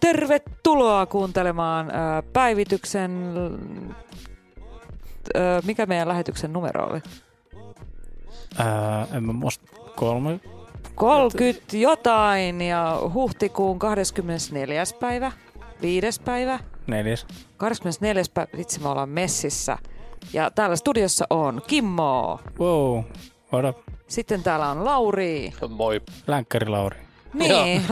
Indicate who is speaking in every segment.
Speaker 1: Tervetuloa kuuntelemaan ää, päivityksen... ää, Mikä meidän lähetyksen numero oli?
Speaker 2: Ää, en mä muista kolme.
Speaker 1: 30 jotain ja huhtikuun 24. päivä, 5. päivä,
Speaker 2: Neljäs.
Speaker 1: 24. päivä, vitsi me ollaan messissä. Ja täällä studiossa on Kimmo,
Speaker 2: Wow. What up?
Speaker 1: sitten täällä on Lauri,
Speaker 3: Moi,
Speaker 2: Länkkäri Lauri.
Speaker 1: niin,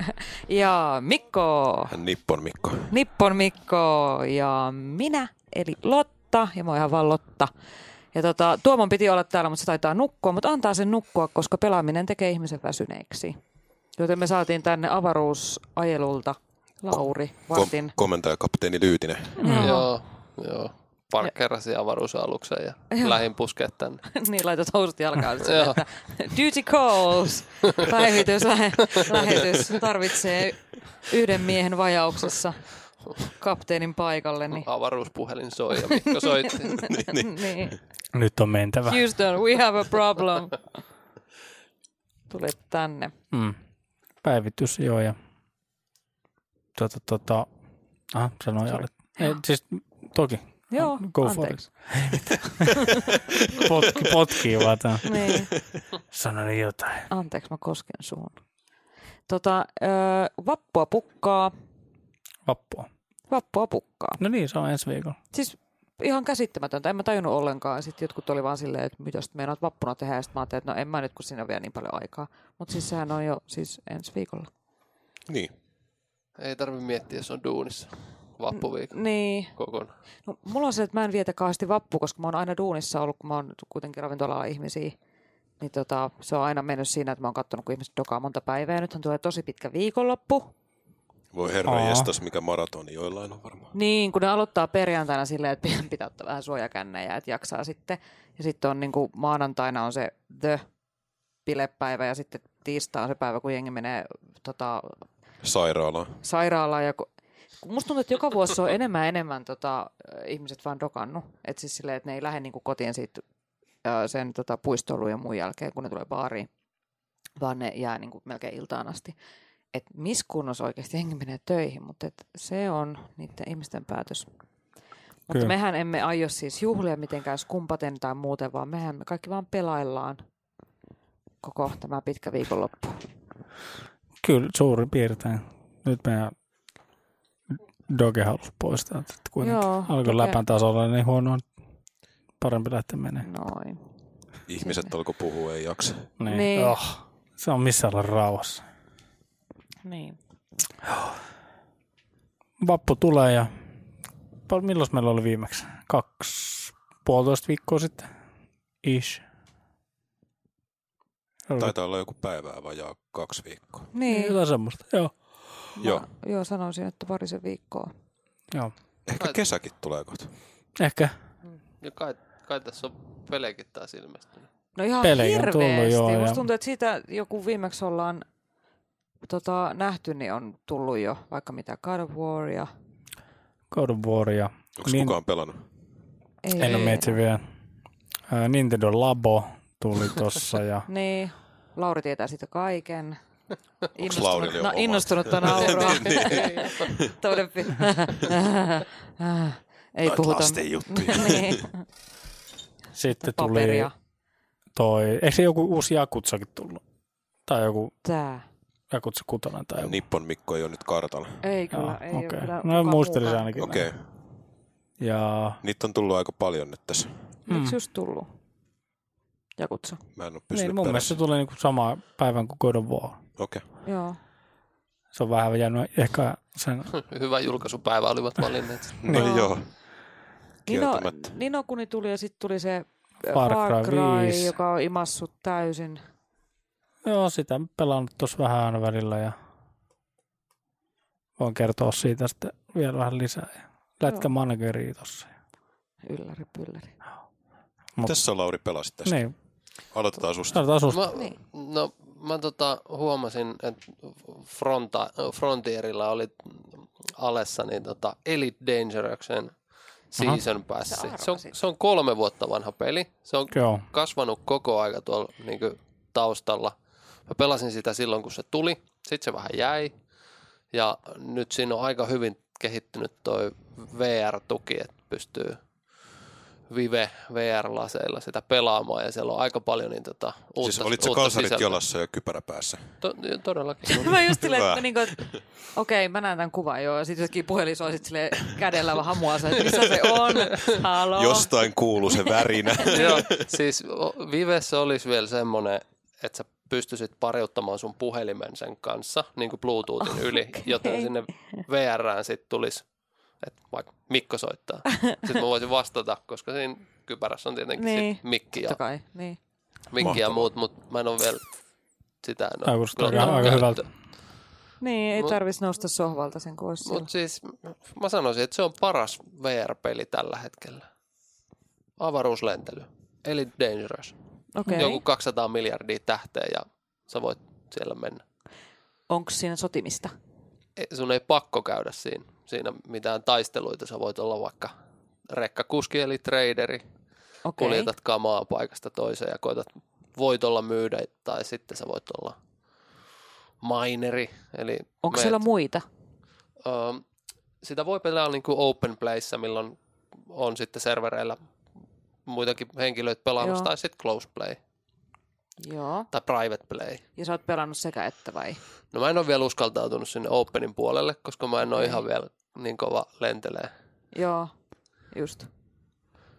Speaker 1: ja Mikko,
Speaker 3: Nippon Mikko.
Speaker 1: Nippon Mikko ja minä, eli Lotta, ja mä oon ihan vaan Lotta. Ja tota, Tuomon piti olla täällä, mutta se taitaa nukkua, mutta antaa sen nukkua, koska pelaaminen tekee ihmisen väsyneeksi. Joten me saatiin tänne avaruusajelulta Lauri Vartin.
Speaker 3: komentaja kapteeni Lyytinen.
Speaker 1: Joo.
Speaker 4: Joo, joo. Parkkerasi avaruusaluksen ja lähin puskea tänne.
Speaker 1: niin laitat housut jalkaan. Sit
Speaker 4: Joo.
Speaker 1: että duty calls, päivitys, lähe, lähetys, tarvitsee yhden miehen vajauksessa kapteenin paikalle. Niin.
Speaker 4: Avaruuspuhelin soi ja Mikko soitti.
Speaker 1: niin.
Speaker 2: Nyt on mentävä.
Speaker 1: Houston, we have a problem. Tule tänne.
Speaker 2: Mm. Päivitys, joo. Ja... Tota, tota... Ah, sanoin alle. Ei, siis toki.
Speaker 1: Joo,
Speaker 2: Go
Speaker 1: anteeksi.
Speaker 2: for it. Potki, potkii vaan tämän.
Speaker 1: Niin,
Speaker 2: Sanoin jotain.
Speaker 1: anteeksi, mä kosken suun. Tota, ö, vappua pukkaa,
Speaker 2: Vappua.
Speaker 1: vappua pukkaa.
Speaker 2: No niin, se on ensi viikolla.
Speaker 1: Siis ihan käsittämätöntä, en mä tajunnut ollenkaan. Sitten jotkut oli vaan silleen, että mitä sit meinaat vappuna tehdä. Ja sit mä ajattelin, että no en mä nyt, kun siinä on vielä niin paljon aikaa. Mutta siis sehän on jo siis ensi viikolla.
Speaker 3: Niin.
Speaker 4: Ei tarvi miettiä, jos on duunissa. Vappuviikko
Speaker 1: Niin,
Speaker 4: kokonaan.
Speaker 1: No, mulla on se, että mä en vietä kauheasti vappua, koska mä oon aina duunissa ollut, kun mä oon kuitenkin ravintola ihmisiä. Niin tota, se on aina mennyt siinä, että mä oon kattonut, kun ihmiset dokaa monta päivää. Nythän tulee tosi pitkä viikonloppu.
Speaker 3: Voi herra
Speaker 2: Aa.
Speaker 3: jestas, mikä maratoni joillain on varmaan.
Speaker 1: Niin, kun ne aloittaa perjantaina silleen, että pitää- pitää ottaa vähän suojakännejä, että jaksaa sitten. Ja sitten on niin kuin maanantaina on se the pilepäivä ja sitten tiistai on se päivä, kun jengi menee tota,
Speaker 3: Sairaala.
Speaker 1: sairaalaan. Ja kun, kun musta tuntuu, että joka vuosi se on enemmän ja enemmän tota, äh, ihmiset vaan dokannut. Että siis silleen, että ne ei lähde niinku kotiin siitä, äh, sen tota, puistoiluun ja muun jälkeen, kun ne tulee baariin, vaan ne jää niinku melkein iltaan asti. Että missä kunnossa oikeasti jengi menee töihin, mutta et se on niiden ihmisten päätös. Mutta
Speaker 2: Kyllä.
Speaker 1: mehän emme aio siis juhlia mitenkään skumpaten tai muuten, vaan mehän me kaikki vaan pelaillaan koko tämä pitkä viikonloppu.
Speaker 2: Kyllä, suurin piirtein. Nyt meidän Doge halusi poistaa, että kuitenkin
Speaker 1: Joo,
Speaker 2: alkoi
Speaker 1: Doge.
Speaker 2: läpän tasolla niin huonoa, parempi lähteä menemään.
Speaker 1: Noin.
Speaker 3: Ihmiset alkoi puhua, ei jaksa.
Speaker 2: Niin.
Speaker 1: Niin.
Speaker 2: Oh, se on missä olla rauhassa.
Speaker 1: Niin.
Speaker 2: Vappu tulee ja pal- milloin meillä oli viimeksi? Kaksi, puolitoista viikkoa sitten? Ish.
Speaker 3: Taitaa olla joku päivää vajaa kaksi viikkoa.
Speaker 1: Niin.
Speaker 2: Jotain semmoista, joo.
Speaker 1: Mä,
Speaker 3: Joo.
Speaker 1: Joo, sanoisin, että parisen viikkoa.
Speaker 2: joo.
Speaker 3: Ehkä kesäkin tulee kohta.
Speaker 2: Ehkä
Speaker 4: Ja kai, kai tässä on pelejäkin taas ilmestynyt.
Speaker 1: No ihan
Speaker 2: Pelejä on tullut,
Speaker 1: hirveästi.
Speaker 2: joo,
Speaker 1: Musta
Speaker 2: ja-
Speaker 1: tuntuu, että siitä joku viimeksi ollaan tota, nähty, niin on tullut jo vaikka mitä God of War ja...
Speaker 2: God of War ja
Speaker 3: Onko
Speaker 2: Niin.
Speaker 3: niin. kukaan pelannut?
Speaker 1: Ei,
Speaker 2: en ole miettinyt vielä. Ää, Nintendo Labo tuli tossa ja
Speaker 1: Niin, Lauri tietää siitä kaiken.
Speaker 3: Laurilla jo
Speaker 1: no,
Speaker 3: omat?
Speaker 1: innostunutta nauroa. Todepi. Ei
Speaker 3: Noit
Speaker 1: puhuta.
Speaker 3: lasten juttuja.
Speaker 1: niin,
Speaker 2: sitten tuli
Speaker 1: paperia.
Speaker 2: toi, eikö se joku uusi Jakutsakin tullut? Tai joku
Speaker 1: Tää.
Speaker 2: Jakutsa kutonen tai joku.
Speaker 3: Nippon Mikko ei ole nyt kartalla.
Speaker 1: Ei
Speaker 2: Joo,
Speaker 1: kyllä, ei ole
Speaker 2: okei.
Speaker 1: kyllä.
Speaker 2: No
Speaker 1: kukaan
Speaker 2: muistelin se
Speaker 1: muukaan.
Speaker 2: ainakin.
Speaker 3: Okei.
Speaker 2: näin.
Speaker 3: Okay.
Speaker 2: Ja
Speaker 3: Niitä on tullut aika paljon nyt tässä.
Speaker 1: Miksi
Speaker 2: Mm.
Speaker 1: just tullut? Jakutsa.
Speaker 3: Mä en ole pysynyt
Speaker 2: niin, mun mielestä se
Speaker 3: perässä.
Speaker 2: tuli niinku sama päivän kuin God of War.
Speaker 3: Okei. Okay.
Speaker 1: Joo.
Speaker 2: Se on vähän jäänyt ehkä sen
Speaker 4: Hyvä julkaisupäivä olivat valinneet.
Speaker 2: Niin.
Speaker 3: No,
Speaker 1: Joo.
Speaker 3: joo.
Speaker 1: Nino,
Speaker 3: Kieltämättä.
Speaker 1: Nino kuni tuli ja sitten tuli se ö,
Speaker 2: Far Cry 5.
Speaker 1: joka on imassut täysin.
Speaker 2: Joo, sitä mä pelannut tuossa vähän aina välillä ja voin kertoa siitä sitten vielä vähän lisää. Ja Lätkä manageri tuossa.
Speaker 1: Ylläri pylläri.
Speaker 3: Tässä on Lauri pelasit tästä.
Speaker 2: Niin,
Speaker 3: Aloitetaan susta.
Speaker 2: sanotaan susta.
Speaker 4: Mä, no, mä tota, huomasin, että fronta, Frontierilla oli alessa niin tota Elite Dangerouksen season passi.
Speaker 1: Sä
Speaker 4: Se on,
Speaker 1: arvasit.
Speaker 4: se on kolme vuotta vanha peli. Se on
Speaker 2: Joo.
Speaker 4: kasvanut koko aika tuolla niin taustalla. Mä pelasin sitä silloin, kun se tuli. Sitten se vähän jäi. Ja nyt siinä on aika hyvin kehittynyt toi VR-tuki, että pystyy Vive VR-laseilla sitä pelaamaan ja siellä on aika paljon niin tota, uutta
Speaker 3: siis olit se
Speaker 4: uutta
Speaker 3: kalsarit
Speaker 4: sisältöä.
Speaker 3: jalassa ja kypärä päässä.
Speaker 4: To, todellakin.
Speaker 1: mä just silleen,
Speaker 3: Hyvä.
Speaker 1: että niin kuin, okei, mä näen tämän kuvan jo. Ja sitten jossakin puhelin soi sit silleen kädellä vähän hamua, että missä se on? Halo?
Speaker 3: Jostain kuuluu se värinä.
Speaker 4: Joo, siis o- Vivessä olisi vielä semmoinen, että sä pystyisit pariuttamaan sun puhelimen sen kanssa, niin kuin Bluetoothin okay. yli, joten sinne VRään sitten tulisi, että vaikka Mikko soittaa. Sitten mä voisin vastata, koska siinä kypärässä on tietenkin
Speaker 1: Niin.
Speaker 4: niin. sit mikki ja,
Speaker 1: Totta kai, niin.
Speaker 4: mikki ja
Speaker 3: Mahtavaa.
Speaker 4: muut, mutta mä en ole vielä sitä en
Speaker 2: Tämä kuulostaa aika, aika hyvältä.
Speaker 1: Niin, ei
Speaker 4: Mut-
Speaker 1: tarvitsisi nousta sohvalta sen koos.
Speaker 4: Mutta siis mä sanoisin, että se on paras VR-peli tällä hetkellä. Avaruuslentely. Eli Dangerous.
Speaker 1: Okei.
Speaker 4: joku 200 miljardia tähteä ja sä voit siellä mennä.
Speaker 1: Onko siinä sotimista?
Speaker 4: Ei- Sun ei pakko käydä siinä, siinä mitään taisteluita. Sä voit olla vaikka rekkakuski eli traderi.
Speaker 1: Okei.
Speaker 4: Kuljetat kamaa paikasta toiseen ja koetat voitolla myydä tai sitten sä voit olla mineri. Eli
Speaker 1: Onko
Speaker 4: meet-
Speaker 1: siellä muita?
Speaker 4: Öö, sitä voi pelaa niin kuin open playssä, milloin on sitten servereillä muitakin henkilöitä pelaamassa,
Speaker 1: Joo.
Speaker 4: tai sitten close play
Speaker 1: Joo.
Speaker 4: tai private play.
Speaker 1: Ja sä oot pelannut sekä että vai?
Speaker 4: No mä en ole vielä uskaltautunut sinne Openin puolelle, koska mä en ole
Speaker 1: Okei.
Speaker 4: ihan vielä niin kova lentelee.
Speaker 1: Joo, just.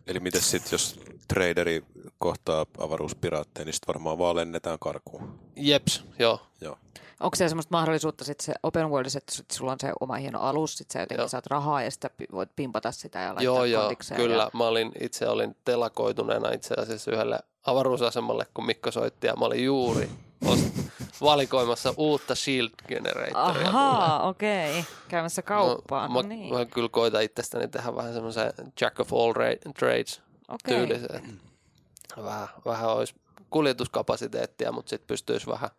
Speaker 3: Eli miten sitten, jos traderi kohtaa avaruuspiraatteja, niin sitten varmaan vaan lennetään karkuun.
Speaker 4: Jeps, joo.
Speaker 3: Joo.
Speaker 1: Onko siellä semmoista mahdollisuutta sit se open world, että sit sulla on se oma hieno alus, sit sä jotenkin
Speaker 4: Joo.
Speaker 1: saat rahaa ja sitä pi- voit pimpata sitä ja laittaa
Speaker 4: joo, joo,
Speaker 1: kontikseen
Speaker 4: kyllä.
Speaker 1: Ja...
Speaker 4: Mä olin, itse olin telakoituneena itse asiassa yhdelle avaruusasemalle, kun Mikko soitti, ja mä olin juuri os- valikoimassa uutta shield generatoria.
Speaker 1: Ahaa, okei. Käymässä kauppaan, Ah, no,
Speaker 4: mä,
Speaker 1: niin.
Speaker 4: mä, kyllä koitan itsestäni tehdä vähän semmoisen jack of all ra- trades
Speaker 1: Okei.
Speaker 4: tyylisen. että Vähän, vähän olisi kuljetuskapasiteettia, mutta sitten pystyisi vähän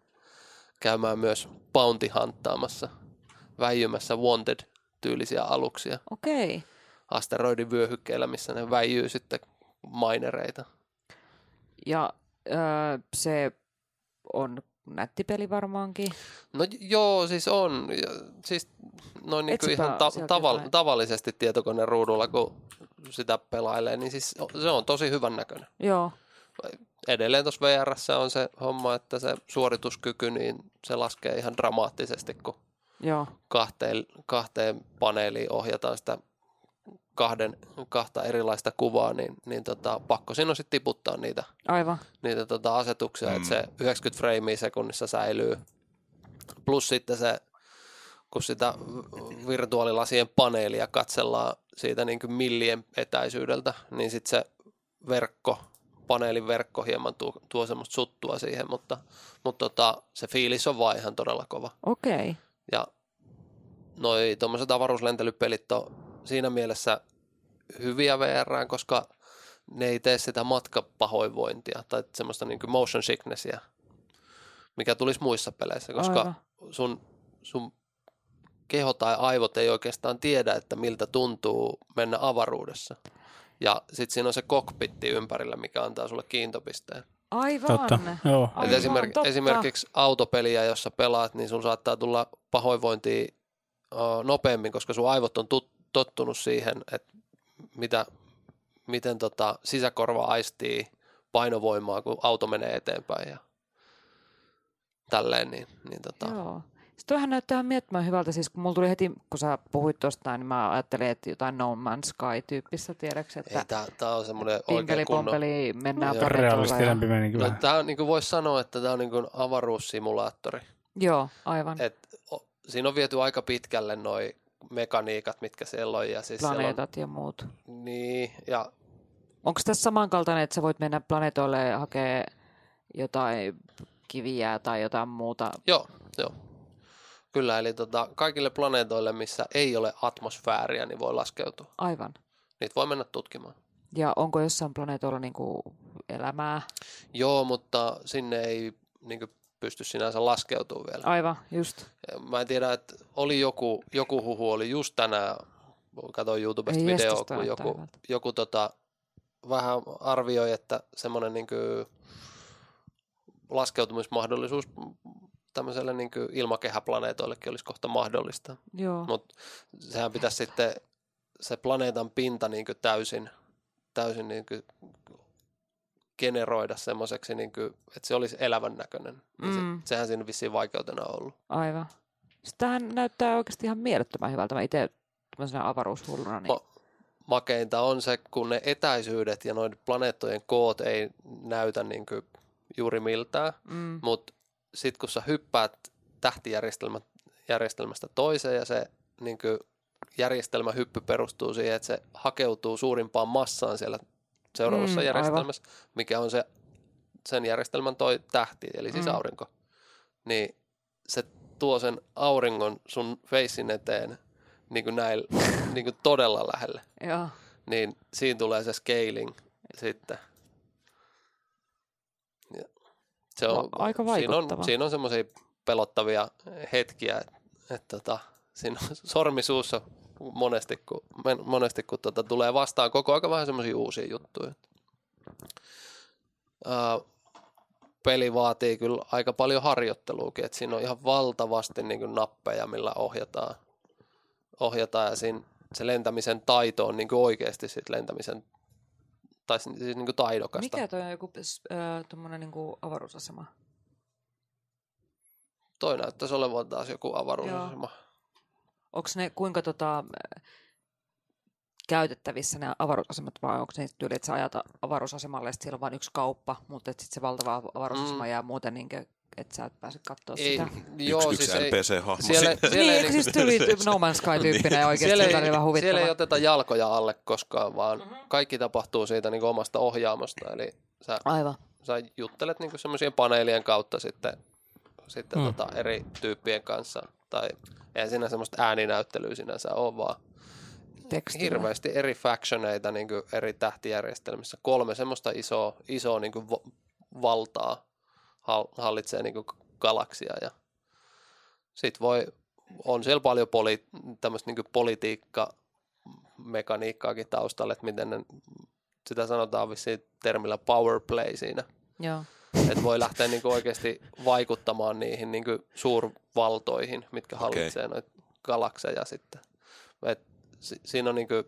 Speaker 4: käymään myös bounty hanttaamassa, väijymässä wanted tyylisiä aluksia
Speaker 1: Okei.
Speaker 4: asteroidin vyöhykkeillä, missä ne väijyy sitten minereita.
Speaker 1: Ja öö, se on nätti peli varmaankin.
Speaker 4: No j- joo, siis on. ja- Siis noin niin
Speaker 1: Etsipä
Speaker 4: ihan ta-
Speaker 1: sieltä
Speaker 4: taval-
Speaker 1: jotain.
Speaker 4: tavallisesti tietokoneen ruudulla, kun sitä pelailee, niin siis o- se on tosi hyvän näköinen.
Speaker 1: Joo,
Speaker 4: edelleen tuossa VR on se homma, että se suorituskyky, niin se laskee ihan dramaattisesti, kun
Speaker 1: joo.
Speaker 4: kahteen, kahteen paneeliin ohjataan sitä kahden, kahta erilaista kuvaa, niin, niin tota, pakko siinä on sitten tiputtaa niitä,
Speaker 1: Aivan.
Speaker 4: niitä tota asetuksia, mm. että se 90 freimiä sekunnissa säilyy. Plus sitten se, kun sitä virtuaalilasien paneelia katsellaan siitä niin kuin millien etäisyydeltä, niin sitten se verkko, paneelin verkko hieman tuo, tuo semmoista suttua siihen, mutta, mutta tota, se fiilis on vaan ihan todella kova.
Speaker 1: Okei.
Speaker 4: Ja noi tuommoiset avaruuslentelypelit on siinä mielessä hyviä VR, koska ne ei tee sitä matkapahoinvointia tai semmoista niin kuin motion sicknessia, mikä tulisi muissa peleissä, koska
Speaker 1: Aivan.
Speaker 4: sun, sun keho tai aivot ei oikeastaan tiedä, että miltä tuntuu mennä avaruudessa. Ja sitten siinä on se kokpitti ympärillä, mikä antaa sulle kiintopisteen.
Speaker 1: Aivan.
Speaker 2: Totta, joo.
Speaker 1: Ai-
Speaker 4: Et
Speaker 1: Aivan,
Speaker 4: esimerk,
Speaker 1: totta.
Speaker 4: esimerkiksi autopeliä, jossa pelaat, niin sun saattaa tulla pahoinvointia ö, nopeammin, koska sun aivot on tut, tottunut siihen, että mitä, miten tota, sisäkorva aistii painovoimaa, kun auto menee eteenpäin ja tälleen. Niin, niin tota,
Speaker 1: Joo. Sitten vähän näyttää ihan miettimään hyvältä. Siis kun mulla tuli heti, kun sä puhuit tuosta, niin mä ajattelin, että jotain No Man's Sky-tyyppistä tiedäksä,
Speaker 4: ei,
Speaker 1: että
Speaker 4: tää, tää on semmoinen oikein kunnon...
Speaker 1: pimpeli-pompeli mennään
Speaker 4: Joo.
Speaker 1: planeetalla
Speaker 2: Realistisempi meni
Speaker 4: No,
Speaker 2: kyllä.
Speaker 4: tää on, niin kuin voisi sanoa, että tämä on niin kuin avaruussimulaattori.
Speaker 1: Joo, aivan.
Speaker 4: Et, o, siinä on viety aika pitkälle noi mekaniikat, mitkä siellä on. Ja siis siellä on
Speaker 1: Planeetat ja muut.
Speaker 4: Niin, ja
Speaker 1: Onko tässä samankaltainen, että sä voit mennä planeetoille ja hakea jotain kiviä tai jotain muuta?
Speaker 4: joo, joo. Kyllä, eli tota, kaikille planeetoille, missä ei ole atmosfääriä, niin voi laskeutua.
Speaker 1: Aivan.
Speaker 4: Niitä voi mennä tutkimaan.
Speaker 1: Ja onko jossain planeetolla niinku elämää?
Speaker 4: Joo, mutta sinne ei niin kuin, pysty sinänsä laskeutumaan vielä.
Speaker 1: Aivan, just.
Speaker 4: Mä en tiedä, että oli joku, joku huhu, oli just tänään, katsoin YouTubesta
Speaker 1: Ei
Speaker 4: videoa,
Speaker 1: jestas, tää
Speaker 4: kun
Speaker 1: on
Speaker 4: joku,
Speaker 1: taivalta.
Speaker 4: joku niinku tota, vähän arvioi, että semmoinen niin laskeutumismahdollisuus tämmöiselle niin ilmakehäplaneetoillekin olisi kohta mahdollista.
Speaker 1: Joo.
Speaker 4: Mutta sehän pitäisi sitten se planeetan pinta niin kuin täysin, täysin niin kuin generoida semmoiseksi, niin kuin, että se olisi elävän näköinen. Mm. Se,
Speaker 1: Mm.
Speaker 4: sehän siinä vissiin vaikeutena on ollut.
Speaker 1: Aivan. Tämähän näyttää oikeasti ihan mielettömän hyvältä. Mä itse tämmöisenä avaruushulluna. Niin...
Speaker 4: Ma- makeinta on se, kun ne etäisyydet ja noiden planeettojen koot ei näytä niin kuin juuri miltään,
Speaker 1: Mm.
Speaker 4: mutta sitten kun sä hyppäät tähtijärjestelmästä toiseen ja se niin kuin järjestelmähyppy perustuu siihen, että se hakeutuu suurimpaan massaan siellä
Speaker 1: Mm,
Speaker 4: seuraavassa
Speaker 1: aivan.
Speaker 4: mm, järjestelmässä, mikä on se sen järjestelmän toi tähti, eli siis
Speaker 1: Mm.
Speaker 4: mm. aurinko, niin se tuo sen auringon sun feissin eteen niin kuin näin, niin kuin todella lähelle
Speaker 1: Joo.
Speaker 4: niin siinä tulee se scaling sitten. Ja se on,
Speaker 1: No, aika
Speaker 4: siinä
Speaker 1: vaikuttava.
Speaker 4: on, siinä on semmoisia pelottavia hetkiä, että et, tota, siinä on sormi suussa monesti, kun, men- monesti, kun tota, tulee vastaan koko aika vähän semmoisia uusia juttuja. Ää, peli vaatii kyllä aika paljon harjoitteluakin, että siinä on ihan valtavasti niin kuin nappeja, millä ohjataan, ohjataan ja siinä se lentämisen taito on niin kuin oikeasti sit lentämisen, tai siis niin kuin taidokasta.
Speaker 1: Mikä toi on joku äh, tommonen niinku avaruusasema?
Speaker 4: Toi näyttäisi olevan taas joku avaruusasema.
Speaker 1: Onko ne kuinka tota, äh, käytettävissä nämä avaruusasemat vai onko se niitä tyyli, että sä ajat avaruusasemalle ja sit siellä on vain yksi kauppa, mutta sitten se valtava av- avaruusasema
Speaker 4: Mm.
Speaker 1: jää muuten niin että sä et pääse katsoa
Speaker 4: Ei,
Speaker 1: sitä.
Speaker 4: joo,
Speaker 3: yksi,
Speaker 4: siis
Speaker 3: yksi
Speaker 4: ei,
Speaker 3: NPC-hahmo
Speaker 4: siellä,
Speaker 3: sinne.
Speaker 4: siellä,
Speaker 1: niin,
Speaker 4: ei,
Speaker 1: eikö
Speaker 4: niinku-
Speaker 1: siis tyyli No Man's Sky-tyyppinen oikeasti
Speaker 4: siellä,
Speaker 1: siellä, vähän
Speaker 4: ei, siellä
Speaker 1: huvittava?
Speaker 4: ei oteta jalkoja alle koskaan, vaan
Speaker 1: Mhm.
Speaker 4: mm-hmm. kaikki tapahtuu siitä niin kuin omasta ohjaamosta. Eli sä,
Speaker 1: Aivan.
Speaker 4: sä juttelet niin semmoisien paneelien kautta sitten, sitten
Speaker 2: Mm.
Speaker 4: mm. tota, eri tyyppien kanssa. Tai ei siinä semmoista ääninäyttelyä sinänsä ole, vaan
Speaker 1: Tekstillä.
Speaker 4: hirveästi eri factioneita niin kuin eri tähtijärjestelmissä. Kolme semmoista isoa, isoa niin kuin valtaa hal- hallitsee niin kuin galaksia. Ja sit voi, on siellä paljon poli, tämmöistä niin politiikka mekaniikkaakin taustalla, että miten ne, sitä sanotaan vissiin termillä power play siinä.
Speaker 1: Joo.
Speaker 4: Että voi lähteä niin kuin oikeasti vaikuttamaan niihin niin kuin suurvaltoihin, mitkä
Speaker 3: Okei.
Speaker 4: hallitsee noita galakseja sitten. Et si- siinä on niin kuin,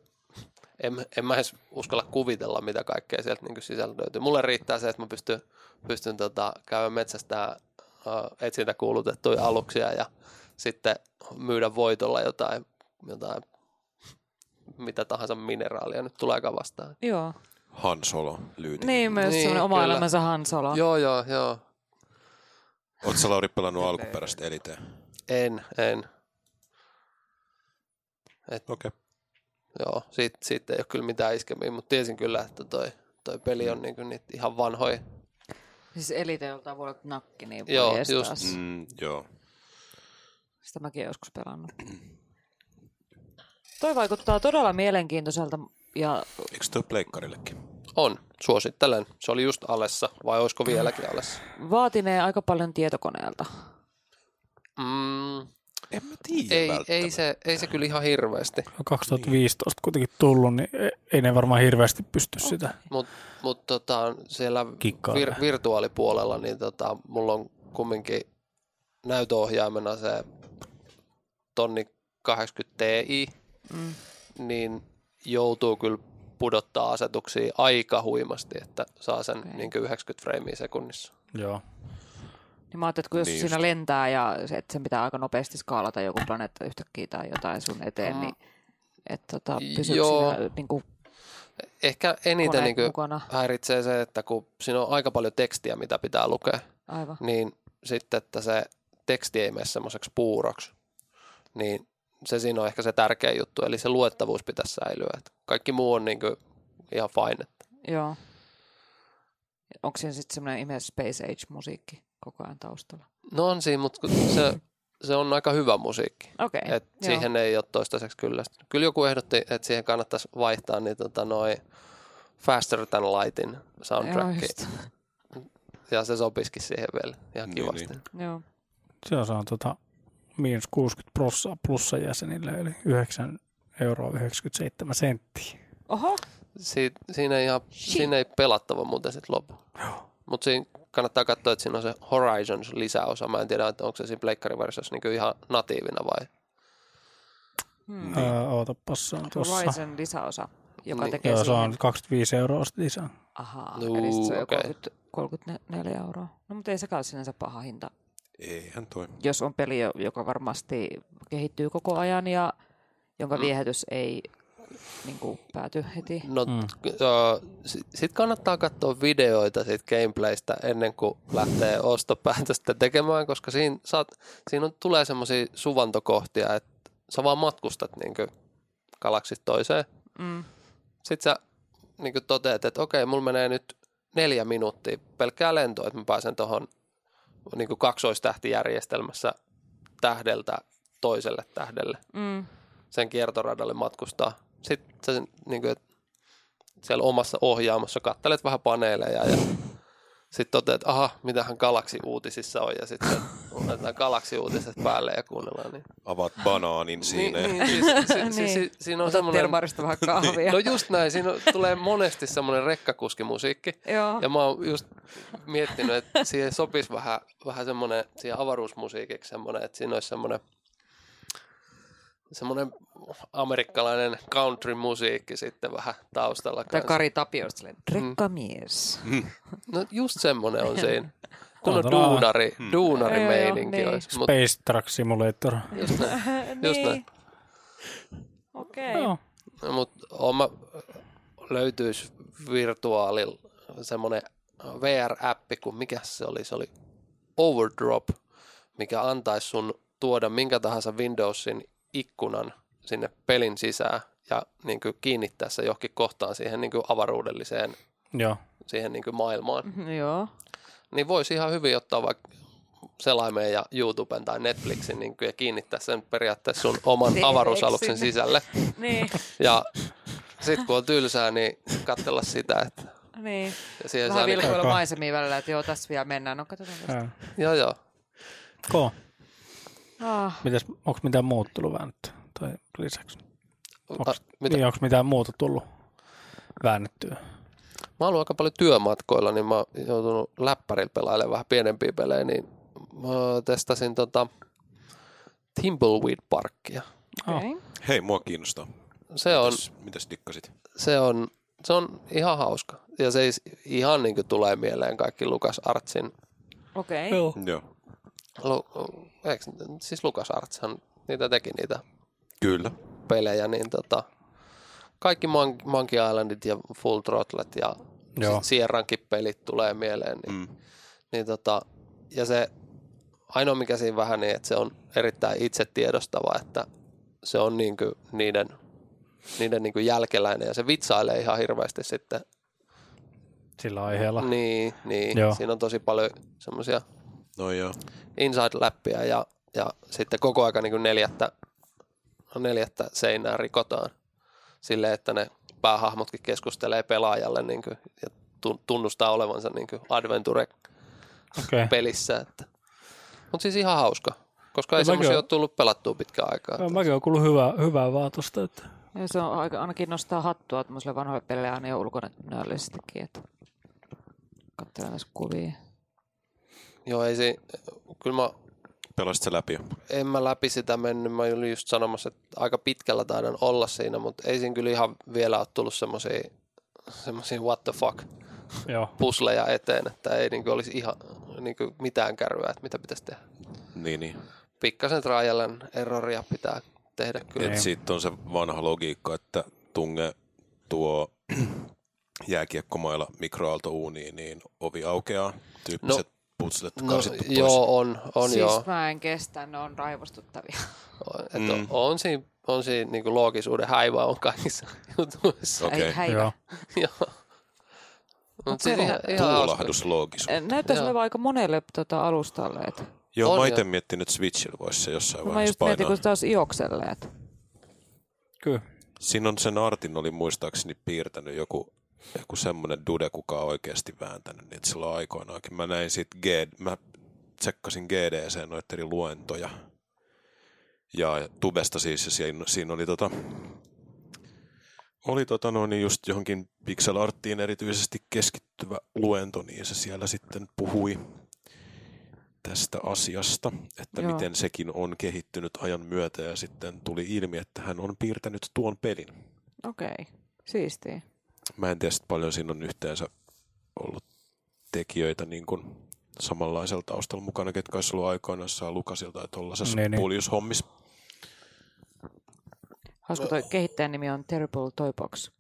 Speaker 4: en, en mä edes uskalla kuvitella, mitä kaikkea sieltä niin sisällä löytyy. Mulle riittää se, että mä pystyn, pystyn tota, käymään metsästää etsintä kuulutettuja aluksia ja sitten myydä voitolla jotain, jotain mitä tahansa mineraalia nyt tuleekaan vastaan.
Speaker 1: Joo.
Speaker 3: Han Solo lyyti. Niin.
Speaker 1: Niin, myös niin,
Speaker 4: Niin,
Speaker 1: semmoinen oma
Speaker 4: kyllä.
Speaker 1: elämänsä Hansola.
Speaker 4: Joo, joo, joo.
Speaker 3: Oletko Lauri pelannut alkuperäistä eliteä?
Speaker 4: En, en.
Speaker 3: Okei. Okay.
Speaker 4: Joo, siitä, siitä ei ole kyllä mitään iskemiä, mutta tiesin kyllä, että toi, toi peli on niinku niitä ihan vanhoja.
Speaker 1: Siis elite joltain vuodelta nakki, niin voi
Speaker 4: Joo,
Speaker 1: Joo,
Speaker 4: just.
Speaker 1: just.
Speaker 3: Mm, joo.
Speaker 1: Sitä mäkin olen joskus pelannut. Toi vaikuttaa todella mielenkiintoiselta ja
Speaker 3: Eikö tuo pleikkarillekin?
Speaker 4: On, suosittelen. Se oli just alessa, vai olisiko vieläkin alessa?
Speaker 1: vaatinee aika paljon tietokoneelta.
Speaker 4: Mm,
Speaker 3: En mä tiedä
Speaker 4: ei, ei,
Speaker 3: välttämättä.
Speaker 4: se, ei se kyllä ihan hirveästi,
Speaker 2: 2015 kuitenkin tullut, niin ei- ei ne varmaan hirveästi pysty sitä.
Speaker 4: mutta mut tota, siellä
Speaker 2: Kikkaa.
Speaker 4: vir, virtuaalipuolella niin tota, mulla on kumminkin näytöohjaimena se tonni 80 Ti,
Speaker 1: Mm.
Speaker 4: niin joutuu kyllä pudottaa asetuksia aika huimasti, että saa sen
Speaker 1: Okei.
Speaker 4: okay. niin 90 freimiä sekunnissa.
Speaker 2: Joo.
Speaker 1: Niin mä ajattelin, että kun jos
Speaker 3: Niin
Speaker 1: niin siinä
Speaker 3: just.
Speaker 1: lentää ja se, että sen pitää aika nopeasti skaalata joku planeetta yhtäkkiä tai jotain sun eteen,
Speaker 4: Mm.
Speaker 1: niin että tota, pysyykö
Speaker 4: Joo.
Speaker 1: siinä niin kuin
Speaker 4: Ehkä eniten
Speaker 1: koneet
Speaker 4: niin
Speaker 1: mukana?
Speaker 4: häiritsee se, että kun siinä on aika paljon tekstiä, mitä pitää lukea,
Speaker 1: Aivan.
Speaker 4: niin sitten, että se teksti ei mene semmoiseksi puuroksi, niin se siinä on ehkä se tärkeä juttu, eli se luettavuus pitäisi säilyä. Et kaikki muu on niin kuin ihan fine.
Speaker 1: Joo. Onko siinä sitten semmoinen ihme Space Age-musiikki koko ajan taustalla?
Speaker 4: No on siinä, mutta se, se on aika hyvä musiikki.
Speaker 1: Okei.
Speaker 4: Et
Speaker 1: joo.
Speaker 4: siihen ei ole toistaiseksi kyllästynyt. Kyllä joku ehdotti, että siihen kannattaisi vaihtaa niin tota noi Faster Than Lightin
Speaker 1: Joo,
Speaker 4: soundtracki.
Speaker 1: just.
Speaker 4: Ja se sopisikin siihen vielä ihan
Speaker 3: Niin,
Speaker 4: kivasti.
Speaker 3: niin.
Speaker 1: Joo.
Speaker 2: Siellä saa tota, miinus 60 plussa, plussa jäsenille, eli 9 euroa 97 senttiä.
Speaker 1: Oho,
Speaker 4: Si- siinä, ei ihan, siinä ei pelattava muuten sitten lopu. Mutta siinä kannattaa katsoa, että siinä on se Horizons-lisäosa. Mä en tiedä, että onko se siinä pleikkariversiossa niin ihan natiivina vai...
Speaker 1: Hmm.
Speaker 2: Öö, ootapas se on tuossa.
Speaker 1: Horizon lisäosa, joka
Speaker 4: Niin.
Speaker 1: tekee
Speaker 2: Joo, se on
Speaker 1: siihen-
Speaker 2: 25 euroa sitten lisää.
Speaker 1: Ahaa,
Speaker 4: Juu,
Speaker 1: eli sit se on
Speaker 4: okei.
Speaker 1: okay. 34 euroa. No mutta ei sekään ole sinänsä paha hinta,
Speaker 3: Eihän toi.
Speaker 1: jos on peli, jo- joka varmasti kehittyy koko ajan ja jonka
Speaker 4: Mm.
Speaker 1: viehätys ei niin kuin, pääty heti.
Speaker 4: No,
Speaker 2: Mm.
Speaker 4: mm. öö, sitten kannattaa katsoa videoita siitä gameplaystä ennen kuin lähtee ostopäätöstä tekemään, koska siinä, saat, siinä on, tulee semmoisia suvantokohtia, että sä vaan matkustat niin galaksista toiseen.
Speaker 1: Mm.
Speaker 4: Sitten sä niin toteat, että okei, mulla menee nyt neljä minuuttia pelkkää lentoa, että mä pääsen tuohon niin kaksoistähtijärjestelmässä tähdeltä toiselle tähdelle
Speaker 1: Mm.
Speaker 4: sen kiertoradalle matkustaa. Sitten sä sen, niin kuin, siellä omassa ohjaamossa kattelet vähän paneeleja ja sitten toteat, että aha, mitähän galaksi-uutisissa on ja sitten otetaan galaksi-uutiset päälle ja kuunnellaan. Niin.
Speaker 3: Avaat banaanin siinä.
Speaker 4: Niin,
Speaker 3: Niin,
Speaker 4: niin, siis, si, si, si,
Speaker 1: Niin.
Speaker 4: si, siinä on
Speaker 1: Ota
Speaker 4: semmoinen...
Speaker 1: termarista vähän kahvia.
Speaker 4: No just näin, siinä on, tulee monesti semmoinen rekkakuskimusiikki.
Speaker 1: Joo.
Speaker 4: Ja mä oon just miettinyt, että siihen sopisi vähän, vähän semmoinen, siihen avaruusmusiikiksi semmoinen, että siinä olisi semmoinen, semmoinen amerikkalainen country-musiikki sitten vähän taustalla.
Speaker 1: Tai
Speaker 4: kanssa.
Speaker 1: Kari Tapio, silleen,
Speaker 4: Mm.
Speaker 1: rekkamies.
Speaker 4: No just semmoinen on siinä. Kun on
Speaker 2: Kuuntellaan.
Speaker 4: duunari,
Speaker 1: Joo,
Speaker 4: duunarimeininki
Speaker 1: joo,
Speaker 4: olisi. Mut
Speaker 2: Space Truck Simulator.
Speaker 4: just näin. Just näin.
Speaker 1: Niin. Okei.
Speaker 2: Joo.
Speaker 4: Mutta No, oma löytyisi virtuaalilla semmoinen VR-appi, kun mikä se oli, se oli Overdrop, mikä antaisi sun tuoda minkä tahansa Windowsin ikkunan sinne pelin sisään ja niin kuin kiinnittää se johonkin kohtaan siihen niin kuin avaruudelliseen
Speaker 2: Joo.
Speaker 4: siihen niin kuin maailmaan. Mm.
Speaker 1: Mhm, Joo.
Speaker 4: Niin voisi ihan hyvin ottaa vaikka selaimeen ja YouTuben tai Netflixin niin kuin, ja kiinnittää sen periaatteessa sun oman
Speaker 1: Netflixin.
Speaker 4: avaruusaluksen sisälle.
Speaker 1: Niin,
Speaker 4: Ja sitten kun on tylsää, niin katsella sitä, että
Speaker 1: niin.
Speaker 4: ja siihen saa
Speaker 1: Vähän
Speaker 4: niin,
Speaker 1: vilkuilla
Speaker 2: Joka-
Speaker 1: maisemia välillä, että joo, tässä vielä mennään. No katsotaan tästä.
Speaker 2: Joo.
Speaker 4: joo joo.
Speaker 2: Ko,
Speaker 1: Ah,
Speaker 2: mitäs, onko mitään muuta tullut väännettyä? Tai lisäksi.
Speaker 4: A,
Speaker 2: Onks,
Speaker 4: mitä?
Speaker 2: Niin, onko mitään muuta tullut väännettyä?
Speaker 4: Mä oon ollut aika paljon työmatkoilla, niin mä oon joutunut läppärillä pelailemaan vähän pienempiä pelejä, niin mä testasin tota Timbleweed Parkia.
Speaker 1: okei.
Speaker 3: Hei, mua kiinnostaa.
Speaker 4: Se on,
Speaker 3: Mitäs, mitäs dikkasit?
Speaker 4: se on, se on ihan hauska. Ja se is- ihan niin kuin tulee mieleen kaikki Lukas Artsin,
Speaker 1: Okei.
Speaker 3: Joo.
Speaker 4: lu, eikö, siis Lukas Artshan niitä teki niitä
Speaker 3: Kyllä.
Speaker 4: pelejä, niin tota, kaikki Mon- Monkey Islandit ja Full Throttlet ja
Speaker 2: Joo.
Speaker 4: sit Sierrankin pelit tulee mieleen. Niin,
Speaker 3: Mm.
Speaker 4: niin tota, ja se ainoa mikä siinä vähän niin, että se on erittäin itse tiedostava, että se on niin kuin niiden, niiden niin kuin jälkeläinen ja se vitsailee ihan hirveästi sitten.
Speaker 2: Sillä aiheella.
Speaker 4: Niin, niin.
Speaker 2: Joo.
Speaker 4: siinä on tosi paljon semmoisia
Speaker 3: No joo.
Speaker 4: inside-läppiä ja, ja sitten koko aika niin neljättä, no neljättä seinää rikotaan silleen, että ne päähahmotkin keskustelee pelaajalle niin kuin, ja tun- tunnustaa olevansa niin kuin adventure
Speaker 2: Okei.
Speaker 4: pelissä. Että. Mutta siis ihan hauska, koska
Speaker 2: No
Speaker 4: ei
Speaker 2: mäkin
Speaker 4: semmoisia
Speaker 2: oon-
Speaker 4: ole tullut pelattua pitkään aikaa.
Speaker 2: Okay. Mäkin on kuullut hyvää, hyvää vaatusta. Että...
Speaker 1: Ja se on aika, ainakin nostaa hattua tuommoiselle vanhoille peleille aina jo ulkonäöllisestikin. Että... Katselen tässä kuvia.
Speaker 4: Joo, ei se, kyllä mä,
Speaker 3: Pelasit sä läpi jo?
Speaker 4: en mä läpi sitä mennyt, mä olin just sanomassa, että aika pitkällä taidan olla siinä, mutta ei siinä kyllä ihan vielä ole tullut semmoisia semmoisia what the fuck
Speaker 2: Joo.
Speaker 4: pusleja eteen, että ei niin olisi ihan niin mitään kärryä, että mitä pitäisi tehdä.
Speaker 3: Niin, niin.
Speaker 4: Pikkasen trial and erroria pitää tehdä kyllä.
Speaker 3: Et siitä on se vanha logiikka, että tunge tuo jääkiekkomailla mikroaaltouuniin, niin ovi aukeaa. Tyyppiset no, putslet
Speaker 4: No,
Speaker 3: karsittu pois.
Speaker 4: joo, on, on
Speaker 1: siis
Speaker 4: joo.
Speaker 1: mä en kestä, ne on raivostuttavia.
Speaker 4: Et on, on siinä, on siinä niin loogisuuden häivä on kaikissa jutuissa.
Speaker 3: Okei.
Speaker 1: Ei häivä.
Speaker 2: Joo.
Speaker 4: Joo. Mut
Speaker 1: Mut
Speaker 4: siis
Speaker 1: se Eh,
Speaker 4: ihan,
Speaker 1: on-
Speaker 4: ihan hauska.
Speaker 3: Tuulahdusloogisuus.
Speaker 1: Näyttäisi
Speaker 4: Joo.
Speaker 1: olevan aika monelle tota, alustalle. Että...
Speaker 3: Joo,
Speaker 4: On
Speaker 3: mä
Speaker 4: jo.
Speaker 3: itse miettinyt, että Switchillä voisi se jossain
Speaker 1: No, mä
Speaker 3: vaiheessa
Speaker 1: just mietin,
Speaker 3: painaa.
Speaker 1: kun taas Iokselle. Että...
Speaker 2: Kyllä.
Speaker 3: Siinä on sen artin oli muistaakseni piirtänyt joku, joku semmoinen dude, kuka on oikeasti vääntänyt niitä silloin aikoinaankin. Mä näin sit G, mä tsekkasin GDC noita eri luentoja. Ja tubesta siis, ja siinä, siinä oli tota, oli tota no, niin just johonkin pixel arttiin erityisesti keskittyvä luento, niin se siellä sitten puhui tästä asiasta, että
Speaker 1: Joo.
Speaker 3: Joo. miten sekin on kehittynyt ajan myötä ja sitten tuli ilmi, että hän on piirtänyt tuon pelin.
Speaker 1: Okei, okay. siistiä.
Speaker 3: Mä en tiedä sit paljon siinä on yhteensä ollut tekijöitä niin kuin samanlaisella taustalla mukana, ketkä olisi ollut aikoinaan saa Lukasilta ja tuollaisessa
Speaker 2: Niin,
Speaker 3: niin,
Speaker 2: niin.
Speaker 3: puljushommissa.
Speaker 1: Hauska toi kehittäjän nimi on Terrible Toybox.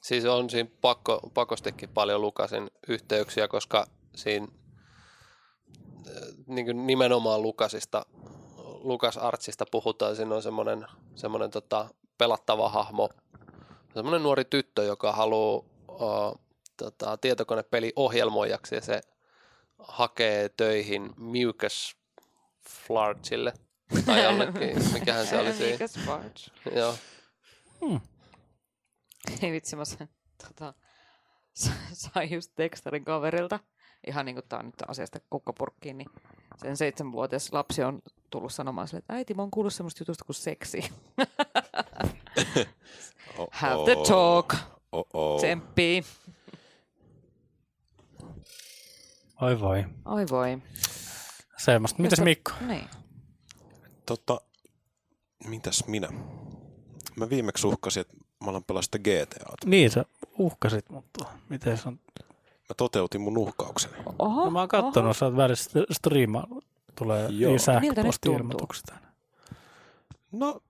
Speaker 4: Siis on siinä pakko, pakostikin paljon Lukasin yhteyksiä, koska siinä äh, niin nimenomaan Lukasista, Lukas Artsista puhutaan. Siinä on semmoinen, semmoinen tota, pelattava hahmo, semmoinen nuori tyttö, joka haluaa uh, tota, tietokonepeli ohjelmoijaksi ja se hakee töihin Mucus Flartsille. Tai jollekin, mikähän se oli siinä.
Speaker 1: Mikäs Barge?
Speaker 4: Joo.
Speaker 1: Ei vitsi, mä sain, tota, sa- sain just tekstarin kaverilta, ihan niin kuin tää on nyt asiasta kukkapurkkiin, niin sen seitsemänvuotias lapsi on tullut sanomaan sille, että äiti, mä oon kuullut semmoista jutusta kuin seksi.
Speaker 3: Oh,
Speaker 1: Have the talk,
Speaker 3: Oh, oh.
Speaker 1: tsemppii.
Speaker 2: Oi voi.
Speaker 1: Oi voi.
Speaker 2: Semmosta. Mitäs
Speaker 1: Josta-
Speaker 2: Mikko?
Speaker 1: Niin.
Speaker 3: Tota, mitäs minä? Mä viimeksi uhkasin, että mä alan pelaa sitä GTAta.
Speaker 2: Niin sä uhkasit, mutta miten se on?
Speaker 3: Mä toteutin mun uhkauksen.
Speaker 1: Oho,
Speaker 2: No, mä oon kattonut, sä oot välissä striimaa. Tulee niin
Speaker 3: Joo.
Speaker 1: Miltä ne tuntuu?
Speaker 2: sähköposti-ilmoitukset. aina.
Speaker 3: No,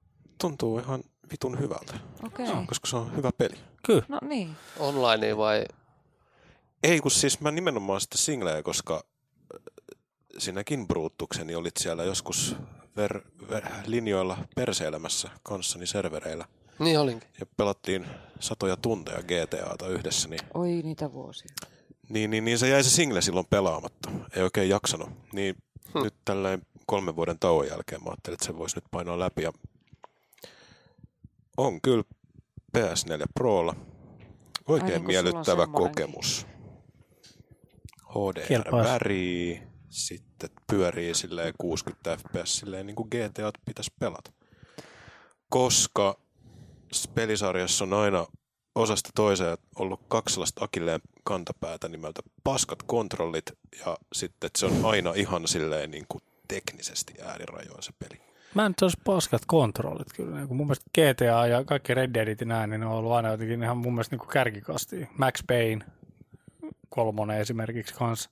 Speaker 3: tuntuu ihan vitun hyvältä,
Speaker 1: Oho, okei.
Speaker 2: No.
Speaker 3: Joo. koska se on hyvä peli.
Speaker 2: Kyllä.
Speaker 1: No niin.
Speaker 4: Online vai
Speaker 3: Ei, kun siis mä nimenomaan sitä singleä, koska äh, sinäkin bruuttukseni olit siellä joskus ver, ver, linjoilla perseilemässä kanssani servereillä.
Speaker 4: Niin olinkin.
Speaker 3: Ja pelattiin satoja tunteja GTAta yhdessä, niin
Speaker 1: Oi niitä vuosia.
Speaker 3: Niin, niin, niin se jäi se single silloin pelaamatta. Ei oikein jaksanut. Niin
Speaker 4: Hmm.
Speaker 3: hmm. nyt tälleen kolmen vuoden tauon jälkeen mä ajattelin, että se voisi nyt painaa läpi. Ja on kyllä PS4 Prolla oikein
Speaker 1: Ai niin,
Speaker 3: Ai,
Speaker 1: kun sulla on
Speaker 3: miellyttävä
Speaker 1: semmonenkin.
Speaker 3: kokemus. HDR
Speaker 2: Kelpaas.
Speaker 3: väri sitten pyörii silleen 60 fps silleen niin kuin GTA pitäisi pelata. Koska s- pelisarjassa on aina osasta toiseen ollut kaksi sellaista akilleen kantapäätä nimeltä paskat kontrollit ja sitten että se on aina ihan silleen niin kuin teknisesti äärirajoin se peli.
Speaker 2: Mä en olisi paskat kontrollit kyllä. Niin mun mielestä GTA ja kaikki Red Deadit ja näin, niin ne on ollut aina jotenkin ihan mun mielestä niin kärkikasti. Max Payne kolmonen esimerkiksi kanssa.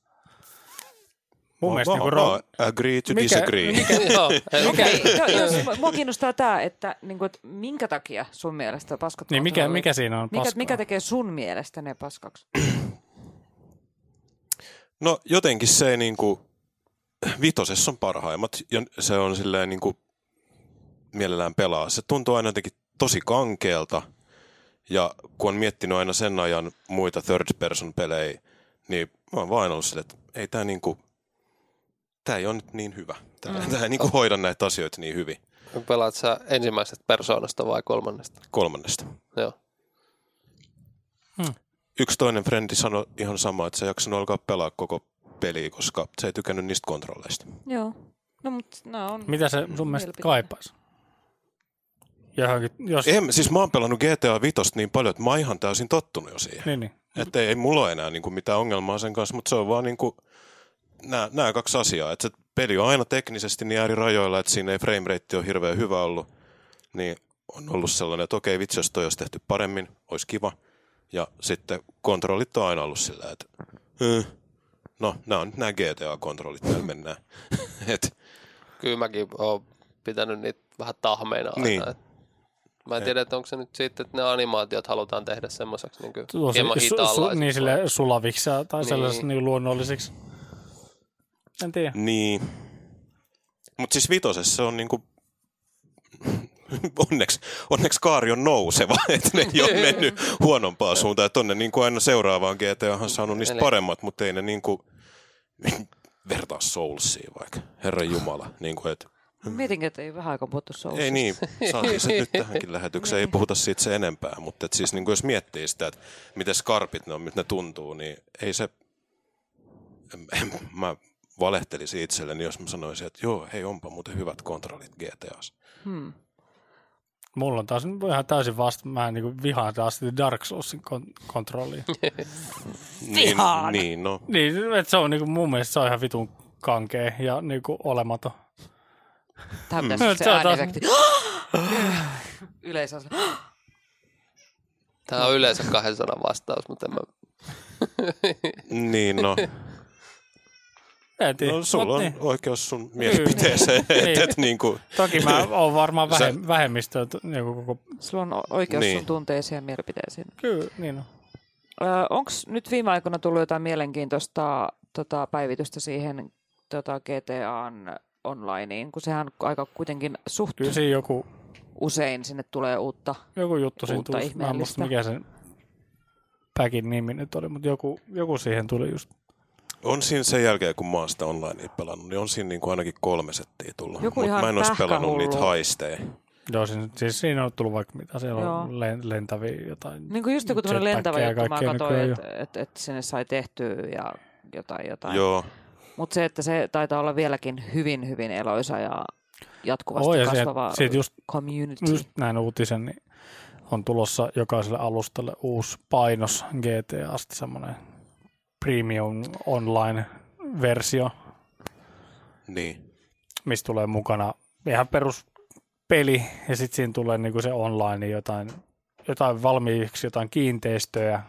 Speaker 2: Mun mielestä
Speaker 3: mä,
Speaker 2: niinku
Speaker 3: mä,
Speaker 2: ro-
Speaker 3: agree to
Speaker 2: Mikä-
Speaker 3: mikä, disagree. Mikä?
Speaker 4: Joo, ei-
Speaker 1: Okei, okay. no, jos, mua kiinnostaa tämä, että, niin kuin, että minkä takia sun mielestä paskat
Speaker 2: Niin mikä,
Speaker 1: kontrollit-
Speaker 2: mikä siinä on
Speaker 1: mikä,
Speaker 2: paskaa?
Speaker 1: mikä tekee sun mielestä ne paskaksi?
Speaker 3: No jotenkin se ei niin kuin, vitosessa on parhaimmat ja se on silleen niin kuin, mielellään pelaa. Se tuntuu aina jotenkin tosi kankeelta ja kun on miettinyt aina sen ajan muita third person pelejä, niin mä oon vain ollut silleen, että ei tää niinku, tää ei ole nyt niin hyvä. Tää, mm. tää ei niinku hoida näitä asioita niin hyvin
Speaker 4: Pelaat sä ensimmäisestä persoonasta vai kolmannesta?
Speaker 3: kolmannesta.
Speaker 4: Joo.
Speaker 3: Yksi toinen frendi sanoi ihan sama, että se ei jaksanut alkaa pelaa koko peliä, koska se ei tykännyt niistä kontrolleista.
Speaker 1: Joo. No mut nää on...
Speaker 2: Mitä se sun mielestä
Speaker 1: Mielipiteitä.
Speaker 2: kaipaisi? Johonkin, jos...
Speaker 3: En, siis mä oon pelannut GTA 5 niin paljon, että mä oon ihan täysin tottunut jo siihen.
Speaker 2: Niin, niin.
Speaker 3: Että ei, ei mulla ole enää niinku mitään ongelmaa sen kanssa, mutta se on vaan niinku nämä, nämä kaksi asiaa. Että se peli on aina teknisesti niin äärirajoilla, että siinä ei framerate ole hirveän hyvä ollut. Niin on ollut sellainen, että okei vitsi, jos toi olisi tehty paremmin, olisi kiva. Ja sitten kontrollit on aina ollut sillä, että "Eh, no nämä on nyt nämä GTA-kontrollit, täällä mennään. Et,
Speaker 4: Kyllä mäkin oon pitänyt niitä vähän tahmeina aina.
Speaker 3: Niin.
Speaker 4: et Mä en tiedä, että onko se nyt sitten, että ne animaatiot halutaan tehdä semmoiseksi niin
Speaker 2: Tuossa,
Speaker 4: hieman
Speaker 2: su, su,
Speaker 4: hitaalaiseksi.
Speaker 2: niin sille sulaviksi ja- tai niin.
Speaker 4: Niin.
Speaker 2: sellaisiksi niin luonnollisiksi. En tiedä.
Speaker 3: niin. Mutta siis vitosessa se on niinku onneksi, onneksi kaari on nouseva, että ne ei ole mennyt huonompaa suuntaan. Että on ne niin kuin aina seuraavaan GTA on saanut niistä
Speaker 4: Eli-
Speaker 3: paremmat, mutta ei ne niin kuin, vertaa Soulsiin vaikka, Herra Jumala. Niin kuin, että,
Speaker 1: Mm. Mietinkin, että ei vähän aikaa puhuttu Soulsista.
Speaker 3: ei niin, saatiin se nyt tähänkin lähetykseen,
Speaker 1: Niin.
Speaker 3: ei puhuta siitä se enempää, mutta et siis niin kuin jos miettii sitä, että miten skarpit ne on, miltä ne tuntuu, niin ei se, en- en- mä valehtelisin itselleni, jos mä sanoisin, että joo, hei onpa muuten hyvät kontrollit GTAssa.
Speaker 1: Hmm.
Speaker 2: Mulla on taas ihan täysin vasta, mä niin vihaan taas sitä Dark Soulsin kon- kontrollia.
Speaker 3: Niin,
Speaker 1: Vihaan!
Speaker 3: niin no.
Speaker 2: niin, että se on niin kuin, mun mielestä se on ihan vitun kankea ja niin kuin, olematon.
Speaker 1: Tämä
Speaker 3: Mm.
Speaker 1: pitäisi olla se
Speaker 2: Se on taas-
Speaker 1: äänefekti. Yleisö on se-
Speaker 4: Tämä on yleensä kahden sanan vastaus, mutta en mä...
Speaker 3: Niin, no.
Speaker 2: En tiedä.
Speaker 3: no sulla
Speaker 2: Mut
Speaker 3: on
Speaker 2: Niin.
Speaker 3: oikeus sun mielipiteeseen,
Speaker 2: Niin.
Speaker 3: että et, niinku,
Speaker 2: Toki mä oon varmaan
Speaker 3: Sä-
Speaker 2: vähem- vähemmistö niin kuin, koko...
Speaker 1: Sulla on oikeus
Speaker 3: Niin.
Speaker 1: sun tunteisiin ja mielipiteisiin.
Speaker 2: Kyllä, niin on.
Speaker 1: Onko nyt viime aikoina tullut jotain mielenkiintoista tota, päivitystä siihen tota, GTAn onlineen, kun sehän aika kuitenkin suht
Speaker 2: Kyllä siinä joku,
Speaker 1: usein sinne tulee uutta.
Speaker 2: joku juttu siinä
Speaker 1: Uutta
Speaker 2: tuli. Mä en
Speaker 1: ihmeellistä.
Speaker 2: muista, mikä sen päkin nimi nyt oli, mutta joku, joku siihen tuli just.
Speaker 3: on siinä sen jälkeen, kun mä oon sitä online pelannut, niin on siinä niinku ainakin kolme settiä tullut.
Speaker 1: Joku
Speaker 3: Mutta
Speaker 1: ihan
Speaker 3: mä en olisi pelannut
Speaker 1: pähkähullu.
Speaker 3: niitä haisteja.
Speaker 2: Joo, siis, siis siinä on tullut vaikka mitä. Siellä
Speaker 1: Joo.
Speaker 2: on len, lentäviä jotain.
Speaker 1: Niin kuin just joku tämmöinen lentävä
Speaker 2: Jetpackia ja
Speaker 1: juttu, mä
Speaker 2: kaikkea
Speaker 1: katsoin,
Speaker 2: nykyään
Speaker 1: että et, et sinne sai tehtyä ja jotain jotain.
Speaker 3: Joo,
Speaker 1: Mutta se, että se taitaa olla vieläkin hyvin, hyvin eloisa ja jatkuvasti
Speaker 2: Oh, ja sieltä,
Speaker 1: kasvava
Speaker 2: sieltä just,
Speaker 1: community.
Speaker 2: just näin uutisen, niin on tulossa jokaiselle alustalle uusi painos GTAsta, semmoinen premium online-versio,
Speaker 3: niin.
Speaker 2: missä tulee mukana ihan perus peli, ja sitten siinä tulee niinku se online jotain, jotain valmiiksi, jotain kiinteistöjä,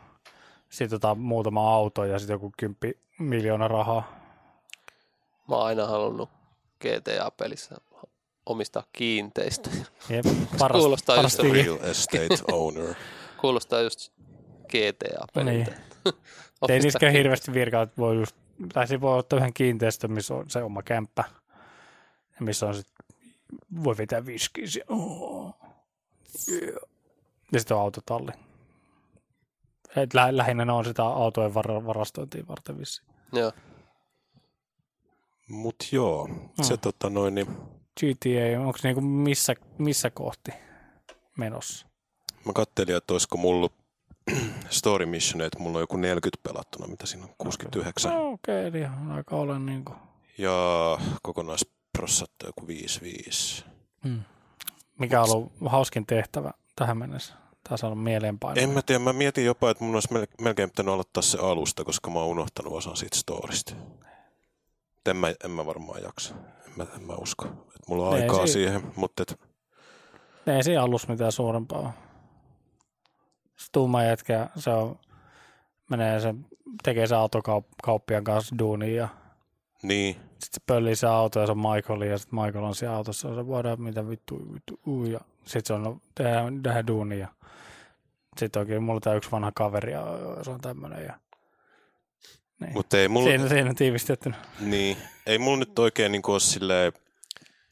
Speaker 2: sitten jotain muutama auto ja sitten joku kymppi miljoona rahaa.
Speaker 4: Mä oon aina halunnut GTA-pelissä omistaa kiinteistöjä.
Speaker 2: Jep,
Speaker 4: Kuulostaa just
Speaker 2: paras
Speaker 4: semmoinen-
Speaker 2: tili.
Speaker 3: Real estate owner.
Speaker 4: Kuulostaa just GTA-peliltä.
Speaker 2: Niin. Ei niistäkään hirveästi virkaa, että voi just, tai siinä voi ottaa yhden kiinteistön, missä on se oma kämppä, ja missä on sit, voi vetää viskiä se. Oh. Yeah. Ja sitten on autotalli. Et lä- lähinnä ne on sitä autojen var- varastointia varten vissiin.
Speaker 4: Joo.
Speaker 3: Mut joo, se
Speaker 2: Mm.
Speaker 3: tota noin, niin
Speaker 2: GTA, onko niinku missä, missä kohti menossa?
Speaker 3: mä kattelin, että olisiko mulla story missioneet, mulla on joku 40 pelattuna, mitä siinä on, 69.
Speaker 2: No, Okei, okay, eli ihan aika olen niinku...
Speaker 3: Ja kokonaisprossatta joku 5-5.
Speaker 2: Hmm. Mikä on ollut hauskin tehtävä tähän mennessä? Tässä on ollut
Speaker 3: En
Speaker 2: mieleenpainoinen.
Speaker 3: mä tiedä, mä mietin jopa, että mun olisi mel- melkein pitänyt aloittaa se alusta, koska mä oon unohtanut osan siitä storista. Et En mä, en mä varmaan jaksa. En mä, en mä usko, että mulla on
Speaker 2: Ei
Speaker 3: aikaa
Speaker 2: si-
Speaker 3: siihen, mutta et,
Speaker 2: Ei siinä alus mitään suurempaa ole. Se tumma jätkä, se on, menee sen, tekee sen autokauppian kanssa duunia ja
Speaker 3: niin,
Speaker 2: sitten se pöllii se auto ja se on Michaelin ja sitten Michael on siinä autossa ja se voidaan mitä vittu, vittu uu, ja sitten se on no, tehdään, tehdään duunia ja sitten onkin mulla tämä yksi vanha kaveri ja se on tämmöinen ja niin. Mut,
Speaker 3: mutta ei mulla...
Speaker 2: siinä, siinä tiivistettynä.
Speaker 3: Niin, ei mulla nyt oikein niin ole silleen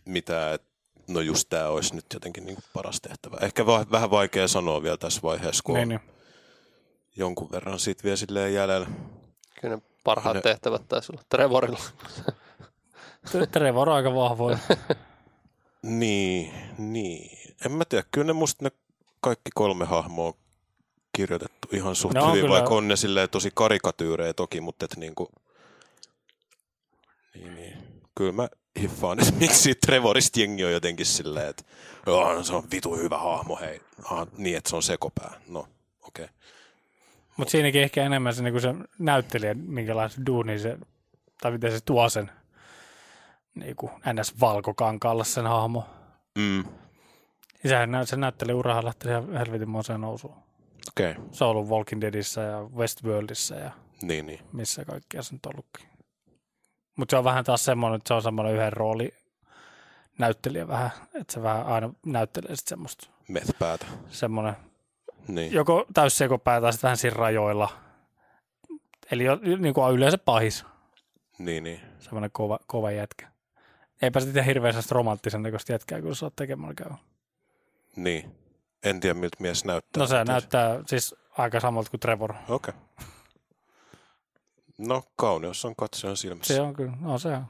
Speaker 3: mitään, että no just tämä olisi nyt jotenkin niin paras tehtävä. Ehkä va- vähän vaikea sanoa vielä tässä vaiheessa, kun
Speaker 2: Niin,
Speaker 3: niin,
Speaker 2: niin.
Speaker 3: jonkun verran siitä vielä silleen jäljellä.
Speaker 4: Kyllä ne parhaat
Speaker 3: Ne-
Speaker 4: tehtävät taisi olla Trevorilla.
Speaker 2: Tre- Trevor on aika vahvoja.
Speaker 3: Niin, niin. En mä tiedä, kyllä ne musta ne kaikki kolme hahmoa on kirjoitettu ihan suht
Speaker 2: Ne on
Speaker 3: hyvin,
Speaker 2: kyllä-
Speaker 3: vaikka on ne silleen tosi karikatyyrejä toki, mutta et niinku... Niin, niin. Kyllä mä hiffaan, että miksi Trevorista jengi on jotenkin silleen, että "Joo, no, se on vitu hyvä hahmo, hei. Aha, niin, että se on sekopää. No, okei. Okay.
Speaker 2: Mutta siinäkin ehkä enemmän se, niin se näyttelijä, minkälaisen duunin se, tai miten se tuo sen niin kuin ns. valkokankaalla sen hahmo.
Speaker 3: Mm,
Speaker 2: Ja sehän nä- se näyttelijä urahan lähti ihan helvetinmoiseen nousuun.
Speaker 3: okei. Okay.
Speaker 2: Se on ollut Walking Deadissä ja Westworldissa ja
Speaker 3: Niin, niin.
Speaker 2: missä kaikkea se nyt ollutkin. Mutta se on vähän taas semmoinen, että se on semmoinen yhden rooli näyttelijä vähän, että se vähän aina näyttelee sit semmoista,
Speaker 3: Methpäätä.
Speaker 2: semmoinen
Speaker 3: Niin.
Speaker 2: joko täyssekopää tai sitten vähän siinä rajoilla. Eli jo- niin kuin on yleensä pahis.
Speaker 3: Niin, niin.
Speaker 2: semmoinen kova, kova jätkä. Eipä se ihan hirveän sellaista romanttisen näköistä jätkää, kun sä oot tekemällä käy. No
Speaker 3: Niin. En tiedä, miltä mies näyttää.
Speaker 2: No se
Speaker 3: Mut-
Speaker 2: näyttää siis aika samalta kuin Trevor.
Speaker 3: Okei. Okay. No kauneus on katsojan
Speaker 2: Se
Speaker 3: silmissä.
Speaker 2: on kyllä, no se on.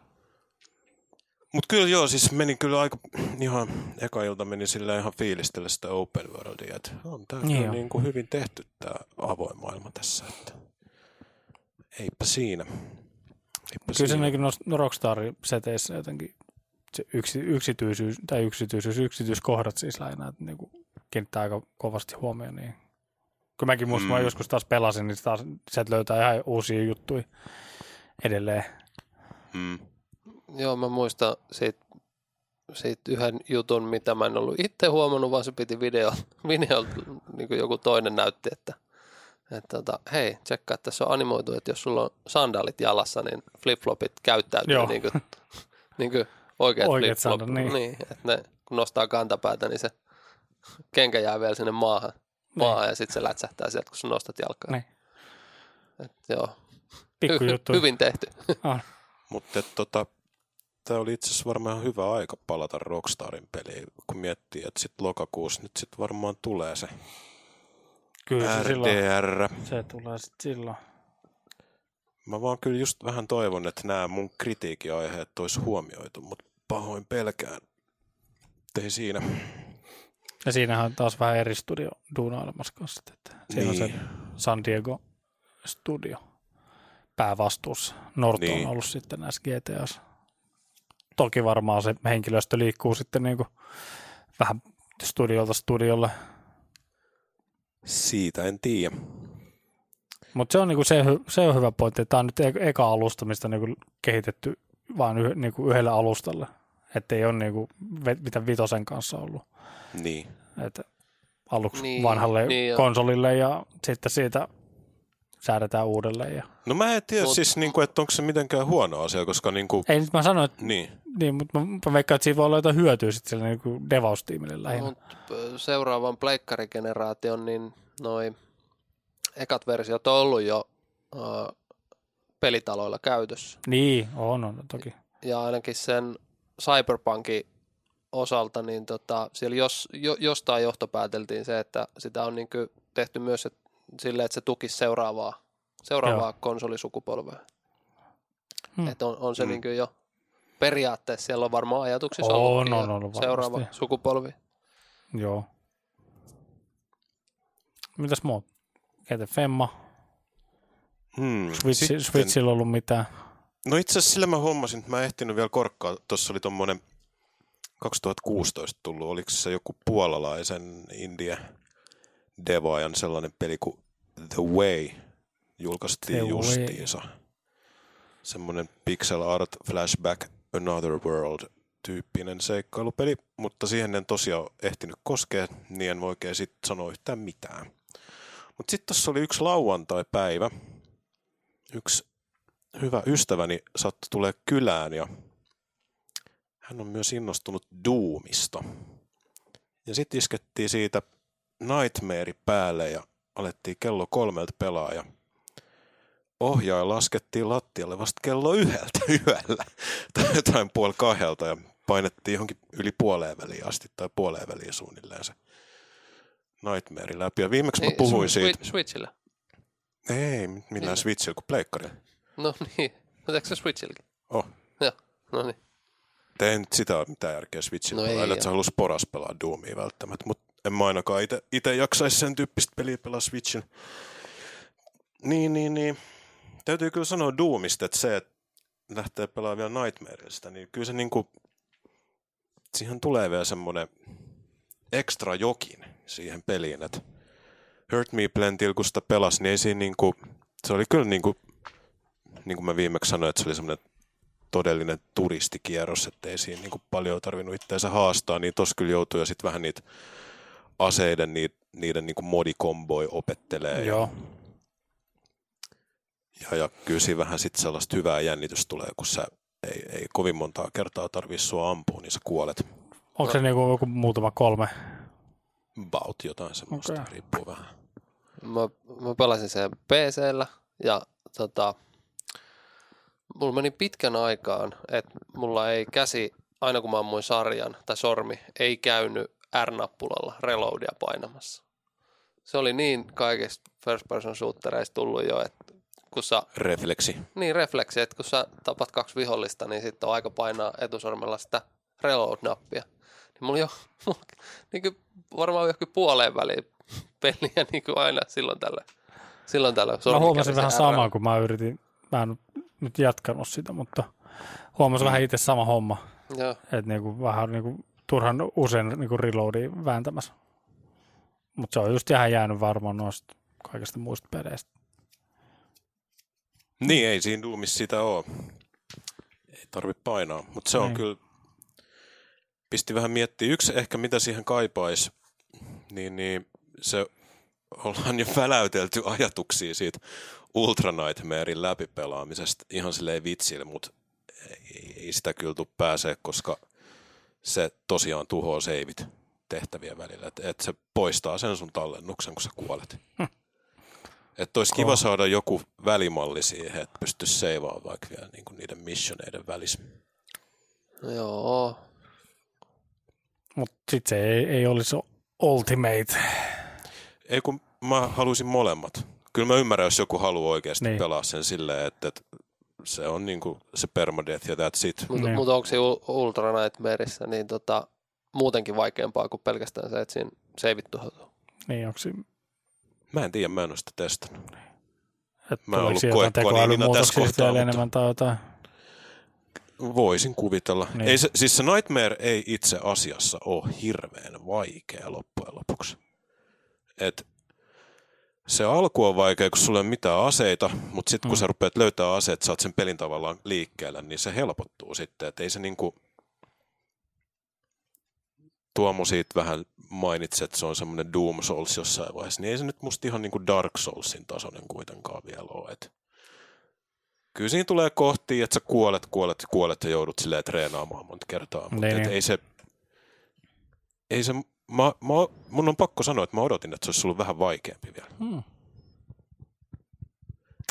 Speaker 3: Mutta kyllä joo, siis meni kyllä aika ihan, eka ilta meni sillä ihan fiilistellä sitä open worldia, että on tämä
Speaker 2: Niin
Speaker 3: niin
Speaker 2: on.
Speaker 3: niin kuin hyvin tehty tämä avoin maailma tässä, että eipä siinä. Eipä
Speaker 2: Kyllä se
Speaker 3: siinä.
Speaker 2: näkyy noissa Rockstar-seteissä jotenkin se yksi, yksityisyys, tai yksityisyys, yksityiskohdat siis lähinnä, että niinku kiinnittää aika kovasti huomioon. Niin. Kun mäkin muistan,
Speaker 3: Mm.
Speaker 2: mm. joskus taas pelasin, niin taas sieltä löytää ihan uusia juttuja edelleen.
Speaker 3: Mm.
Speaker 4: Joo, mä muistan siitä, siitä yhden jutun, mitä mä en ollut itse huomannut, vaan se piti video, video niin kuin joku toinen näytti, että, että tota, hei, tsekkaa, tässä on animoitu, että jos sulla on sandaalit jalassa, niin flip-flopit käyttäytyy
Speaker 2: Joo.
Speaker 4: niin kuin, niin kuin oikeat,
Speaker 2: Oikeat
Speaker 4: flip-flop.
Speaker 2: sandat, niin.
Speaker 4: niin. että ne, kun nostaa kantapäätä, niin se kenkä jää vielä sinne maahan, maahan ja sitten se lätsähtää sieltä, kun sä nostat jalkaa.
Speaker 2: Niin.
Speaker 4: Et, joo,
Speaker 2: Pikku
Speaker 4: Hy-
Speaker 2: juttu.
Speaker 4: hyvin tehty.
Speaker 2: Ah,
Speaker 3: Mutta tota, tämä oli itse asiassa varmaan hyvä aika palata Rockstarin peliin, kun miettii, että sitten lokakuussa nyt sitten varmaan tulee se
Speaker 2: Kyllä se silloin.
Speaker 3: RDR.
Speaker 2: Se tulee sitten silloin.
Speaker 3: Mä vaan kyllä just vähän toivon, että nämä mun kritiikiaiheet olisi huomioitu, mutta pahoin pelkään. Mut Ei siinä.
Speaker 2: Ja siinähän on taas vähän eri studio duunailemassa kanssa. Että siinä niin. on se
Speaker 3: Niin.
Speaker 2: San Diego Studio päävastuussa. Norton
Speaker 3: Niin.
Speaker 2: on ollut sitten näissä GTAs. Toki varmaan se henkilöstö liikkuu sitten niin kuin vähän studiolta studiolle.
Speaker 3: Siitä en tiedä.
Speaker 2: Mutta se on, niinku se, hy- se on hyvä pointti. Tämä on nyt e- eka alusta, mistä on niinku kehitetty vain yh- niinku yhdellä alustalla. Että ei ole niinku ve- mitä Vitosen kanssa ollut.
Speaker 3: Niin.
Speaker 2: että aluksi
Speaker 4: Niin,
Speaker 2: niin, vanhalle
Speaker 4: niin
Speaker 2: niin
Speaker 4: joo.
Speaker 2: konsolille ja sitten siitä säädetään uudelleen. Ja...
Speaker 3: No mä en tiedä
Speaker 4: Mut-
Speaker 3: Mut... siis, niin kuin, että onko se mitenkään huono asia, koska niin kuin,
Speaker 2: Ei nyt mä sano, että
Speaker 3: niin,
Speaker 2: niin, mutta mä, mä veikkaan, että siinä voi olla jotain hyötyä sitten sille niin devaustiimille lähinnä.
Speaker 4: Mut ö, seuraavan pleikkarigeneraation, niin noi ekat versiot on ollut jo ö, pelitaloilla käytössä.
Speaker 2: Niin, on, on toki.
Speaker 4: Ja ainakin sen Cyberpunkin osalta, niin tota, siellä jos, jo, jostain johtopääteltiin se, että sitä on niin tehty myös et, silleen, että se tukisi seuraavaa, seuraavaa konsolisukupolvea.
Speaker 2: Hmm.
Speaker 4: Että on, on se
Speaker 3: Hmm.
Speaker 4: niin jo periaatteessa, siellä on varmaan ajatuksissa
Speaker 2: On,
Speaker 4: ollutkin
Speaker 2: on
Speaker 4: jo
Speaker 2: ollut varmasti.
Speaker 4: seuraava sukupolvi.
Speaker 2: Joo. Mitäs muut? Ketä Femma?
Speaker 3: hmm.
Speaker 2: Switch,
Speaker 3: Sitten-
Speaker 2: Switchillä ollut mitään?
Speaker 3: No itse asiassa sillä mä hommasin, että mä en ehtinyt vielä korkkaa. Tuossa oli tommonen 2016 tullut, oliko se joku puolalaisen india devoajan sellainen peli kuin The Way julkaistiin
Speaker 2: The
Speaker 3: justiinsa. Semmoinen pixel art flashback Another World tyyppinen seikkailupeli, mutta siihen en tosiaan ehtinyt koskea, niin en oikein sit sano yhtään mitään. Mutta sitten tuossa oli yksi lauantai-päivä. Yksi hyvä ystäväni sattui tulee kylään ja hän on myös innostunut Doomista. Ja sitten iskettiin siitä Nightmare päälle ja alettiin kello kolmelta pelaa ja ohjaaja laskettiin lattialle vasta kello yhdeltä yöllä tai jotain puoli kahdelta ja painettiin johonkin yli puoleen väliin asti tai puoleen väliin suunnilleen se Nightmare läpi. Ja viimeksi mä
Speaker 4: Niin,
Speaker 3: puhuin
Speaker 4: Swi-
Speaker 3: siitä.
Speaker 4: Switchillä.
Speaker 3: Ei, millään
Speaker 4: Millä?
Speaker 3: Switchillä kuin pleikkarilla.
Speaker 4: No niin, mutta eikö se Switchilläkin?
Speaker 3: Oh.
Speaker 4: Joo, no niin.
Speaker 3: Tää ei nyt sitä ole mitään järkeä Switchillä
Speaker 4: No
Speaker 3: no
Speaker 4: ei
Speaker 3: pelailla,
Speaker 4: oo.
Speaker 3: että sä halus poras pelaa Doomia välttämättä, mutta en mä ainakaan itse jaksaisi sen tyyppistä peliä pelaa Switchin. Niin, niin, niin. Täytyy kyllä sanoa Doomista, että se, että lähtee pelaamaan vielä Nightmareista, niin kyllä se niinku, siihen tulee vielä semmoinen ekstra jokin siihen peliin, että Hurt Me Plentyllä, kun sitä pelasi, niin ei siinä niinku, se oli kyllä niinku, niin kuin mä viimeksi sanoin, että se oli semmoinen todellinen turistikierros, ettei siinä niin paljon tarvinnut itseänsä haastaa, niin tossa kyllä joutuu jo sitten vähän niitä aseiden, niitä, niiden niin modikomboja opettelee. ja-
Speaker 2: Joo.
Speaker 3: Ja, ja kyllä siinä vähän sitten sellaista hyvää jännitystä tulee, kun sä ei, ei kovin montaa kertaa tarvii sua ampua, niin sä kuolet.
Speaker 2: Onko se niinku joku muutama kolme?
Speaker 3: Baut jotain semmoista, okay.
Speaker 2: Okei.
Speaker 3: riippuu vähän.
Speaker 4: Mä, mä pelasin sen pc ja tota, mulla meni pitkän aikaan, että mulla ei käsi, aina kun mä ammuin sarjan tai sormi, ei käynyt R-nappulalla reloadia painamassa. Se oli niin kaikista first person shootereista tullut jo, että kun sä,
Speaker 3: Refleksi.
Speaker 4: niin refleksi, että kun sä tapat kaksi vihollista, niin sitten on aika painaa etusormella sitä reload-nappia. Niin mulla jo, mulla, niin kuin varmaan johonkin puoleen väliin peliä niin kuin aina silloin tällä. Silloin tällä
Speaker 2: Mä
Speaker 4: sormi
Speaker 2: huomasin
Speaker 4: kävi
Speaker 2: vähän
Speaker 4: se
Speaker 2: samaa,
Speaker 4: R.
Speaker 2: kun mä yritin, mä en nyt jatkanut sitä, mutta
Speaker 4: Mm.
Speaker 2: huomasin vähän itse sama homma.
Speaker 4: Joo,
Speaker 2: Että niinku, vähän niinku, turhan usein niinku reloadia vääntämässä. Mutta se on just ihan jäänyt varmaan noista kaikista muista peleistä.
Speaker 3: Niin, ei siinä Doomissa sitä ole. Ei tarvitse painaa, mutta se on
Speaker 2: Niin.
Speaker 3: kyllä, pisti vähän miettiä. Yksi ehkä mitä siihen kaipaisi, niin, niin se ollaan jo väläytelty ajatuksia siitä Ultra Nightmarein läpipelaamisesta ihan silleen vitsillä, mutta ei, ei sitä kyllä tule pääsee, koska se tosiaan tuhoaa seivit tehtävien välillä. Että et se poistaa sen sun tallennuksen, kun sä kuolet. Että olisi kiva
Speaker 2: Kova.
Speaker 3: saada joku välimalli siihen, että pystyisi seivaamaan vaikka vielä niinku niiden missioneiden välissä.
Speaker 4: Joo.
Speaker 2: Mutta sitten se ei, ei olisi ultimate.
Speaker 3: Ei kun mä haluaisin molemmat. Kyllä mä ymmärrän, jos joku haluaa oikeasti niin.
Speaker 2: Niin.
Speaker 3: pelaa sen silleen, että, että se on niinku se permadeath ja that's it.
Speaker 4: Mutta
Speaker 2: Niin.
Speaker 4: mut onko se Ul- Ultra Nightmareissa niin tota, muutenkin vaikeampaa kuin pelkästään se, että siinä seivit tuhoutuu.
Speaker 2: Niin onko siinä,
Speaker 3: Mä en tiedä, mä en ole sitä testannut.
Speaker 2: että
Speaker 3: Mä en
Speaker 2: oliko
Speaker 3: ollut
Speaker 2: siinä jotain
Speaker 3: koekonina tässä
Speaker 2: tekoälymuutoksia
Speaker 3: kohtaa,
Speaker 2: siellä
Speaker 3: mutta-
Speaker 2: enemmän tai jotain?
Speaker 3: Voisin kuvitella. Niin.
Speaker 2: Niin.
Speaker 3: Ei se, siis se Nightmare ei itse asiassa ole hirveän vaikea loppujen lopuksi. Et se alku on vaikea, kun sulla ei ole mitään aseita, mutta sitten kun
Speaker 2: Mm.
Speaker 3: sä rupeat löytää aseet, saat sen pelin tavallaan liikkeelle, niin se helpottuu sitten. Et ei se niinku... Tuomo siitä vähän mainitsi, että se on semmoinen Doom Souls jossain vaiheessa, niin ei se nyt musta ihan niinku Dark Soulsin tasoinen kuitenkaan vielä ole. Et kyllä siinä tulee kohti, että sä kuolet, kuolet, kuolet ja joudut silleen treenaamaan monta kertaa, mutta
Speaker 2: Niin,
Speaker 3: niin,
Speaker 2: niin.
Speaker 3: ei se, ei se mä, mä, mun on pakko sanoa, että mä odotin, että se olisi ollut vähän vaikeampi vielä.
Speaker 2: Hmm.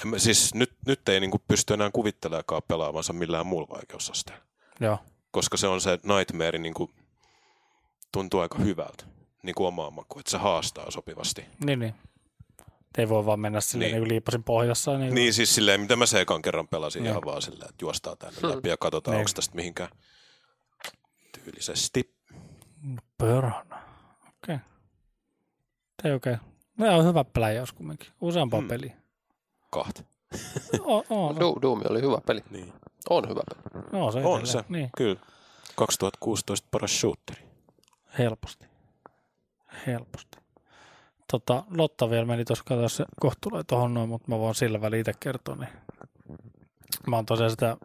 Speaker 3: En Mä, siis nyt, nyt ei niinku pysty enää kuvittelemaan pelaavansa millään muulla vaikeusasteella,
Speaker 2: Joo.
Speaker 3: koska se on se Nightmare niinku, tuntuu aika hyvältä niin kuin omaan makuun, että se haastaa sopivasti.
Speaker 2: Niin, niin. Et Ei voi vaan mennä silleen
Speaker 3: Niin.
Speaker 2: niin. niin liipasin pohjassa. Niin,
Speaker 3: Niin siis silleen, mitä mä se ekan kerran pelasin
Speaker 2: Niin.
Speaker 3: ihan vaan silleen, että juostaa tänne
Speaker 4: Hmm.
Speaker 3: läpi ja katsotaan,
Speaker 2: Niin.
Speaker 3: onko tästä mihinkään tyylisesti.
Speaker 2: Pörhönä. Okei. Okay. Ei okei. Okay. No on hyvä pelajaus kumminkin. Useampaa
Speaker 3: Mm.
Speaker 2: mm. peliä.
Speaker 3: Kahta.
Speaker 2: O, on,
Speaker 4: Du- Doom oli hyvä peli.
Speaker 3: Niin.
Speaker 4: On hyvä peli.
Speaker 2: no, se
Speaker 3: On
Speaker 2: edelleen.
Speaker 3: se,
Speaker 2: Niin,
Speaker 3: kyllä. 2016 paras shooteri.
Speaker 2: helposti. Helposti. Tota, Lotta vielä meni tuossa katsoa, se kohta tulee tuohon noin, mutta mä voin sillä väliin itse kertoa. Niin. Mä oon tosiaan sitä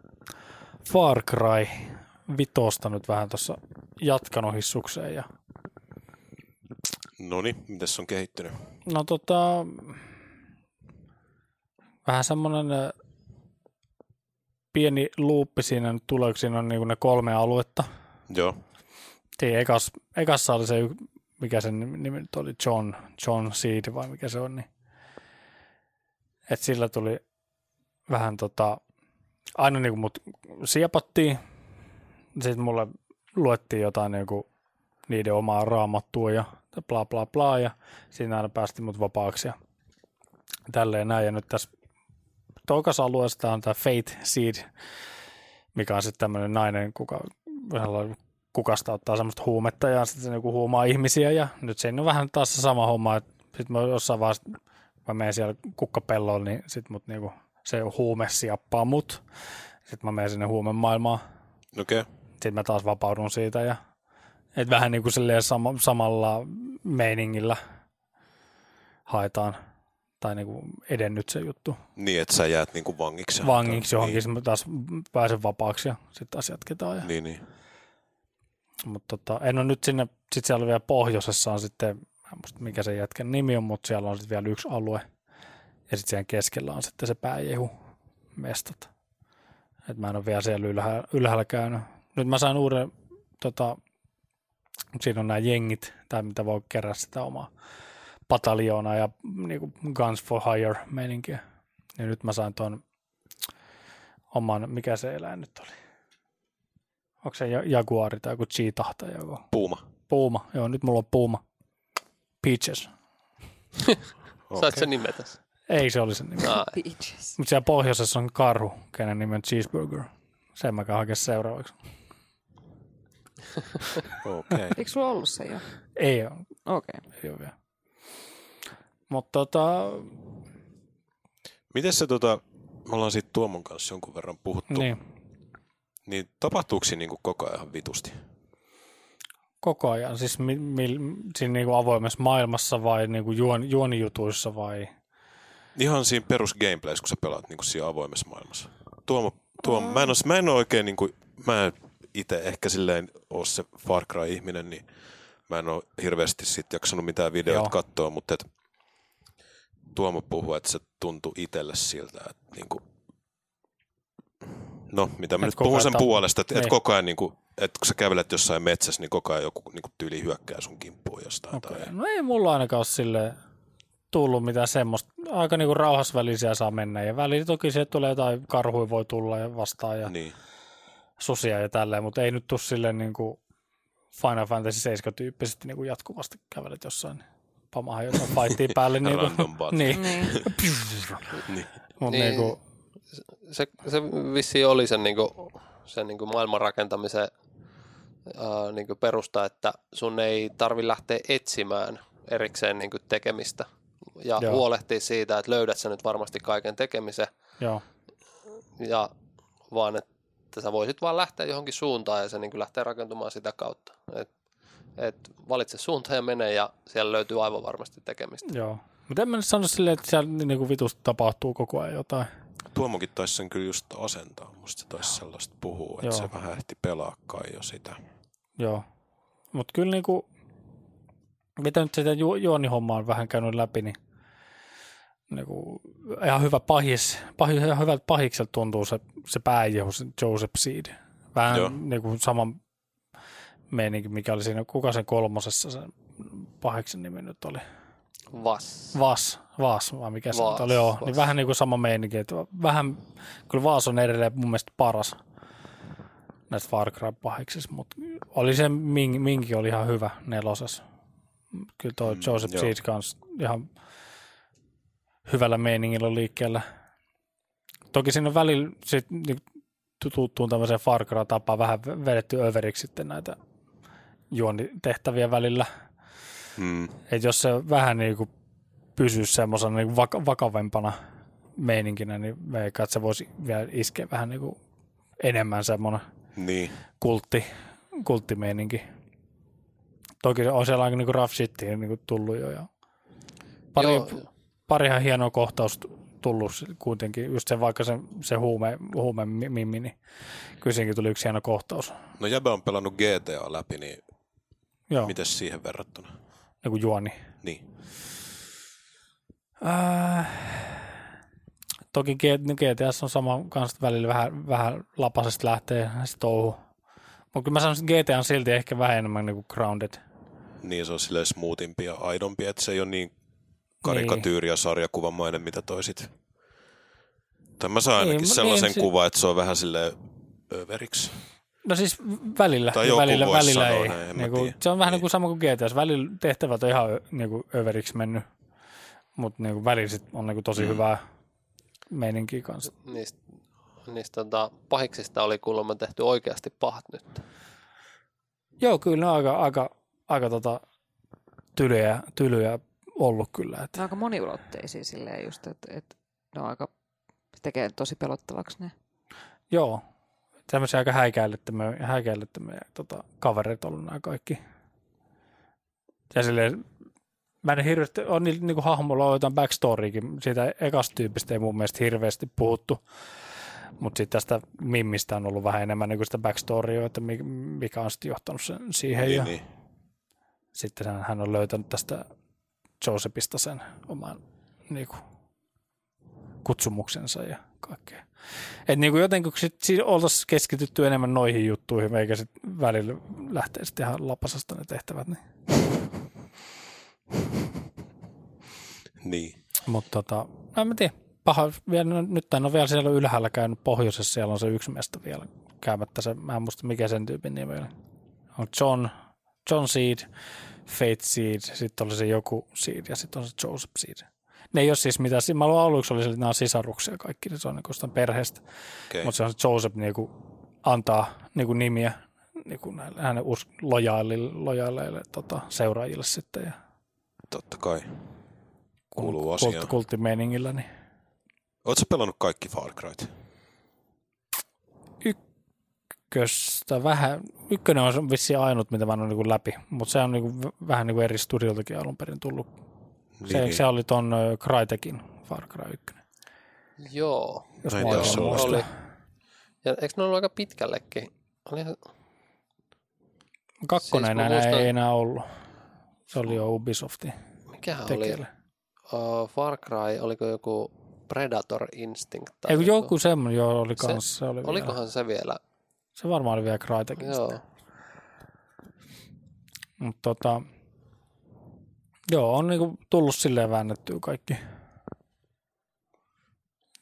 Speaker 2: Far Cry vitosta nyt vähän tuossa jatkanut hissukseen ja
Speaker 3: No niin, miten se on kehittynyt?
Speaker 2: No tota, vähän semmoinen ö, pieni luuppi siinä nyt tulee, kun siinä on niinku ne kolme aluetta.
Speaker 3: Joo.
Speaker 2: Siinä ekas, ekassa oli se, y- mikä sen nimi- nimi nyt oli, John, John Seed vai mikä se on, niin et sillä tuli vähän tota, aina niinku mut siepattiin, sitten mulle luettiin jotain niinku niiden omaa raamattua ja bla bla bla ja siinä aina päästi mut vapaaksi ja tälleen näin. Ja nyt tässä toikassa alueessa tää on tämä Fate Seed, mikä on sitten tämmöinen nainen, kuka sellainen kukasta ottaa semmoista huumetta ja sitten se niinku huumaa ihmisiä ja nyt siinä on vähän taas se sama homma, että sitten mä jossain vaiheessa, kun mä menen siellä kukkapelloon, niin sitten mut niinku, se huume siappaa mut. Sitten mä menen sinne huumemaailmaan,
Speaker 3: Okei. Okay.
Speaker 2: sitten mä taas vapaudun siitä ja et vähän niin kuin silleen sama, samalla meiningillä haetaan tai niin kuin edennyt se juttu
Speaker 3: Niin, että sä jäät niinku vangiksi.
Speaker 2: vangiksi johonkin, niin. mä taas pääsen vapaaksi ja sitten taas jatketaan. Ja.
Speaker 3: Niin, niin. niin.
Speaker 2: Mutta tota, en ole nyt sinne, sitten siellä vielä pohjoisessa on sitten, mä en muista mikä se jätkän nimi on, mutta siellä on sitten vielä yksi alue. Ja sitten siellä keskellä on sitten se pääjehu mestat. Et mä en ole vielä siellä ylhäällä, ylhäällä käynyt. Nyt mä sain uuden, tota, siinä on nämä jengit, tai mitä voi kerätä sitä omaa pataljoonaa ja niinku Guns for Hire meininkiä. Ja nyt mä sain tuon oman, mikä se eläin nyt oli? Onko se ja- Jaguari tai joku Cheetah tai joku?
Speaker 3: Puuma.
Speaker 2: Puuma, joo, nyt mulla on puuma. Peaches.
Speaker 3: Okei.
Speaker 4: Okay. Saat sen nimetä.
Speaker 2: Ei se oli sen nimi.
Speaker 4: Ah,
Speaker 1: Peaches.
Speaker 2: Mutta siellä pohjoisessa on karhu, kenen nimi on Cheeseburger. Sen mä haken seuraavaksi.
Speaker 3: Okei. Okay.
Speaker 1: Eikö sulla ollut se jo?
Speaker 2: Ei ole,
Speaker 1: Okei. Okay.
Speaker 2: ei ole vielä. Mutta tota,
Speaker 3: Miten se tota, me ollaan siitä Tuomon kanssa jonkun verran puhuttu, niin,
Speaker 2: niin.
Speaker 3: niin tapahtuuko siinä niinku koko ajan ihan vitusti?
Speaker 2: koko ajan? Siis mi, mi, siinä niin kuin avoimessa maailmassa vai niin kuin juon, juonijutuissa vai?
Speaker 3: Ihan siinä perus gameplays, kun sä pelaat niin kuin siinä avoimessa maailmassa. Tuomo, Tuomo mä, en ole, mä en ole oikein, niin kuin, mä en itse ehkä silleen ole se Far Cry-ihminen, niin mä en ole hirveästi sit jaksanut mitään videoita
Speaker 2: Joo.
Speaker 3: katsoa, mutta et, Tuomo puhuu, että se tuntui itselle siltä, että niinku, no mitä mä
Speaker 2: Et
Speaker 3: nyt
Speaker 2: koko
Speaker 3: puhun
Speaker 2: ajan
Speaker 3: sen
Speaker 2: ta-
Speaker 3: puolesta, että et
Speaker 2: Niin.
Speaker 3: koko ajan niinku, et kun sä kävelet jossain metsässä, niin koko ajan joku niinku, tyyli hyökkää sun kimppuun jostain. Okay.
Speaker 2: Okay.
Speaker 3: Tai,
Speaker 2: No ei mulla ainakaan ole sille tullut mitään semmoista. Aika niinku rauhassa välisiä saa mennä ja väliin toki se tulee jotain karhuja voi tulla ja vastaan ja
Speaker 3: niin.
Speaker 2: susia ja tälleen, mutta ei nyt tule silleen niinku Final Fantasy 7 tyyppisesti niinku jatkuvasti kävelet jossain pamahan jotain fightia päälle. niinku.
Speaker 3: Random bot.
Speaker 2: niin.
Speaker 1: Niin.
Speaker 3: niin.
Speaker 2: Mut
Speaker 4: Niin.
Speaker 2: niinku,
Speaker 4: se, se vissiin oli sen, niin kuin, sen niin kuin maailman rakentamisen ää, niin kuin perusta, että sun ei tarvi lähteä etsimään erikseen niin kuin tekemistä ja
Speaker 2: Joo.
Speaker 4: Joo. huolehtia siitä, että löydät sä nyt varmasti kaiken tekemisen
Speaker 2: joo.
Speaker 4: ja vaan, että sä voisit vaan lähteä johonkin suuntaan ja se niin kuin lähtee rakentumaan sitä kautta. Et, et valitse suunta ja mene ja siellä löytyy aivan varmasti tekemistä.
Speaker 2: Joo. Mutta en mä nyt sano silleen, että siellä niinku vitusta tapahtuu koko ajan jotain.
Speaker 3: Tuomokin taisi sen kyllä just asentaa, musta se taisi sellaista puhua, että
Speaker 2: Joo.
Speaker 3: se vähän ehti pelaakaan jo sitä.
Speaker 2: Joo. Mutta kyllä niinku, mitä nyt sitä ju- juonihommaa on vähän käynyt läpi, niin niinku, ihan hyvä pahis, pahis ihan hyvältä pahikselta tuntuu se, se pääjehu, se Joseph Seed. Vähän
Speaker 3: Joo.
Speaker 2: Joo. niinku sama meininki, mikä oli siinä, kuka sen kolmosessa sen pahiksen nimi nyt oli.
Speaker 4: Vas.
Speaker 2: Vaas, Vaas, vai mikä se
Speaker 4: Vaas,
Speaker 2: nyt oli, joo. Niin
Speaker 4: Vaas.
Speaker 2: vähän niin kuin sama meininki, että vähän, kyllä Vaas on edelleen mun mielestä paras näistä Far Cry pahiksissa, mutta oli se, Ming, Minki oli ihan hyvä nelosessa. Kyllä toi
Speaker 3: Mm,
Speaker 2: Joseph
Speaker 3: joo.
Speaker 2: Seed kanssa ihan hyvällä meiningillä liikkeellä. Toki siinä on välillä sit niinku tuttuun tämmöiseen Far Cry-tapaan vähän vedetty överiksi sitten näitä juonitehtäviä välillä.
Speaker 3: Mm.
Speaker 2: Et jos se vähän niin kuin pysyisi semmoisena niin vak- vakavempana meininkinä, niin veikkaan, että se voisi vielä iskeä vähän niin kuin enemmän semmoinen
Speaker 3: Niin.
Speaker 2: kultti, kulttimeininki. Toki on siellä aika niin kuin rough shittiä niin kuin tullut jo. Ja pari,
Speaker 4: Joo.
Speaker 2: parihan hienoa kohtausta tullut s- kuitenkin, just se vaikka se, se huume, huume mimmi, niin kyllä siinäkin tuli yksi hieno kohtaus.
Speaker 3: No Jäbä on pelannut GTA läpi, niin
Speaker 2: Joo,
Speaker 3: miten siihen verrattuna?
Speaker 2: niin kuin juoni.
Speaker 3: Niin.
Speaker 2: Äh, toki G- no GTS on sama kanssa että välillä vähän, vähän lapasesta lähtee se touhu. Mutta kyllä mä sanoisin, että GTA on silti ehkä vähän enemmän niinku grounded.
Speaker 3: Niin se on silleen smoothimpi ja aidompi, että se ei ole niin karikatyyri-
Speaker 2: Niin.
Speaker 3: ja sarjakuvamainen, mitä toi sit. Tai mä saan ainakin
Speaker 2: Niin,
Speaker 3: niin,
Speaker 2: mu-
Speaker 3: sellaisen
Speaker 2: niin,
Speaker 3: niin,
Speaker 2: si-
Speaker 3: kuvan, että se on vähän silleen överiksi.
Speaker 2: No siis välillä
Speaker 3: Tai
Speaker 2: ja
Speaker 3: joku
Speaker 2: välillä,
Speaker 3: voisi
Speaker 2: välillä
Speaker 3: sanoa
Speaker 2: ei.
Speaker 3: näin, en mä
Speaker 2: niinku,
Speaker 3: tiedä.
Speaker 2: se on vähän
Speaker 3: Niin.
Speaker 2: niin. kuin sama kuin GTS. Välillä tehtävät on ihan ö- niinku överiksi mennyt, mutta niinku välillä sit on niinku tosi
Speaker 3: Mm.
Speaker 2: mm. hyvää meininkiä kanssa.
Speaker 4: niistä, niistä tota, pahiksista oli kuulemma tehty oikeasti pahat nyt.
Speaker 2: Joo, kyllä ne on aika, aika, aika tota, tylyjä, tylyjä ollut kyllä. Että.
Speaker 1: Ne on aika moniulotteisia silleen just, että et, ne on aika, tekee tosi pelottavaksi ne.
Speaker 2: Joo. Tämmöisiä aika häikäilyttömiä, häikäilyttömiä tota, kavereita ollut nämä kaikki. Ja silleen, mä en hirveästi, on niillä niinku hahmolla on jotain backstoryykin. Siitä ekasta tyypistä ei mun mielestä hirveästi puhuttu. Mutta sitten tästä Mimmistä on ollut vähän enemmän niinku sitä backstorya, että mi- mikä on sitten johtanut sen siihen.
Speaker 3: Niin,
Speaker 2: ja
Speaker 3: niin.
Speaker 2: sitten hän- hän on löytänyt tästä Josephista sen oman niinku, kutsumuksensa ja kaikkea. Et niinku jotenkin sit, sit oltaisiin keskitytty enemmän noihin juttuihin, eikä sit välillä lähtee sitten ihan lapasasta ne tehtävät. Niin.
Speaker 3: niin.
Speaker 2: Mutta tota, mä en tiedä. Paha, vielä, no nyt tän on vielä siellä ylhäällä käynyt pohjoisessa, siellä on se yksi mesta vielä käymättä. Se, mä en muista mikä sen tyypin nimi oli. On John, John Seed, Fate Seed, sitten oli se joku Seed ja sitten on se Joseph Seed. Ne ei ole siis mitään, si- mä luulen aluksi oli se, että nämä on sisaruksia kaikki, niin se on niin sitä perheestä.
Speaker 3: Okay.
Speaker 2: Mutta se on se Joseph niinku, antaa niinku nimiä niinku näille, hänen us, lojaaleille, lojaaleille tota, seuraajille sitten ja
Speaker 3: Totta kai. Kuuluu
Speaker 2: kult,
Speaker 3: asiaan.
Speaker 2: kulttimeiningillä. Niin.
Speaker 3: Oletko pelannut kaikki Far Cryt?
Speaker 2: ykköstä vähän, ykkönen on se vissiin ainut, mitä mä en ole niin läpi, mutta se on niin kuin, vähän niin kuin eri studioltakin alun perin tullut. Se,
Speaker 3: Niin,
Speaker 2: se oli ton ö, Crytekin Far Cry 1.
Speaker 4: Joo.
Speaker 2: Jos
Speaker 3: Taitaa
Speaker 2: mä oikein
Speaker 3: olla.
Speaker 2: muistan.
Speaker 4: Oli. Ja eikö ne ollut aika pitkällekin? Olihan,
Speaker 2: Kakkonen
Speaker 4: Siis mä
Speaker 2: siis enää,
Speaker 4: muistan-
Speaker 2: ei enää ollut. Se oli jo Ubisoftin
Speaker 4: mikähän
Speaker 2: tekijällä.
Speaker 4: oli? Uh, Far Cry, oliko joku Predator Instinct? tai
Speaker 2: Ei, kun joku semmoinen jo oli
Speaker 4: Se-
Speaker 2: kanssa. Se, oli vielä.
Speaker 4: Olikohan se vielä?
Speaker 2: se varmaan oli vielä Crytekin.
Speaker 4: Joo.
Speaker 2: Mutta tota, joo, on niinku tullut silleen väännettyä kaikki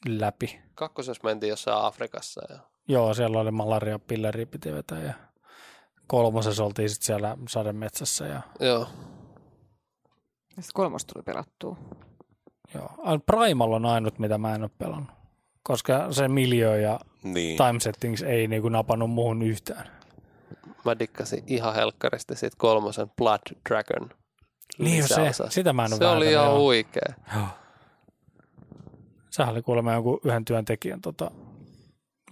Speaker 2: läpi.
Speaker 4: Kakkosessa mentiin jossain Afrikassa. Ja...
Speaker 2: Joo, siellä oli malaria, pilleri piti vetää ja kolmosessa oltiin sitten siellä sademetsässä ja
Speaker 4: Joo.
Speaker 1: Sitten kolmas tuli pelattua.
Speaker 2: joo. Ai, Primal on ainut, mitä mä en ole pelannut, koska se miljö ja
Speaker 3: niin.
Speaker 2: time settings ei niinku napannut muuhun yhtään.
Speaker 4: Mä dikkasin ihan helkkaristi siitä kolmosen Blood Dragon.
Speaker 2: Niin jo se,
Speaker 4: lisäosasta.
Speaker 2: sitä mä en ole
Speaker 4: se oli ihan
Speaker 2: joo.
Speaker 4: huikea.
Speaker 2: Joo. Sehän oli kuulemma jonkun yhden työntekijän tota,